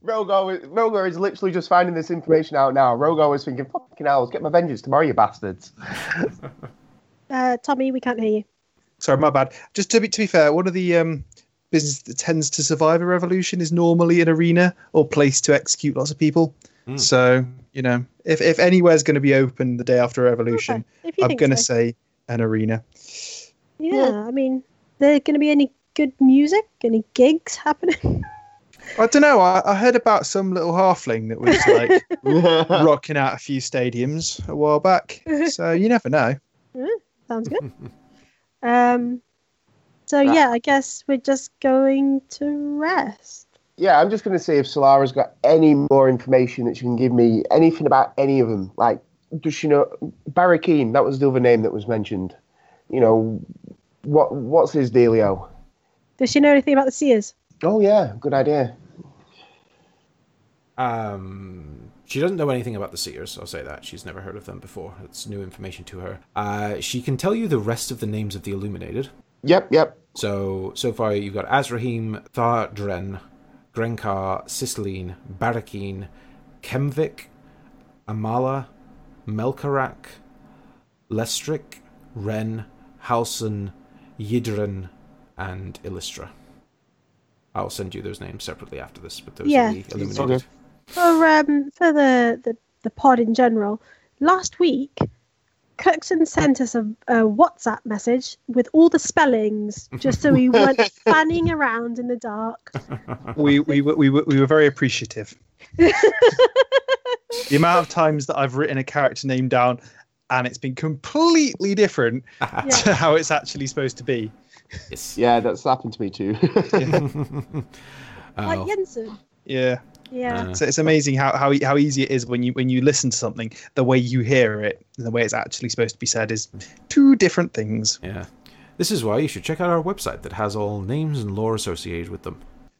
C: Rogo, is- Rogo is literally just finding this information out now. Rogo is thinking, "Fucking hell, let's get my vengeance tomorrow, you (laughs) bastards."
D: Uh, Tommy, we can't hear you.
B: Sorry, my bad. Just to be to be fair, one of the um, businesses that tends to survive a revolution is normally an arena or place to execute lots of people.
A: Mm.
B: So you know, if if anywhere's going to be open the day after a revolution,
D: Okay, if you
B: I'm
D: think
B: going to
D: so.
B: say an arena.
D: Yeah, I mean, there going to be any good music, any gigs happening? (laughs)
B: I don't know. I, I heard about some little halfling that was
D: (laughs)
B: like rocking out a few stadiums a
D: (laughs)
B: while back. So you never know.
D: Sounds good. um, so
C: Right.
D: yeah, I guess we're just going to rest.
C: yeah, I'm just going to see if Solara's got any more information that she can give me, anything about any of them. Like, does she know Barrakeen? That was the other name that was mentioned. You know, what what's his dealio?
D: Does she know anything about the seers?
C: Oh yeah, good idea.
A: (laughs) Um, she doesn't know anything about the Seers, I'll say that. She's never heard of them before. It's new information to her. Uh, she can tell you the rest of the names of the Illuminated.
C: Yep, yep.
A: So, so far you've got Azrahim, Thardren, Grenkar, Sisleen, Barakeen, Kemvik, Amala, Melkarak, Lestrik, Ren, Halson, Yidrin, and Illustra. I'll send you those names separately after this, but those
D: Yeah.
A: are the Illuminated.
C: Okay.
D: For um, for the, the the pod in general, last week, Kirkson sent us a, a WhatsApp message with all the spellings, just so we
C: (laughs)
D: weren't fanning around in the dark.
B: we, we, were- we, were- we were very appreciative. the amount of times that I've written a character name down and it's been completely different
D: Yeah.
B: to how it's actually supposed to be.
A: (laughs) Yes.
C: Yeah, that's happened to me too. (laughs)
A: Oh.
D: Like Jensen.
B: Yeah.
D: Yeah.
A: Uh,
B: So it's amazing how, how, e- how easy it is when you when you listen to something, the way you hear it and the way it's actually supposed to be said is two different things.
A: Yeah. This is why you should check out our website that has all names and lore associated with them.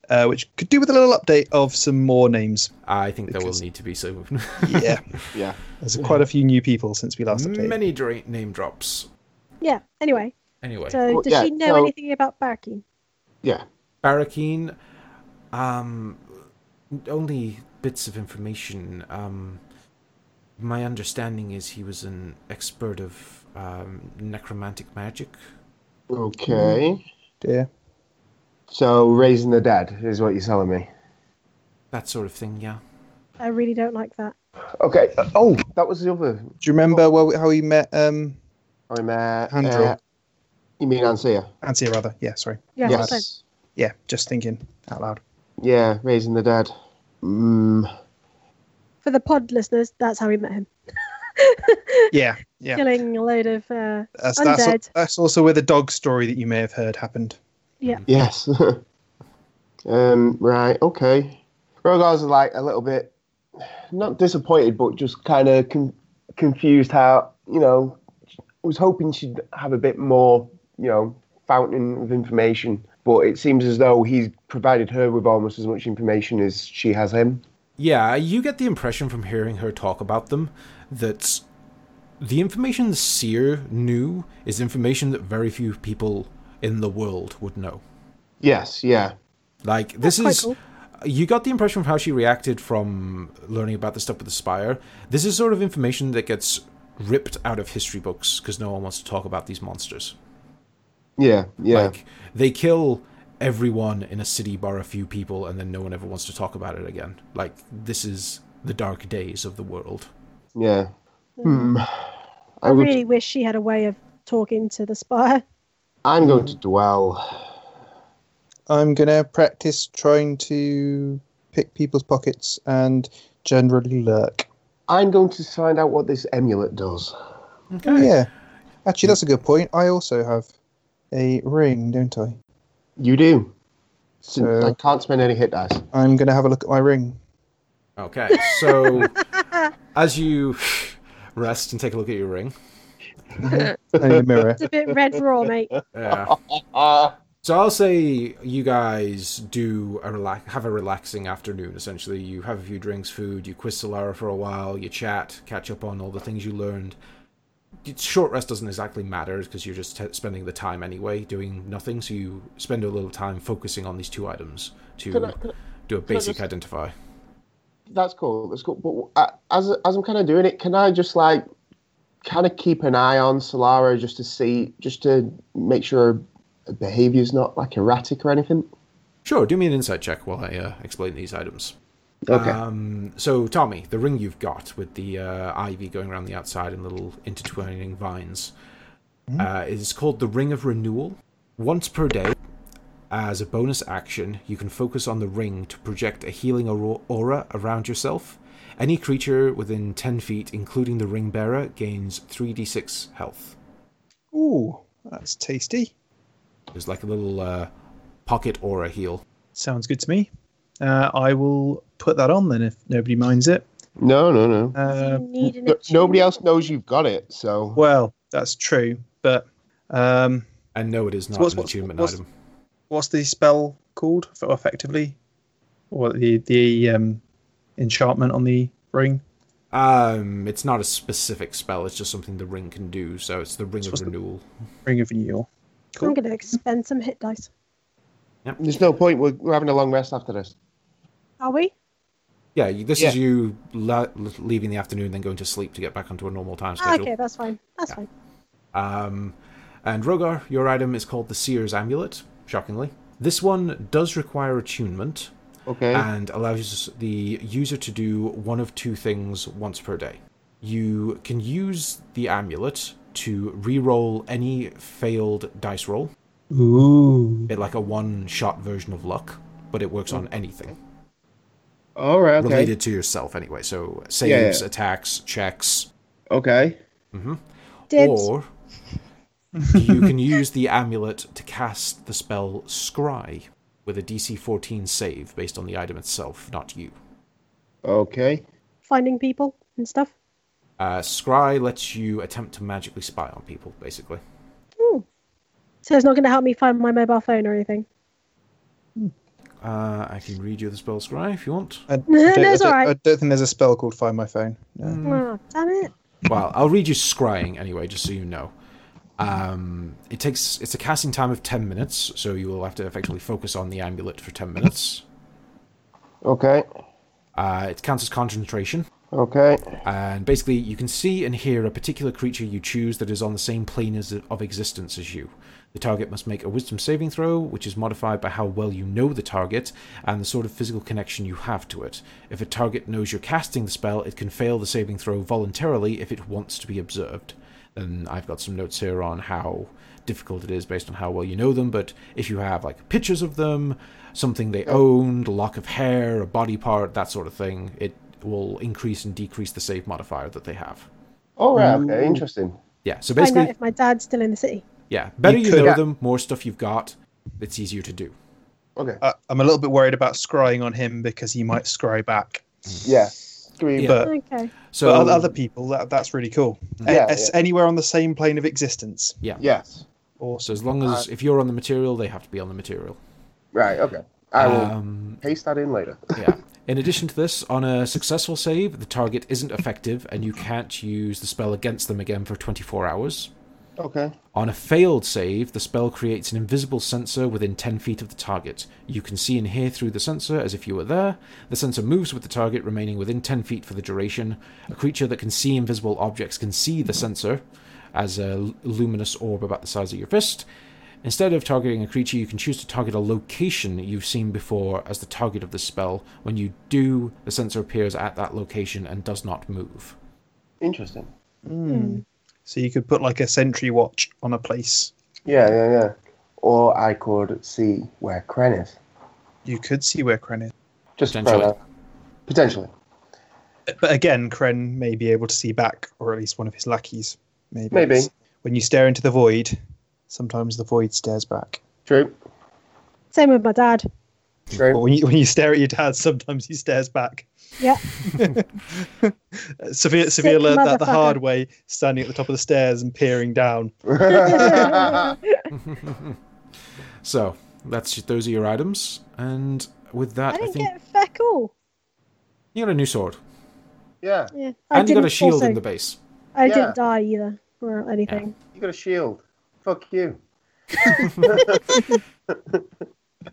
B: Uh, which could do with a little update of some more names.
A: I think there will
B: Because-
A: need to be soon. (laughs)
B: Yeah.
C: yeah.
B: There's quite a few new people since we last updated.
A: Many dra- name drops.
D: yeah. Anyway,
A: Anyway,
D: so
C: Well,
D: does
C: yeah,
D: she know
C: so-
D: anything about Barking?
C: Yeah.
A: Barakeen, um, only bits of information. Um, my understanding is he was an expert of um, necromantic magic.
C: Okay.
B: Dear.
C: So raising the dead is what you're telling me.
A: That sort of thing, yeah.
D: I really don't like that.
C: Okay. Oh, that was the other.
B: Do you remember where, we- how we met um,
C: I'm uh,
B: Andrew.
C: uh, you mean Ansia?
B: Anthea rather. Yeah, sorry.
D: Yeah.
C: yes.
D: so-
B: Yeah, just thinking out loud.
C: Yeah, raising the dead. Mm.
D: for the pod listeners, that's how we met him.
C: (laughs)
B: Yeah, yeah.
D: Killing a load of. Uh,
B: That's, that's, al-
D: Undead.
B: that's also where the dog story that you may have heard happened.
C: Yes. (laughs) um, right, okay. Rogar's like a little bit, not disappointed, but just kind of con- confused how, you know, was hoping she'd have a bit more, you know, fountain of information. But it seems as though he's provided her with almost as much information as she has him.
A: Yeah, you get the impression from hearing her talk about them that the information the seer knew is information that very few people in the world would know.
C: Yes, yeah.
A: Like this
D: quite
A: is
D: cool.
A: you got the impression of how she reacted from learning about the stuff with the spire. This is sort of information that gets ripped out of history books because no one wants to talk about these monsters.
C: Yeah, yeah.
A: Like they kill everyone in a city bar a few people, and then no one ever wants to talk about it again. Like this is the dark days of the world.
C: Yeah. Hmm.
D: I
C: I would,
D: really wish she had a way of talking to the spire.
C: I'm going to dwell.
B: I'm gonna practice trying to pick people's pockets and generally lurk.
C: I'm going to find out what this amulet does.
A: Okay.
B: Yeah, actually, that's a good point. I also have a ring, don't I?
C: You do. Since
B: So-
C: I can't spend any hit dice.
B: I'm gonna have a look at my ring.
A: Okay. So
D: (laughs)
A: as you rest and take a look at your ring,
B: I need a mirror.
D: It's a bit red raw,
C: (laughs)
D: mate.
A: yeah.
C: Ah,
A: So I'll say you guys do a relax, have a relaxing afternoon. Essentially, you have a few drinks, food, you quiz Solara for a while, you chat, catch up on all the things you learned. It's- Short rest doesn't exactly matter because you're just t- spending the time anyway doing nothing. So you spend a little time focusing on these two items
C: can
A: to
C: I- can I-
A: do a
C: I
A: basic
C: just-
A: identify.
C: that's cool. That's cool. But uh, as as I'm kind of doing it, can I just like kind of keep an eye on Solara just to see, just to make sure her behavior's not like erratic or anything?
A: Sure, do me an insight check while I uh, explain these items.
C: Okay.
A: Um, so, Tommy, the ring you've got with the uh, ivy going around the outside and little intertwining vines
B: Hmm?
A: uh, is called the Ring of Renewal. Once per day, as a bonus action, you can focus on the ring to project a healing auro- aura around yourself. Any creature within 10 feet, including the ring bearer, gains 3d6 health.
B: Ooh, that's tasty.
A: There's like a little uh, pocket aura heal.
B: Sounds good to me. Uh, I will put that on then if nobody minds it.
C: no, no, no.
B: Uh,
D: you need an
C: No-
D: achievement.
C: nobody else knows you've got it, so
B: well, that's true, but um,
A: And no, it is not
B: what's-
A: an
B: what's-
A: achievement
B: what's-
A: item.
B: what's the spell called for effectively? Or the the um, enchantment on the ring?
A: Um, it's not a specific spell. It's just something the ring can do. So it's the ring of
B: Supposed to-
A: renewal.
B: Ring of renewal.
D: I'm
B: Cool.
D: going to expend some hit dice.
C: there's no point. We're, we're having a long rest after this.
D: Are we?
A: Yeah, you, this
C: Yeah.
A: is you la- leaving the afternoon, then going to sleep to get back onto a normal time
D: Ah,
A: schedule.
D: okay, that's fine. That's fine.
A: Um, and Rogar, your item is called the Seer's Amulet. Shockingly, this one does require attunement
C: Okay.
A: and allows the user to do one of two things once per day. You can use the amulet to re-roll any failed dice roll,
B: Ooh.
A: bit like a one-shot version of luck, but it works
C: Mm.
A: on anything.
C: All right.
A: related to yourself anyway. So
C: Yeah, yeah.
A: saves, attacks, checks,
C: Okay.
D: Dibs.
A: or you
C: (laughs)
A: can use the amulet to cast the spell Scry with a DC 14 save based on the item itself, not you.
C: Okay.
D: Finding people and stuff.
A: Uh, scry lets you attempt to magically spy on people, basically.
D: So it's not going to help me find my mobile phone or anything.
A: Uh, I can read you the spell Scry if you want.
B: I,
D: (laughs) No,
B: I don't,
D: that's
B: I don't-
D: alright.
B: I don't think there's a spell called Find My Phone. No.
A: Hmm.
D: Ah, damn it.
A: Well, I'll read you scrying anyway, just so you know. Um, it takes it's a casting time of ten minutes, so you will have to effectively focus on the amulet for ten minutes.
C: Okay.
A: Uh, it counts as concentration,
C: Okay.
A: and basically you can see and hear a particular creature you choose that is on the same plane as, of existence as you. The target must make a wisdom saving throw, which is modified by how well you know the target and the sort of physical connection you have to it. If a target knows you're casting the spell, it can fail the saving throw voluntarily if it wants to be observed. And I've got some notes here on how difficult it is based on how well you know them, but if you have like pictures of them, something they owned, a lock of hair, a body part, that sort of thing, it will increase and decrease the save modifier that they have.
C: All right.
A: Um,
C: Okay. Interesting.
A: Yeah, so
D: Find out
A: basically,
D: if my dad's still in the city.
A: yeah, better
B: You
A: you
B: could-
A: know
B: Yeah.
A: them, more stuff you've got, it's easier to do.
C: Okay.
B: Uh, I'm a little bit worried about scrying on him because he might scry back.
C: Yeah. Three.
A: Yeah.
B: But,
D: Okay.
A: So,
B: but oth- other people, that, that's really cool. A-
C: Yeah,
B: as- Anywhere on the same plane of existence.
A: yeah.
C: Yes.
A: So
B: Awesome.
A: as long as if you're on the material, they have to be on the material.
C: Right. Okay. I will
A: Um,
C: paste that in later. (laughs)
A: yeah. In addition to this, on a successful save, the target isn't effective, and you can't use the spell against them again for 24 hours.
C: Okay.
A: On a failed save, the spell creates an invisible sensor within 10 feet of the target. You can see and hear through the sensor as if you were there. The sensor moves with the target remaining within 10 feet for the duration. A creature that can see invisible objects can see the sensor as a l- luminous orb about the size of your fist. Instead of targeting a creature, you can choose to target a location you've seen before as the target of the spell. When you do, the sensor appears at that location and does not move.
C: Interesting.
B: So you could put like a sentry watch on a place.
C: Yeah, yeah, yeah. Or I could see where Kren is.
B: You could see where Kren is.
C: Just
A: Potentially.
C: throw it out. Potentially.
B: But again, Kren may be able to see back, or at least one of his lackeys. Maybe.
C: Maybe.
B: It's- When you stare into the void, sometimes the void stares back.
C: True.
D: Same with
A: (laughs)
D: my dad. (laughs)
B: But
C: True. (laughs)
B: when you, when you stare at your dad, sometimes he stares back. (laughs)
D: Yeah.
B: Severe, severe learned that the
D: motherfucker.
B: hard way, standing at the top of the stairs and peering down.
A: (laughs) So that's those are your items, and with that,
D: I
A: I,
D: didn't
A: think
D: get feck all.
A: you got a new sword
C: yeah.
D: Yeah. I
A: and you
D: didn't
A: got a shield
D: also,
A: in the base.
D: I
C: Yeah.
D: didn't die either or anything.
C: You got a shield. Fuck you.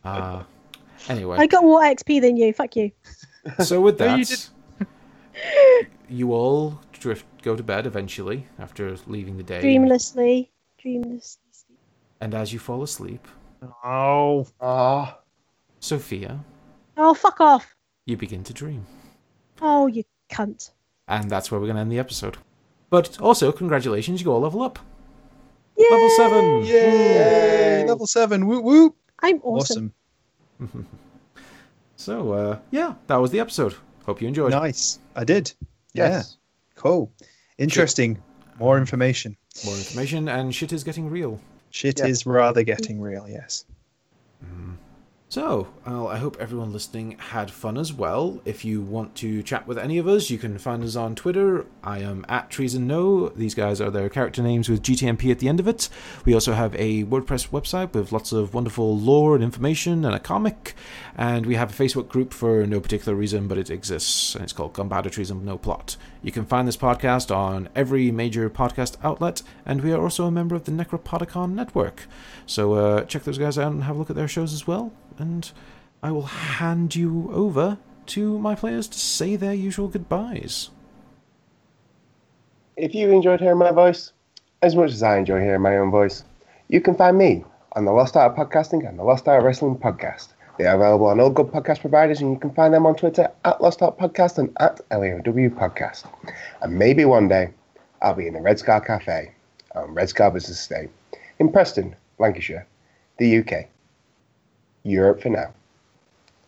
A: Uh,
D: (laughs)
A: anyway,
D: I got more XP than you. Fuck you.
A: so with
B: (laughs) No,
A: that,
B: you
A: you, all drift go to bed eventually after leaving the day,
D: Dreamlessly. Dreamlessly.
A: and as you fall asleep,
B: Oh.
C: Ah.
A: Sophia,
D: Oh, fuck off.
A: you begin to dream,
D: Oh, you cunt.
A: and that's where we're going to end the episode. But also, congratulations, you all level up,
D: Yeah.
A: level seven.
B: Yay! Level 7, whoop whoop!
D: I'm awesome.
B: Awesome.
A: So uh, yeah, that was the episode. Hope you enjoyed.
B: Nice. I did.
C: Yes.
B: Yeah. Cool. Interesting. More information.
A: More information, and shit is getting real.
B: Shit
C: Yeah.
B: is rather getting real, yes.
A: So, uh, I hope everyone listening had fun as well. If you want to chat with any of us, you can find us on Twitter. I am at Treason No. These guys are their character names with GTMP at the end of it. We also have a WordPress website with lots of wonderful lore and information and a comic. And we have a Facebook group for no particular reason, but it exists. And it's called Gunpowder Treason No Plot. You can find this podcast on every major podcast outlet. And we are also a member of the Necropodicon Network. So uh, check those guys out and have a look at their shows as well. And I will hand you over to my players to say their usual goodbyes.
C: If you enjoyed hearing my voice, as much as I enjoy hearing my own voice, you can find me on the Lost Art of Podcasting and the Lost Art of Wrestling podcast. They are available on all good podcast providers, and you can find them on Twitter at Lost Art Podcast and at LAOW Podcast. And maybe one day, I'll be in the Red Scar Cafe on Red Scar Business Estate in Preston, Lancashire, the UK. Europe for now.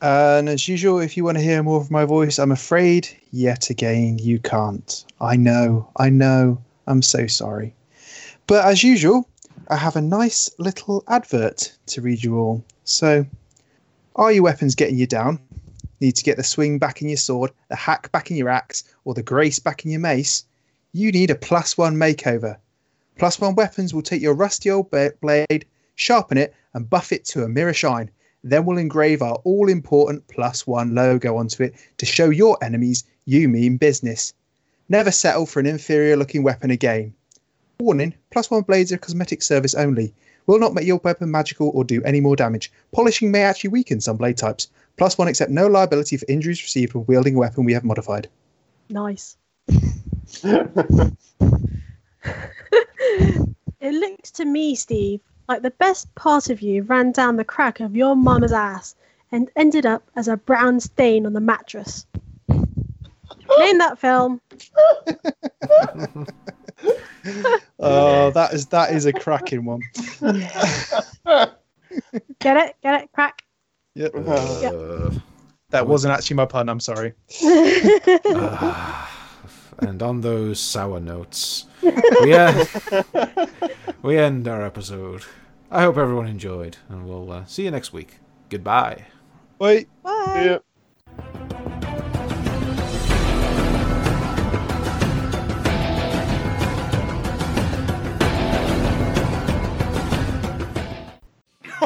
B: And as usual, if you want to hear more of my voice, I'm afraid yet again you can't. I know, I know, I'm so sorry. But as usual, I have a nice little advert to read you all. So, are your weapons getting you down? Need to get the swing back in your sword, the hack back in your axe, or the grace back in your mace? You need a plus one makeover. Plus one weapons will take your rusty old ba- blade, sharpen it, and buff it to a mirror shine. Then we'll engrave our all important plus one logo onto it to show your enemies you mean business. Never settle for an inferior looking weapon again. Warning plus one blades are cosmetic service only. Will not make your weapon magical or do any more damage. Polishing may actually weaken some blade types. Plus one accept no liability for injuries received from wielding a weapon we have modified.
D: Nice. it looks to me, Steve, like the best part of you ran down the crack of your mama's ass and ended up as a brown stain on the mattress. Name that film.
B: Oh, that is that is a cracking one.
D: Get it? Get it? Crack.
B: Yep.
A: Uh,
B: That wasn't actually my pun, I'm sorry.
A: Uh, ah, and on those sour notes, we, end, we end our episode. I hope everyone enjoyed, and we'll uh, see you next week. Goodbye.
B: Wait.
D: Bye.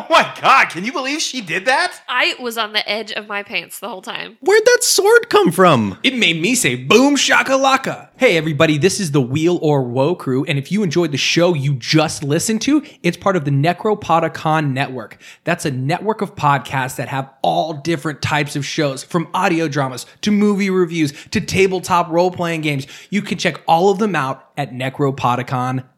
E: my god, can you believe she did that?
F: I was on the edge of my pants the whole time.
G: Where'd that sword come from?
E: It made me say boom shakalaka.
G: Hey, everybody, this is the Wheel or Woe crew, and if you enjoyed the show you just listened to, it's part of the Necropodicon Network. That's a network of podcasts that have all different types of shows, from audio dramas to movie reviews to tabletop role playing games. You can check all of them out at necropodicon.com.